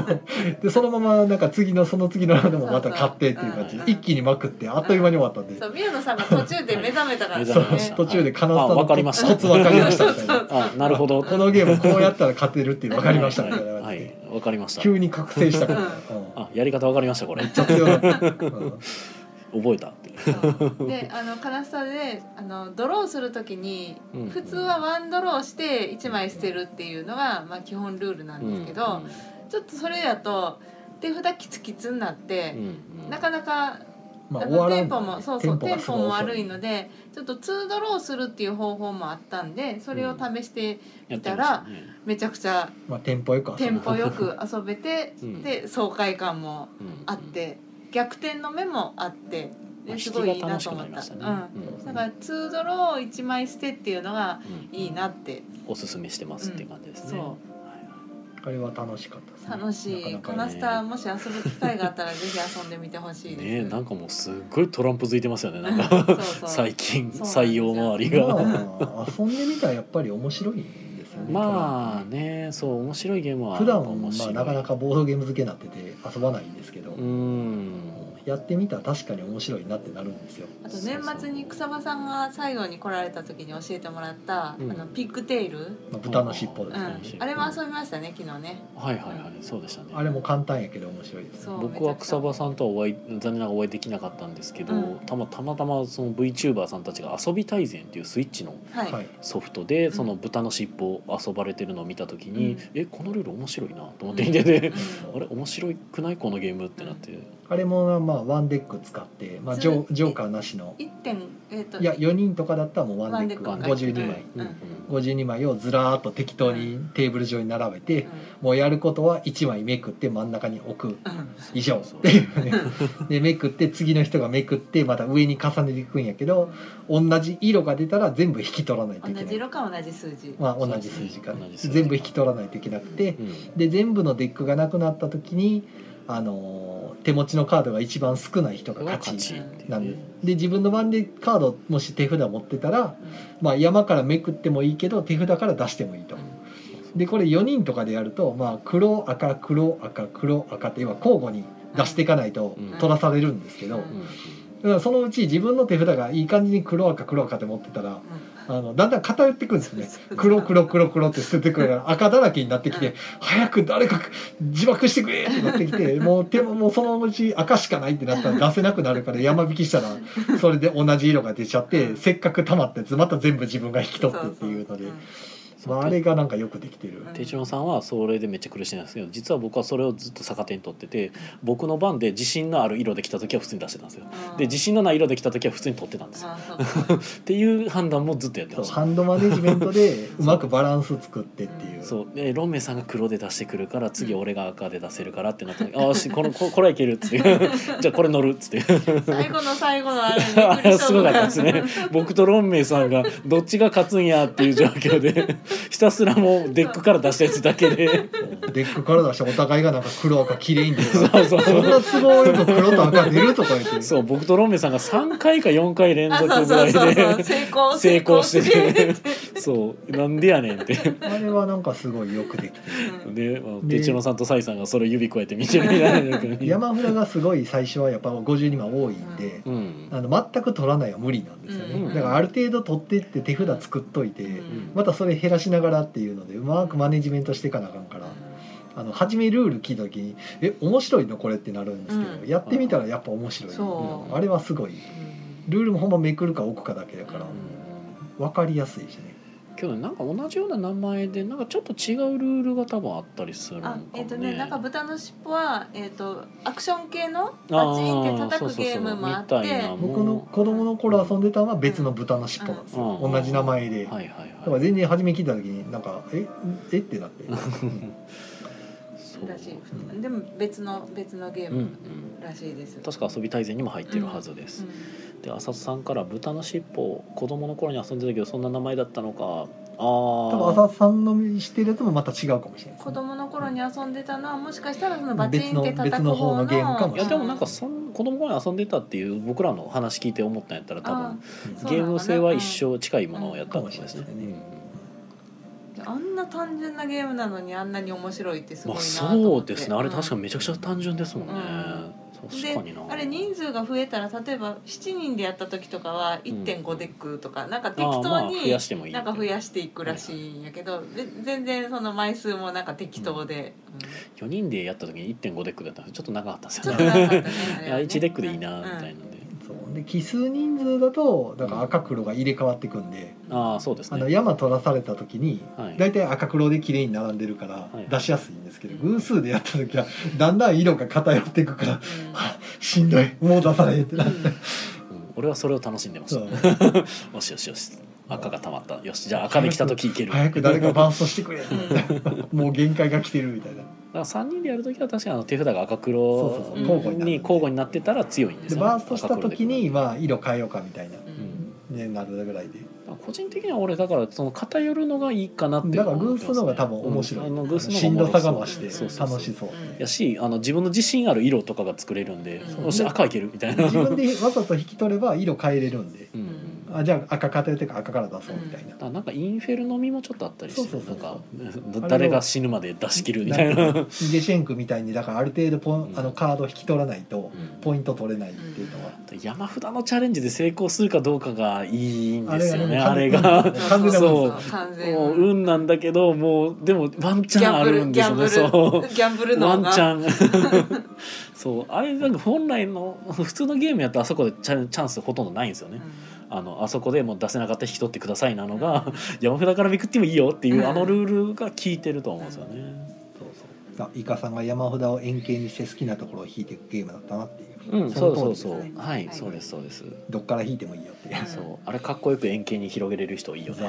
A: うそう
B: でそのままなんか次のその次のラウンドもまた勝ってっていう感じ
C: そうそう
B: 一気にまくってあっという間に終わったんで、
C: そう宮野さんが途中で目覚めたから
A: 目
C: ね
A: 覚めまし
B: そ
A: た
B: う途中で金沢
A: あわかりました
B: コツ分かりましたみたいな
A: あ、なるほど。
B: このゲームこうやったら勝てるっていう分かりましたみたいな
A: はい、
B: 感
A: は
B: じ
A: い
B: で、
A: わかりました。
B: 急に覚醒したから、
C: う
B: うんん、
A: あ、やり方わかりました、これ
B: めっ。ちゃ強かった、うん
A: 覚えたって。
C: そうであのカナスタであのドローするときに
A: うん
C: 普通はワンドローして1枚捨てるっていうのが、まあ、基本ルールなんですけど、ちょっとそれだと手札キツキツになって
A: うん、うん
C: なかなか
B: まあ
C: あ
B: 終わ
C: の
B: ら
C: テ
B: ん
C: ンポもそうそうテンポも悪いの
B: で
C: でちょっと2ドローするっていう方法もあったんでそれを試して
A: やって
C: た
A: ました
C: ら
A: ね
C: めちゃくちゃ
B: まあテンポよく遊ぶ
C: テンポよく遊べて
A: うん
C: で爽快感も
A: うん
C: あって逆転の目もあって
A: まあ
C: ですごいいい
A: 引きが
C: な
A: 楽し
C: と
A: くな
C: 思っ
A: り
C: た。
A: ま
C: う
A: した
C: ん
A: ねうん
C: だから2ドロー1枚捨てっていうのが
A: うん
C: いいなって
A: おすすめしてますっていう感じですね。
C: うんそ
B: あれは楽しかったですね
C: 楽しい
B: な
C: カ
B: かなか
C: ナ
A: ね
C: スタもし遊ぶ機会があったらぜひ遊んでみてほしい
A: ね
C: で
A: え
C: す。
A: なんかもうすっごいトランプづいてますよねなんか
C: そう そう
A: 最近
C: そうなんですよ
A: 採用周りが、
B: まあ遊んでみたらやっぱり面白いんですよね
A: まあねそう面白いゲームは
B: 普段は
A: 面
B: ま
A: 白
B: あ
A: い
B: なかなかボードゲーム付けになってて遊ばないんですけど、
A: うん
B: やってみたら確かに面白いなってなるんですよ
C: あと年末に草場さんが最後に来られた時に教えてもらった、
A: うん
C: あのピックテイル、うん、
B: まあ豚の尻尾です
A: う
B: ね、
A: ん
C: あれも遊びましたね昨日ね
A: はいはいはいそうでしたね
B: あれも簡単やけど面白いです
C: そ
B: ね
C: う
A: 僕は草場さんとはお会い残念ながらお会いできなかったんですけど、
C: うん
A: たまたまたまその VTuber さんたちが「遊び大全」っていうスイッチの
C: はい、
B: はい
A: ソフトでその豚の尻尾を遊ばれてるのを見た時に、
C: うん
A: えこのルール面白いなと思って見てて、
C: う
A: あれ面白くないこのゲームってなって、
B: あれもまあワンデック使って、まあ、ジョージョーカーなしの
C: 一点えっ、と
B: いや4人とかだったらもうワンデック
A: ワンデック
B: 52枚
C: うん
B: 52枚をずらーっと適当にテーブル上に並べてもうやることは1枚めくって真ん中に置く
C: うんうん
B: 以上
A: そう
B: っていうね でめくって次の人がめくってまた上に重ねていくんやけど同じ色が出たら全部引き取らないとい
C: 同
B: けな
C: じ
B: い
C: 色か同じ数字、
B: まあ同じ数数字が、
A: うん同じ数字が
B: 全部引き取らないといけなくて
A: うん
B: で全部のデックがなくなった時にあのー手持ちのカードが一番少ない人が勝ちな
A: 勝ち
B: んで
A: っていうね
B: で自分の番でカードもし手札持ってたら、まあ、山からめくってもいいけど手札から出してもいいと。でこれ4人とかでやると、まあ、黒赤黒赤黒赤って今交互に出していかないと
A: うん
B: 取らされるんですけど、
C: うん
A: うん
B: だからそのうち自分の手札がいい感じに黒赤黒赤って持ってたらあのだんだん偏ってくるんですよね
C: そうそう
B: 黒黒黒黒って捨ててくるから 赤だらけになってき
C: う
B: て早く誰か自爆してくれってなってきてもう手ももうそのうち赤しかないってなったら出せなくなるから山引きしたらそれで同じ色が出ちゃってせっかく溜まったやつまた全部自分が引き取ってっていうので
C: そそ
B: まああれがなんかよくできてる。
A: 手順さんはそれでめっちゃ苦しいんですけど実は僕はそれをずっと逆手に取ってて僕の番で自信のある色で来た時は普通に出してたんですよ
C: うん
A: で自信のない色で来た時は普通に取ってたんですよ
C: あそうか
A: っていう判断もずっとやって
B: そ
A: ま
B: う
A: した
B: ハンドマネジメン トでうまくバランス作ってっていう
A: そうでロンメイさんが黒で出してくるから次俺が赤で出せるからってなった時ああしこのここれはいけるっつって じゃあこれ乗るっつって
C: 最後の最後のあれ
A: あれすごかったですね
C: びくりし
A: 僕とロンメイさんがどっちが勝つんやっていう状況でひたすらもうデックから出したやつだけで
B: デックから出してお互いがなんか黒赤綺麗に出る
A: そうそう
B: そんな都合よく黒と赤出るとか言って
A: そう僕とロンメイさんが3回か4回連
C: た
A: 続
C: あ
A: ぐ
C: そ
A: ら
C: う
A: い
C: そうそうそう
A: で
C: 成功
A: 成功して
C: 成
A: てそうなんでやねんって
B: あれはなんかすごいよくできてる
C: うん
A: でまあ
B: で
A: テチロンさんとサイさんがそれを指こうやって見てるみたいな
B: 山札がすごい最初はやっぱ52万多いんで、
A: うん
B: あの全く取らないは無理なんですよね、
A: うん
B: だからある程度取ってって手札作っといて、
C: うん
B: またそれ減らしながらっていうのでうまくマネジメントしていかなあかんから。あの初めルール聞いた時に「え面白いのこれ」ってなるんですけど、
C: うん
B: やってみたらやっぱ面白い、
C: そう
B: あれはすごいルールもほんまめくるか置くかだけだから
C: うん
B: 分かりやすいしね
A: けどなんか同じような名前でなんかちょっと違うルールが多分あったりするのか
C: あ
A: もね。
C: えっ、とねなんか豚の尻尾は、えっとアクション系のバチンって叩くゲームもあって
A: あーそうそうそうみたいな
B: 僕の子供の頃遊んでたのは別の豚の尻尾なんですよ、
A: うん
B: 同じ名前で、
A: はいはい
B: だか
A: は
B: ら
A: い。
B: 全然初め聞いた時になんか「ええって なって
A: そう
C: らしい、
B: うん
C: でも別の別のゲー
A: うんう
C: ム
A: ん。
C: らしいです、
A: 確か遊び大全にも入ってるはずです。で浅田さんから豚の尻尾子供の頃に遊んでたけどそんな名前だったのか。
B: 多分
A: あ
B: 浅田さんのしてるやつもまた違うかもしれないです
C: 子
B: ね、
C: 供の頃に遊んでたのはもしかしたらそのバチンって叩
B: 別
C: く
B: の
C: 方の
B: 別の方のゲームかも
A: あ。
B: し
A: い
B: れ
A: やでもなんかそん子供の頃に遊んでたっていう僕らの話聞いて思ったんやったら多
C: あ
A: 分
C: そうなのかな
A: ゲーム性は一生近いものをやったかもしれないですね
B: うん。
C: あんな単純なゲームなのにあんなに面白いってすごい
A: まあ
C: なと思
A: そう
C: って、
A: ですねあれ確か
C: に
A: めちゃくちゃ単純ですもんね、
C: うん
A: 確かにな
C: あれ人数が増えたら例えば7人でやった時とかは1.5デックとか、なんか適
A: ああ
C: 当
A: まあ増や
C: に
A: してもいい
C: なんか増やしていくらしいんやけどで全然その枚数もなんか適当で、
A: 4人でやった時に1.5デックだったんでちょっと長かったです
C: ちょ
A: よ
C: っと長かった
A: ね
C: ねあれは
A: あ
C: ね
A: 1デック でいいなみたい
C: うん
A: なので、
B: そうで奇数人数だとだから赤黒が入れ替わってくんで、
A: ああそうです
B: あの
A: ね
B: 山取らされた時に
A: はい
B: 大体赤黒で綺麗に並んでるから
A: はい
B: 出しやすいんですけど、偶数でやった時はだんだん色が偏っていくから はぁしんどいもう出されへんってなって
A: うん俺はそれを楽しんでまし
B: そう
A: たよしよしよし赤がたまったよしじゃあ赤で来た時いける
B: 早く誰か
A: だか
B: バンストしてくれもう限界が来てるみたいな
A: ら3人でやる時は確かにあの手札が赤
B: そう
A: 黒
B: そう
C: そう
A: に
C: 交
B: 互になる
A: 交互になってたら強いんです
B: で
A: よ
B: バンストした時
A: 赤
B: に
A: 黒で
B: まあ色変えようかみたいな、
C: うん
A: うん
B: ね、なるぐらいで
A: まあ個人的には俺だからその偏るのがいいかなって
B: だから偶数の方が多分面白い、
A: うんあの偶数の方が
B: しんどさが増して
A: そうそうそう
B: 楽しそう
A: やしあの自分の自信ある色とかが作れるんで、
C: うん
A: よし赤いけるみたいな、
B: 自分でわざと引き取れば色変えれるんで
A: うんだ
B: あじゃあ赤偏ってるから赤から出そうみたいな、
A: からなんかインフェルノミもちょっとあったりして
B: そうそう
A: な
B: そ
A: ん
B: うそ
A: か
B: う
A: うん誰が死ぬまで出し切るみたいな
B: なんかイゲシェンクみたいにだからある程度ポン、
A: うん
B: あのカード引き取らないと
A: うん
B: ポイント取れないっていうのは、
A: 山札のチャレンジで成功するかどうかがいいんですよねあ
B: あ
A: れ
B: れがね
A: が。
B: 完全なも
A: ん
C: そうそう完全
A: もう運なんだけどもうでもワンチャンあるんですよねそう
C: ギャンブルの
A: ワンチャン そうあれなんか本来の普通のゲームやったらあそこでチャンチャンスほとんどないんですよね、あのあそこでもう出せなかったら引き取ってくださいなのが、山札からめくってもいいよっていう
C: うん
A: あのルールが効いてると思うんですよね。
B: そうそうしたイカさんが山札を円形にして好きなところを引いていくゲームだったなっていう
A: うん、
B: そ
A: そ
B: の
A: うそう
B: 通りです
A: そう、
C: ね
A: はい、
C: はい
A: そうですそうです、
B: どっから引いてもいいよっていう
C: うん
A: そうあれかっこよく円形に広げれる人いいよね、
B: ザ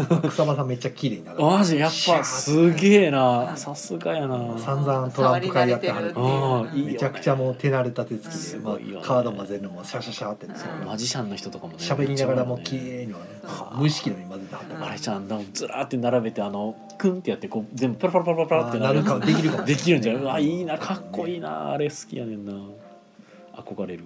B: ーって草場さんめっちゃ綺麗になる
A: マジやっぱすげえ
C: う
A: なんさすがやな
B: 散々トランプ会やってはるっていう
A: あーいいよね
B: めちゃくちゃもう手慣れた手つき
A: す
B: で、
A: ご
B: ま
A: いよ
B: あ、
A: ね
B: カード混ぜるのもシャシャシャってやって
C: そう
A: マジシャンの人とかもね
B: 喋りながらも綺
A: めっちゃ
B: 麗にはね
C: は
A: あ
B: 無意識のように混ぜてはった
A: 多いよ
B: か
A: ね
B: ら
A: あれちゃんとずらーって並べてあのクンってやってこう全部パラパラパラパラ
B: あ
A: っ
B: ー
A: て
B: な
A: な
B: る
A: る
B: かもできるかも
A: できるんじゃないう
B: ね
A: わいいなかっこいいなあれ好きやねんな憧れる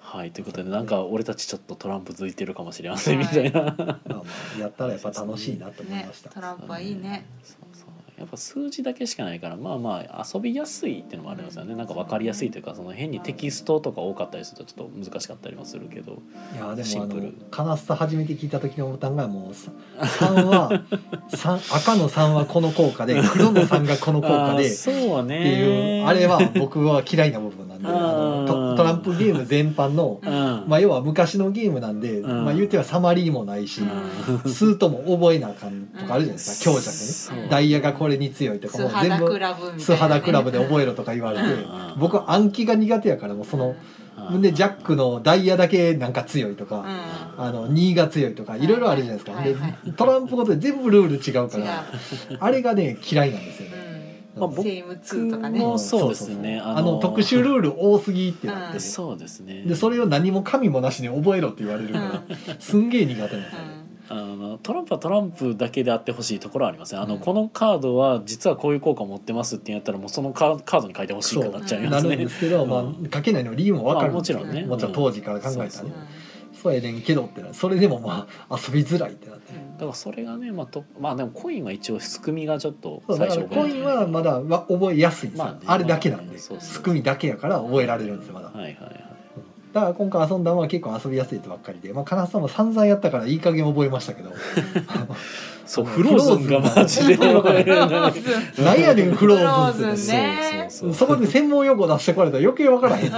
A: はいということでなんか俺たちちょっとトランプ付いてるかもしれませんみたいな、
B: まあまあやったらやっぱ楽しいなと思い
C: ね
B: ました、
C: トランプはいいね
A: そうそうやっぱ数字だけしかないからまあまあ遊びやすいっていうのもありますよねなんか分かりやすいというかその変にテキストとか多かったりするとちょっと難しかったりもするけど
B: いやで
A: シ
B: もあ
A: ンプ
B: の
A: ル
B: カナスタ初めて聞いた時のボタンがもうさ3は三赤の3はこの効 果で黒の3がこの効果
A: あ
B: で
A: ーそうは
B: ってい
A: ね
B: うあれは僕は嫌いな部分なんであのトトランプゲーム全般の、
A: うん、
B: まあ、要は昔のゲームなんで、
A: うん
B: まあ、言うてはサマリーもないし、
A: うん
B: スートも覚えなあかんとかあるじゃないですか強弱ね。
A: そう
B: ダイヤがこれに強いとかも
C: 素
B: う全
C: 肌ク
B: 部
C: ラブみたいなね
B: 素肌クラブで覚えろとか言われて
A: うん
B: 僕は暗記が苦手やからもうその
A: うん
B: でジャックのダイヤだけなんか強いと
C: うん
B: か、あの2が強いとかいろいろあるじゃないですか、
C: はいはい
B: でトランプごとで全部ルール違うか
C: 違う
B: らあれがね嫌いなんですよね。
C: う
A: まあ
C: ん
A: 僕
C: セイム2とかね
A: もそうですね
B: そうそうそう
A: あ
B: あ
A: の
B: の特殊ルール多すぎってなって、
C: うん
A: そうですね
B: でそれを何も神もなしに覚えろって言われる
C: う
B: か
C: んう
B: ら、
C: ん
B: すんげえ苦手なんですよね。
A: あのトランプはトランプだけであってほしいところはありますねあの、
B: うん
A: このカードは実はこういう効果を持ってますってやったらもうそのカカードに書いてほしいかなっちゃいま
B: な
A: す
B: るん
A: ね
B: ですけど、
A: うん
B: まあ書けないの理由もわかる
A: まあもち
B: です
A: ろ
B: よ
A: んね
B: もちろん当時から考えたらね、
A: そ
B: そうう
A: そう
B: やねんけどってなそれでもまあ遊びづらいってなって、
A: だからそれがねまあとまあでもコインは一応仕組みがちょっと
B: そうだ
A: 最
B: か
A: 初
B: ら
A: 覚え
B: コ
A: られて
B: イン
A: ない
B: はまだは覚えやすいんですよ、
A: まあね
B: あ、れだけなんで、
A: そうそう
B: 仕組みだけやから覚えられるんですよまだ、
A: はいはいはい
B: だから今回遊んだのは結構遊びやすいとばっかりでまあ金沢も散々やったからいい加減覚えましたけど
A: そう
B: あの
A: フローズンがマジで
B: フローズン
A: 覚えられない
C: うんうん
B: なんやねんクローズンって
C: クローズンね
A: そうそう
B: そ
A: そう
B: こで専門用語出してこられたら余計わからへん、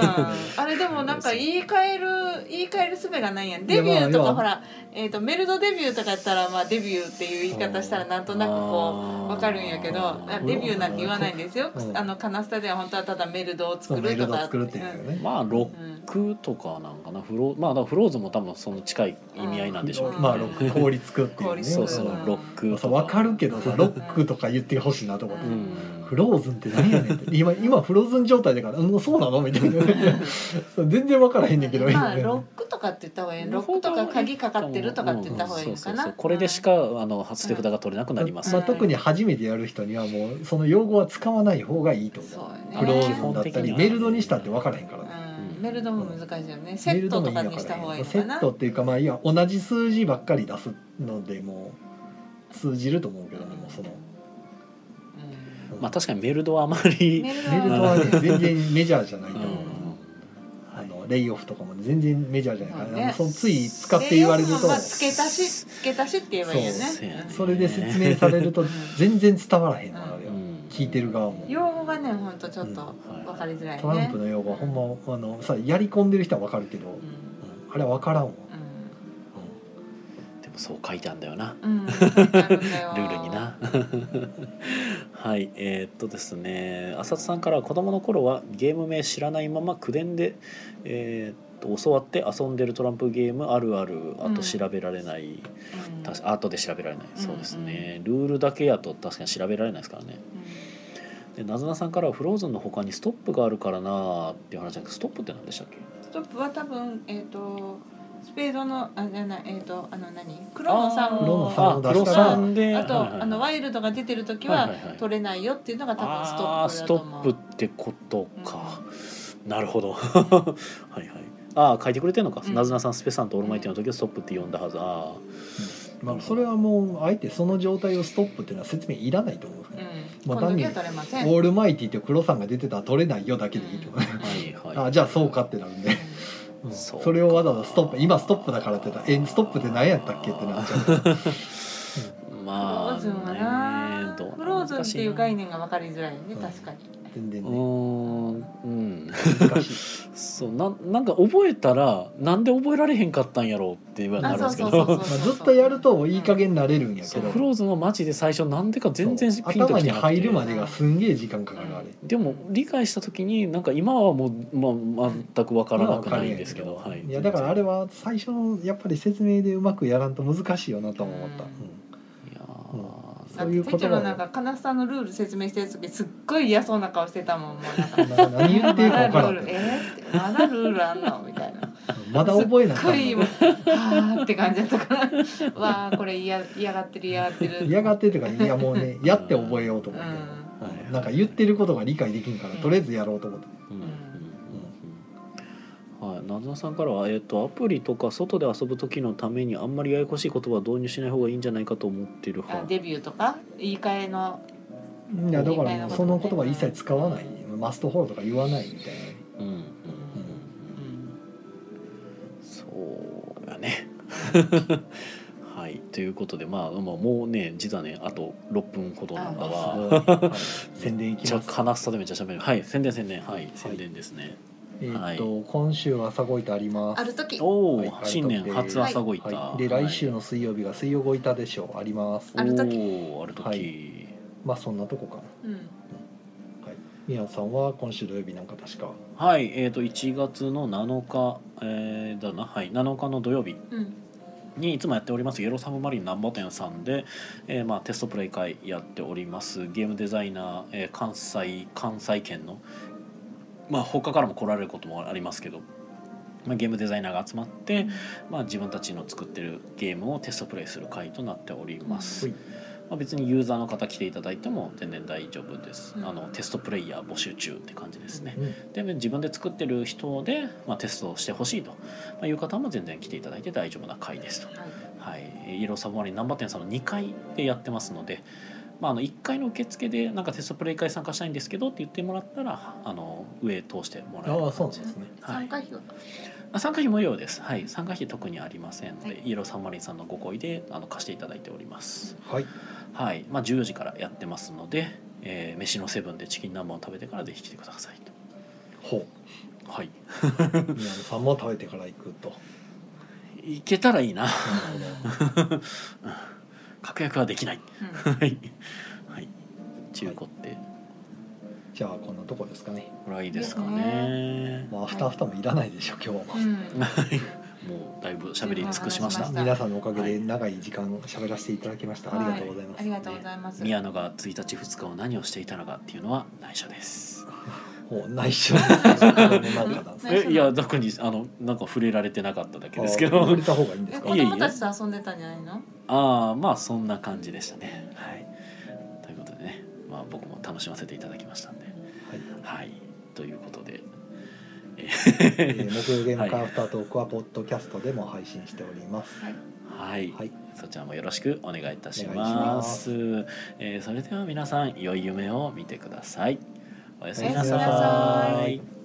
C: あれでもなんか言い換える言い換える術がないやんデビューと
B: いやまあ
C: かほら、えー、とメルドデビューとかやったらまあデビューっていう言い方したらなんとなくこうわかるんやけど
A: あー
C: あデビューなんて言わないんですよ、
B: うん
C: あのカナスタでは本当はただメルドを
B: そ
C: 作
B: うメー
C: る
B: ル
C: と
B: ド
C: か
B: 作るっていうんですよね、
A: まあロックとかなんかなフローまあだからフローズンも多分その近い意味合いなんでしょうけどね
B: まあロック凍りつくっていうね
C: 氷
A: そうそう
C: うん
A: ロックと
B: そう分かるけどさロックとか言ってほしいなと思って、
A: うん
B: フローズンって何やねんって今今フローズン状態だからうんそうなのみたいなそう全然分からへんねんけど、
C: まあロックとかって言った方がいいロックとか鍵かかってるとかって言った方がいい
A: う
C: のか
A: んそうそうそう
C: な
A: これでしかあの手札が取れなくなります
B: まあ、特に初めてやる人にはもうその用語は使わない方がいいと
C: そう
B: 思う
C: よね
B: フローズンだっ
A: 基本
B: た
A: 的に
B: り
A: は
B: メルドにしたって分からへんから、ね
C: うんメルドも難しいよねセットとかにした方がいいの
B: セ
C: か
B: ッ
C: な
B: トっていうかまあいや同じ数字ばっかり出すのでもう通じると思うけどねもうその
C: うん
A: まあ確かにメルドはあまり
C: メルド
B: メルドは
C: は
B: ね全然メジャーじゃないと
A: うん
B: 思う、
A: は
B: あ
A: い
B: のレイオフとかも全然メジャーじゃないから、
C: そうね
B: あのそのつい使って言われる
C: 栄養素
B: と
C: もまあ付け足し付け足しって言えばいいよね
A: そうやね
B: それで説明されると 全然伝わらへんのあれ
A: う
B: よ
A: ん
B: 聞いてる側も
C: うん用語がねほんとちょっと
A: うん
C: 分かりづらいね、
B: トランプの用語はほんまあのさやり込んでる人は分かるけど、
C: うん
B: うんあれは分からんわ、
A: でもそう書いてあるんだよな
C: うん、うん、書いてあるんだよ
A: ルールに なはいえーっとですね浅田さんからは子供の頃はゲーム名知らないまま口伝で、えーっと教わって遊んでるトランプゲームあるあるあ
C: うん
A: と調べられない、
C: うん
A: 確か後で調べられない、
C: うん
A: そうですねルールだけやと確かに調べられないですからねでなずなさんからは「フローズンの他にストップがあるからな」っていう話なんですけどストップって何でしたっけ
C: ストップは多分えっ、とスペードのあじゃないえっ、とあの何黒のさん
B: 黒の
C: を
B: 三
A: あ
B: を出
A: 黒
B: したら
A: 三で
C: あと、
A: はいはい
C: あのワイルドが出てる時
A: は
C: はい
A: はいはい
C: 取れないよっていうのが多分スト
A: あー
C: ップだと思う。
A: ストップってことか、なるほど はいはいああ書いてくれてんのか、
C: うん
A: なずなさんスペさんとオールマイティの時はストップって呼んだはずあ
B: まあ、それはもうあえてその状態をストップっていうのは説明いらないと思うんですね、
C: うん、
B: まあ
C: この時は取れません。
B: オールマイティって黒さんが出てたら取れないよだけでいいと思う、
A: あはいはい
B: あじゃあそうかってなるんで、うん
A: そうか
B: それをわざわざストップ今ストップだからって言ったらえストップって何やったっけってなっちゃう
A: まあ
C: フローズンはな、
A: ねどう
C: フローズンっていう概
A: 念
C: 念が分かりづらいよ
B: う
C: ね、
B: ん
C: 確かに。
B: 全然
A: う
B: ね
A: ーんうん
B: 難しい
A: そうなんなんか覚えたらなんで覚えられへんかったんやろうっていうようにな
C: あ
A: るん
C: そ
A: で
C: う
A: すけ
C: そ
A: ど
C: うそうそう
B: ま
C: そう
B: あ、ずっとやるといい加減なれるんや
A: そ
B: け
A: う
B: ど
A: フローズのマジで最初なんでか全然ピンと
B: 頭
A: きてな
B: に
A: く
B: 入
A: て
B: るまでがすんげえ時間かかるあれ
A: でも理解した時になんか今はもう、まあ、全くわからなくないんですけど、
B: まあわか
A: はい
B: んないやだからあれは最初のやっぱり説明でうまくやらんと難しいよなとも思った、
C: う
A: い
C: ん
A: や
C: あ
B: そういう
C: 店
B: こと
C: 長
B: な
C: の
B: の
C: なんかかなすさんのルール説明してる時すっごい嫌そうな顔してたもんもうなんか
B: うん、な何言っていいか分か
C: まだ
B: らん
C: ルールえーまだルールあんのみたいな
B: まだ覚えなあ
C: すっ
B: か
C: ごい
B: ん
C: 今
B: の
C: はあって感じだったからわあこれ嫌嫌がってる嫌がってる
B: 嫌がってとかいやもうねやって覚えようと
C: う
B: 思って、
C: ん
A: はい
B: なんか言ってることが理解できんから、
C: うん
B: とりあえずやろうと思って
A: うんうんうんはい、なずなさんからは、えっとアプリとか外で遊ぶ時のためにあんまりややこしい言葉は導入しない方がいいんじゃないかと思ってる
C: あ
A: 派
C: デビューとか言い換えの
B: いやだからもうその言葉一切使わないマストフォローとか言わないみたい
A: うんうんうんう
C: う
A: ん
C: ん
A: そうやねはいということでまあ、まあ、もうね実はねあと6分ほどなんか
B: な、
A: は
B: はい宣伝いき
A: じゃあ
B: ます
A: 話すとでめっちゃ喋るはい宣伝宣伝はい宣伝ですね、
B: えーっと今週朝ごいたあります
C: ある時
A: おお、
B: はい
A: 新年初朝ごいた、
B: はい、で来週の水曜日が水曜ごいたでしょうあります
C: ある時
A: おーある時、
B: はいまあそんなとこかな
C: うん
B: 宮さんは今週土曜日なんか確か
A: はい、えー、と1月の7日、えーだな、はい、7日の土曜日
C: うん
A: にいつもやっておりますイエローサブマリン難波店さんで、えーまあ、テストプレイ会やっておりますゲームデザイナー、えー関西関西圏の、まあ、他からも来られることもありますけど、まあ、ゲームデザイナーが集まって、まあ、自分たちの作ってるゲームをテストプレイする会となっております。
B: はい
A: まあ、別にユーザーの方来ていただいても全然大丈夫です、
C: うん
A: あのテストプレイヤー募集中って感じですね、
B: うん
A: で自分で作ってる人で、まあ、テストをしてほしいとまあいう方も全然来ていただいて大丈夫な回ですと、は
C: はい
A: い、イエローサブマリン難波店さんの2階でやってますので、まあ、あの1階の受付でなんかテストプレイ会参加したいんですけどって言ってもらったらあの上通してもらえ
B: ああ
A: る
B: そ
A: 感
B: うな
A: じ
B: んですね
A: はい
C: 参加費は
A: あ参加費無料です、はい、参加費特にありませんので、
C: はい
A: イエローサブマリンさんのご好意であの貸していただいております
B: はい
A: はい、まあ、14時からやってますので、えー飯のセブンでチキン南蛮を食べてからぜひ来てください
B: ほ
A: とはいう
B: 宮野さんも食べてから行くと
A: 行けたらいいな
B: なる
A: 確約はできない
C: うん
A: はいはい中古って
B: じゃあこんなとこですかね
A: これはいいですか
C: です
A: ね
B: まあアフターアフターもいらないでしょ今日は
C: う
B: ま
C: ん
A: はい もうだいぶ喋り尽くしまし
B: あ
A: た
C: うん
B: 皆さんのおかげで長い時間喋らせていただきましたありがとうございます
C: はありがとうございます
A: 宮野が1日2日を何をしていたのかっていうのは内緒です
B: もう内緒ですねそこら辺のなんかなんです
C: 内緒な
A: え
C: の
A: いや特にあのなんか触れられてなかっただけ
B: け
A: ですけ
B: あ 触
A: ど
B: れた方がいいんで
C: え
B: す
C: 子
B: か
A: いえいえ
C: 供たちと遊んでたんじゃないの
A: ああまあそんな感じでしたねはいということでねまあ僕も楽しませていただきましたんで
B: はい
A: はい、ということで、
B: えー木曜ゲーム会アフタートークはポッドキャストでも配信しております
C: はい
A: はい、
B: はい
A: そちらもよろしくお願いいたし
B: お願いし
A: ま。
B: ますす
A: えーそれでは皆さん、良い夢を見てください。おやすみ
C: おや
A: な
C: すみ
A: さ
C: なさ
A: い
C: い。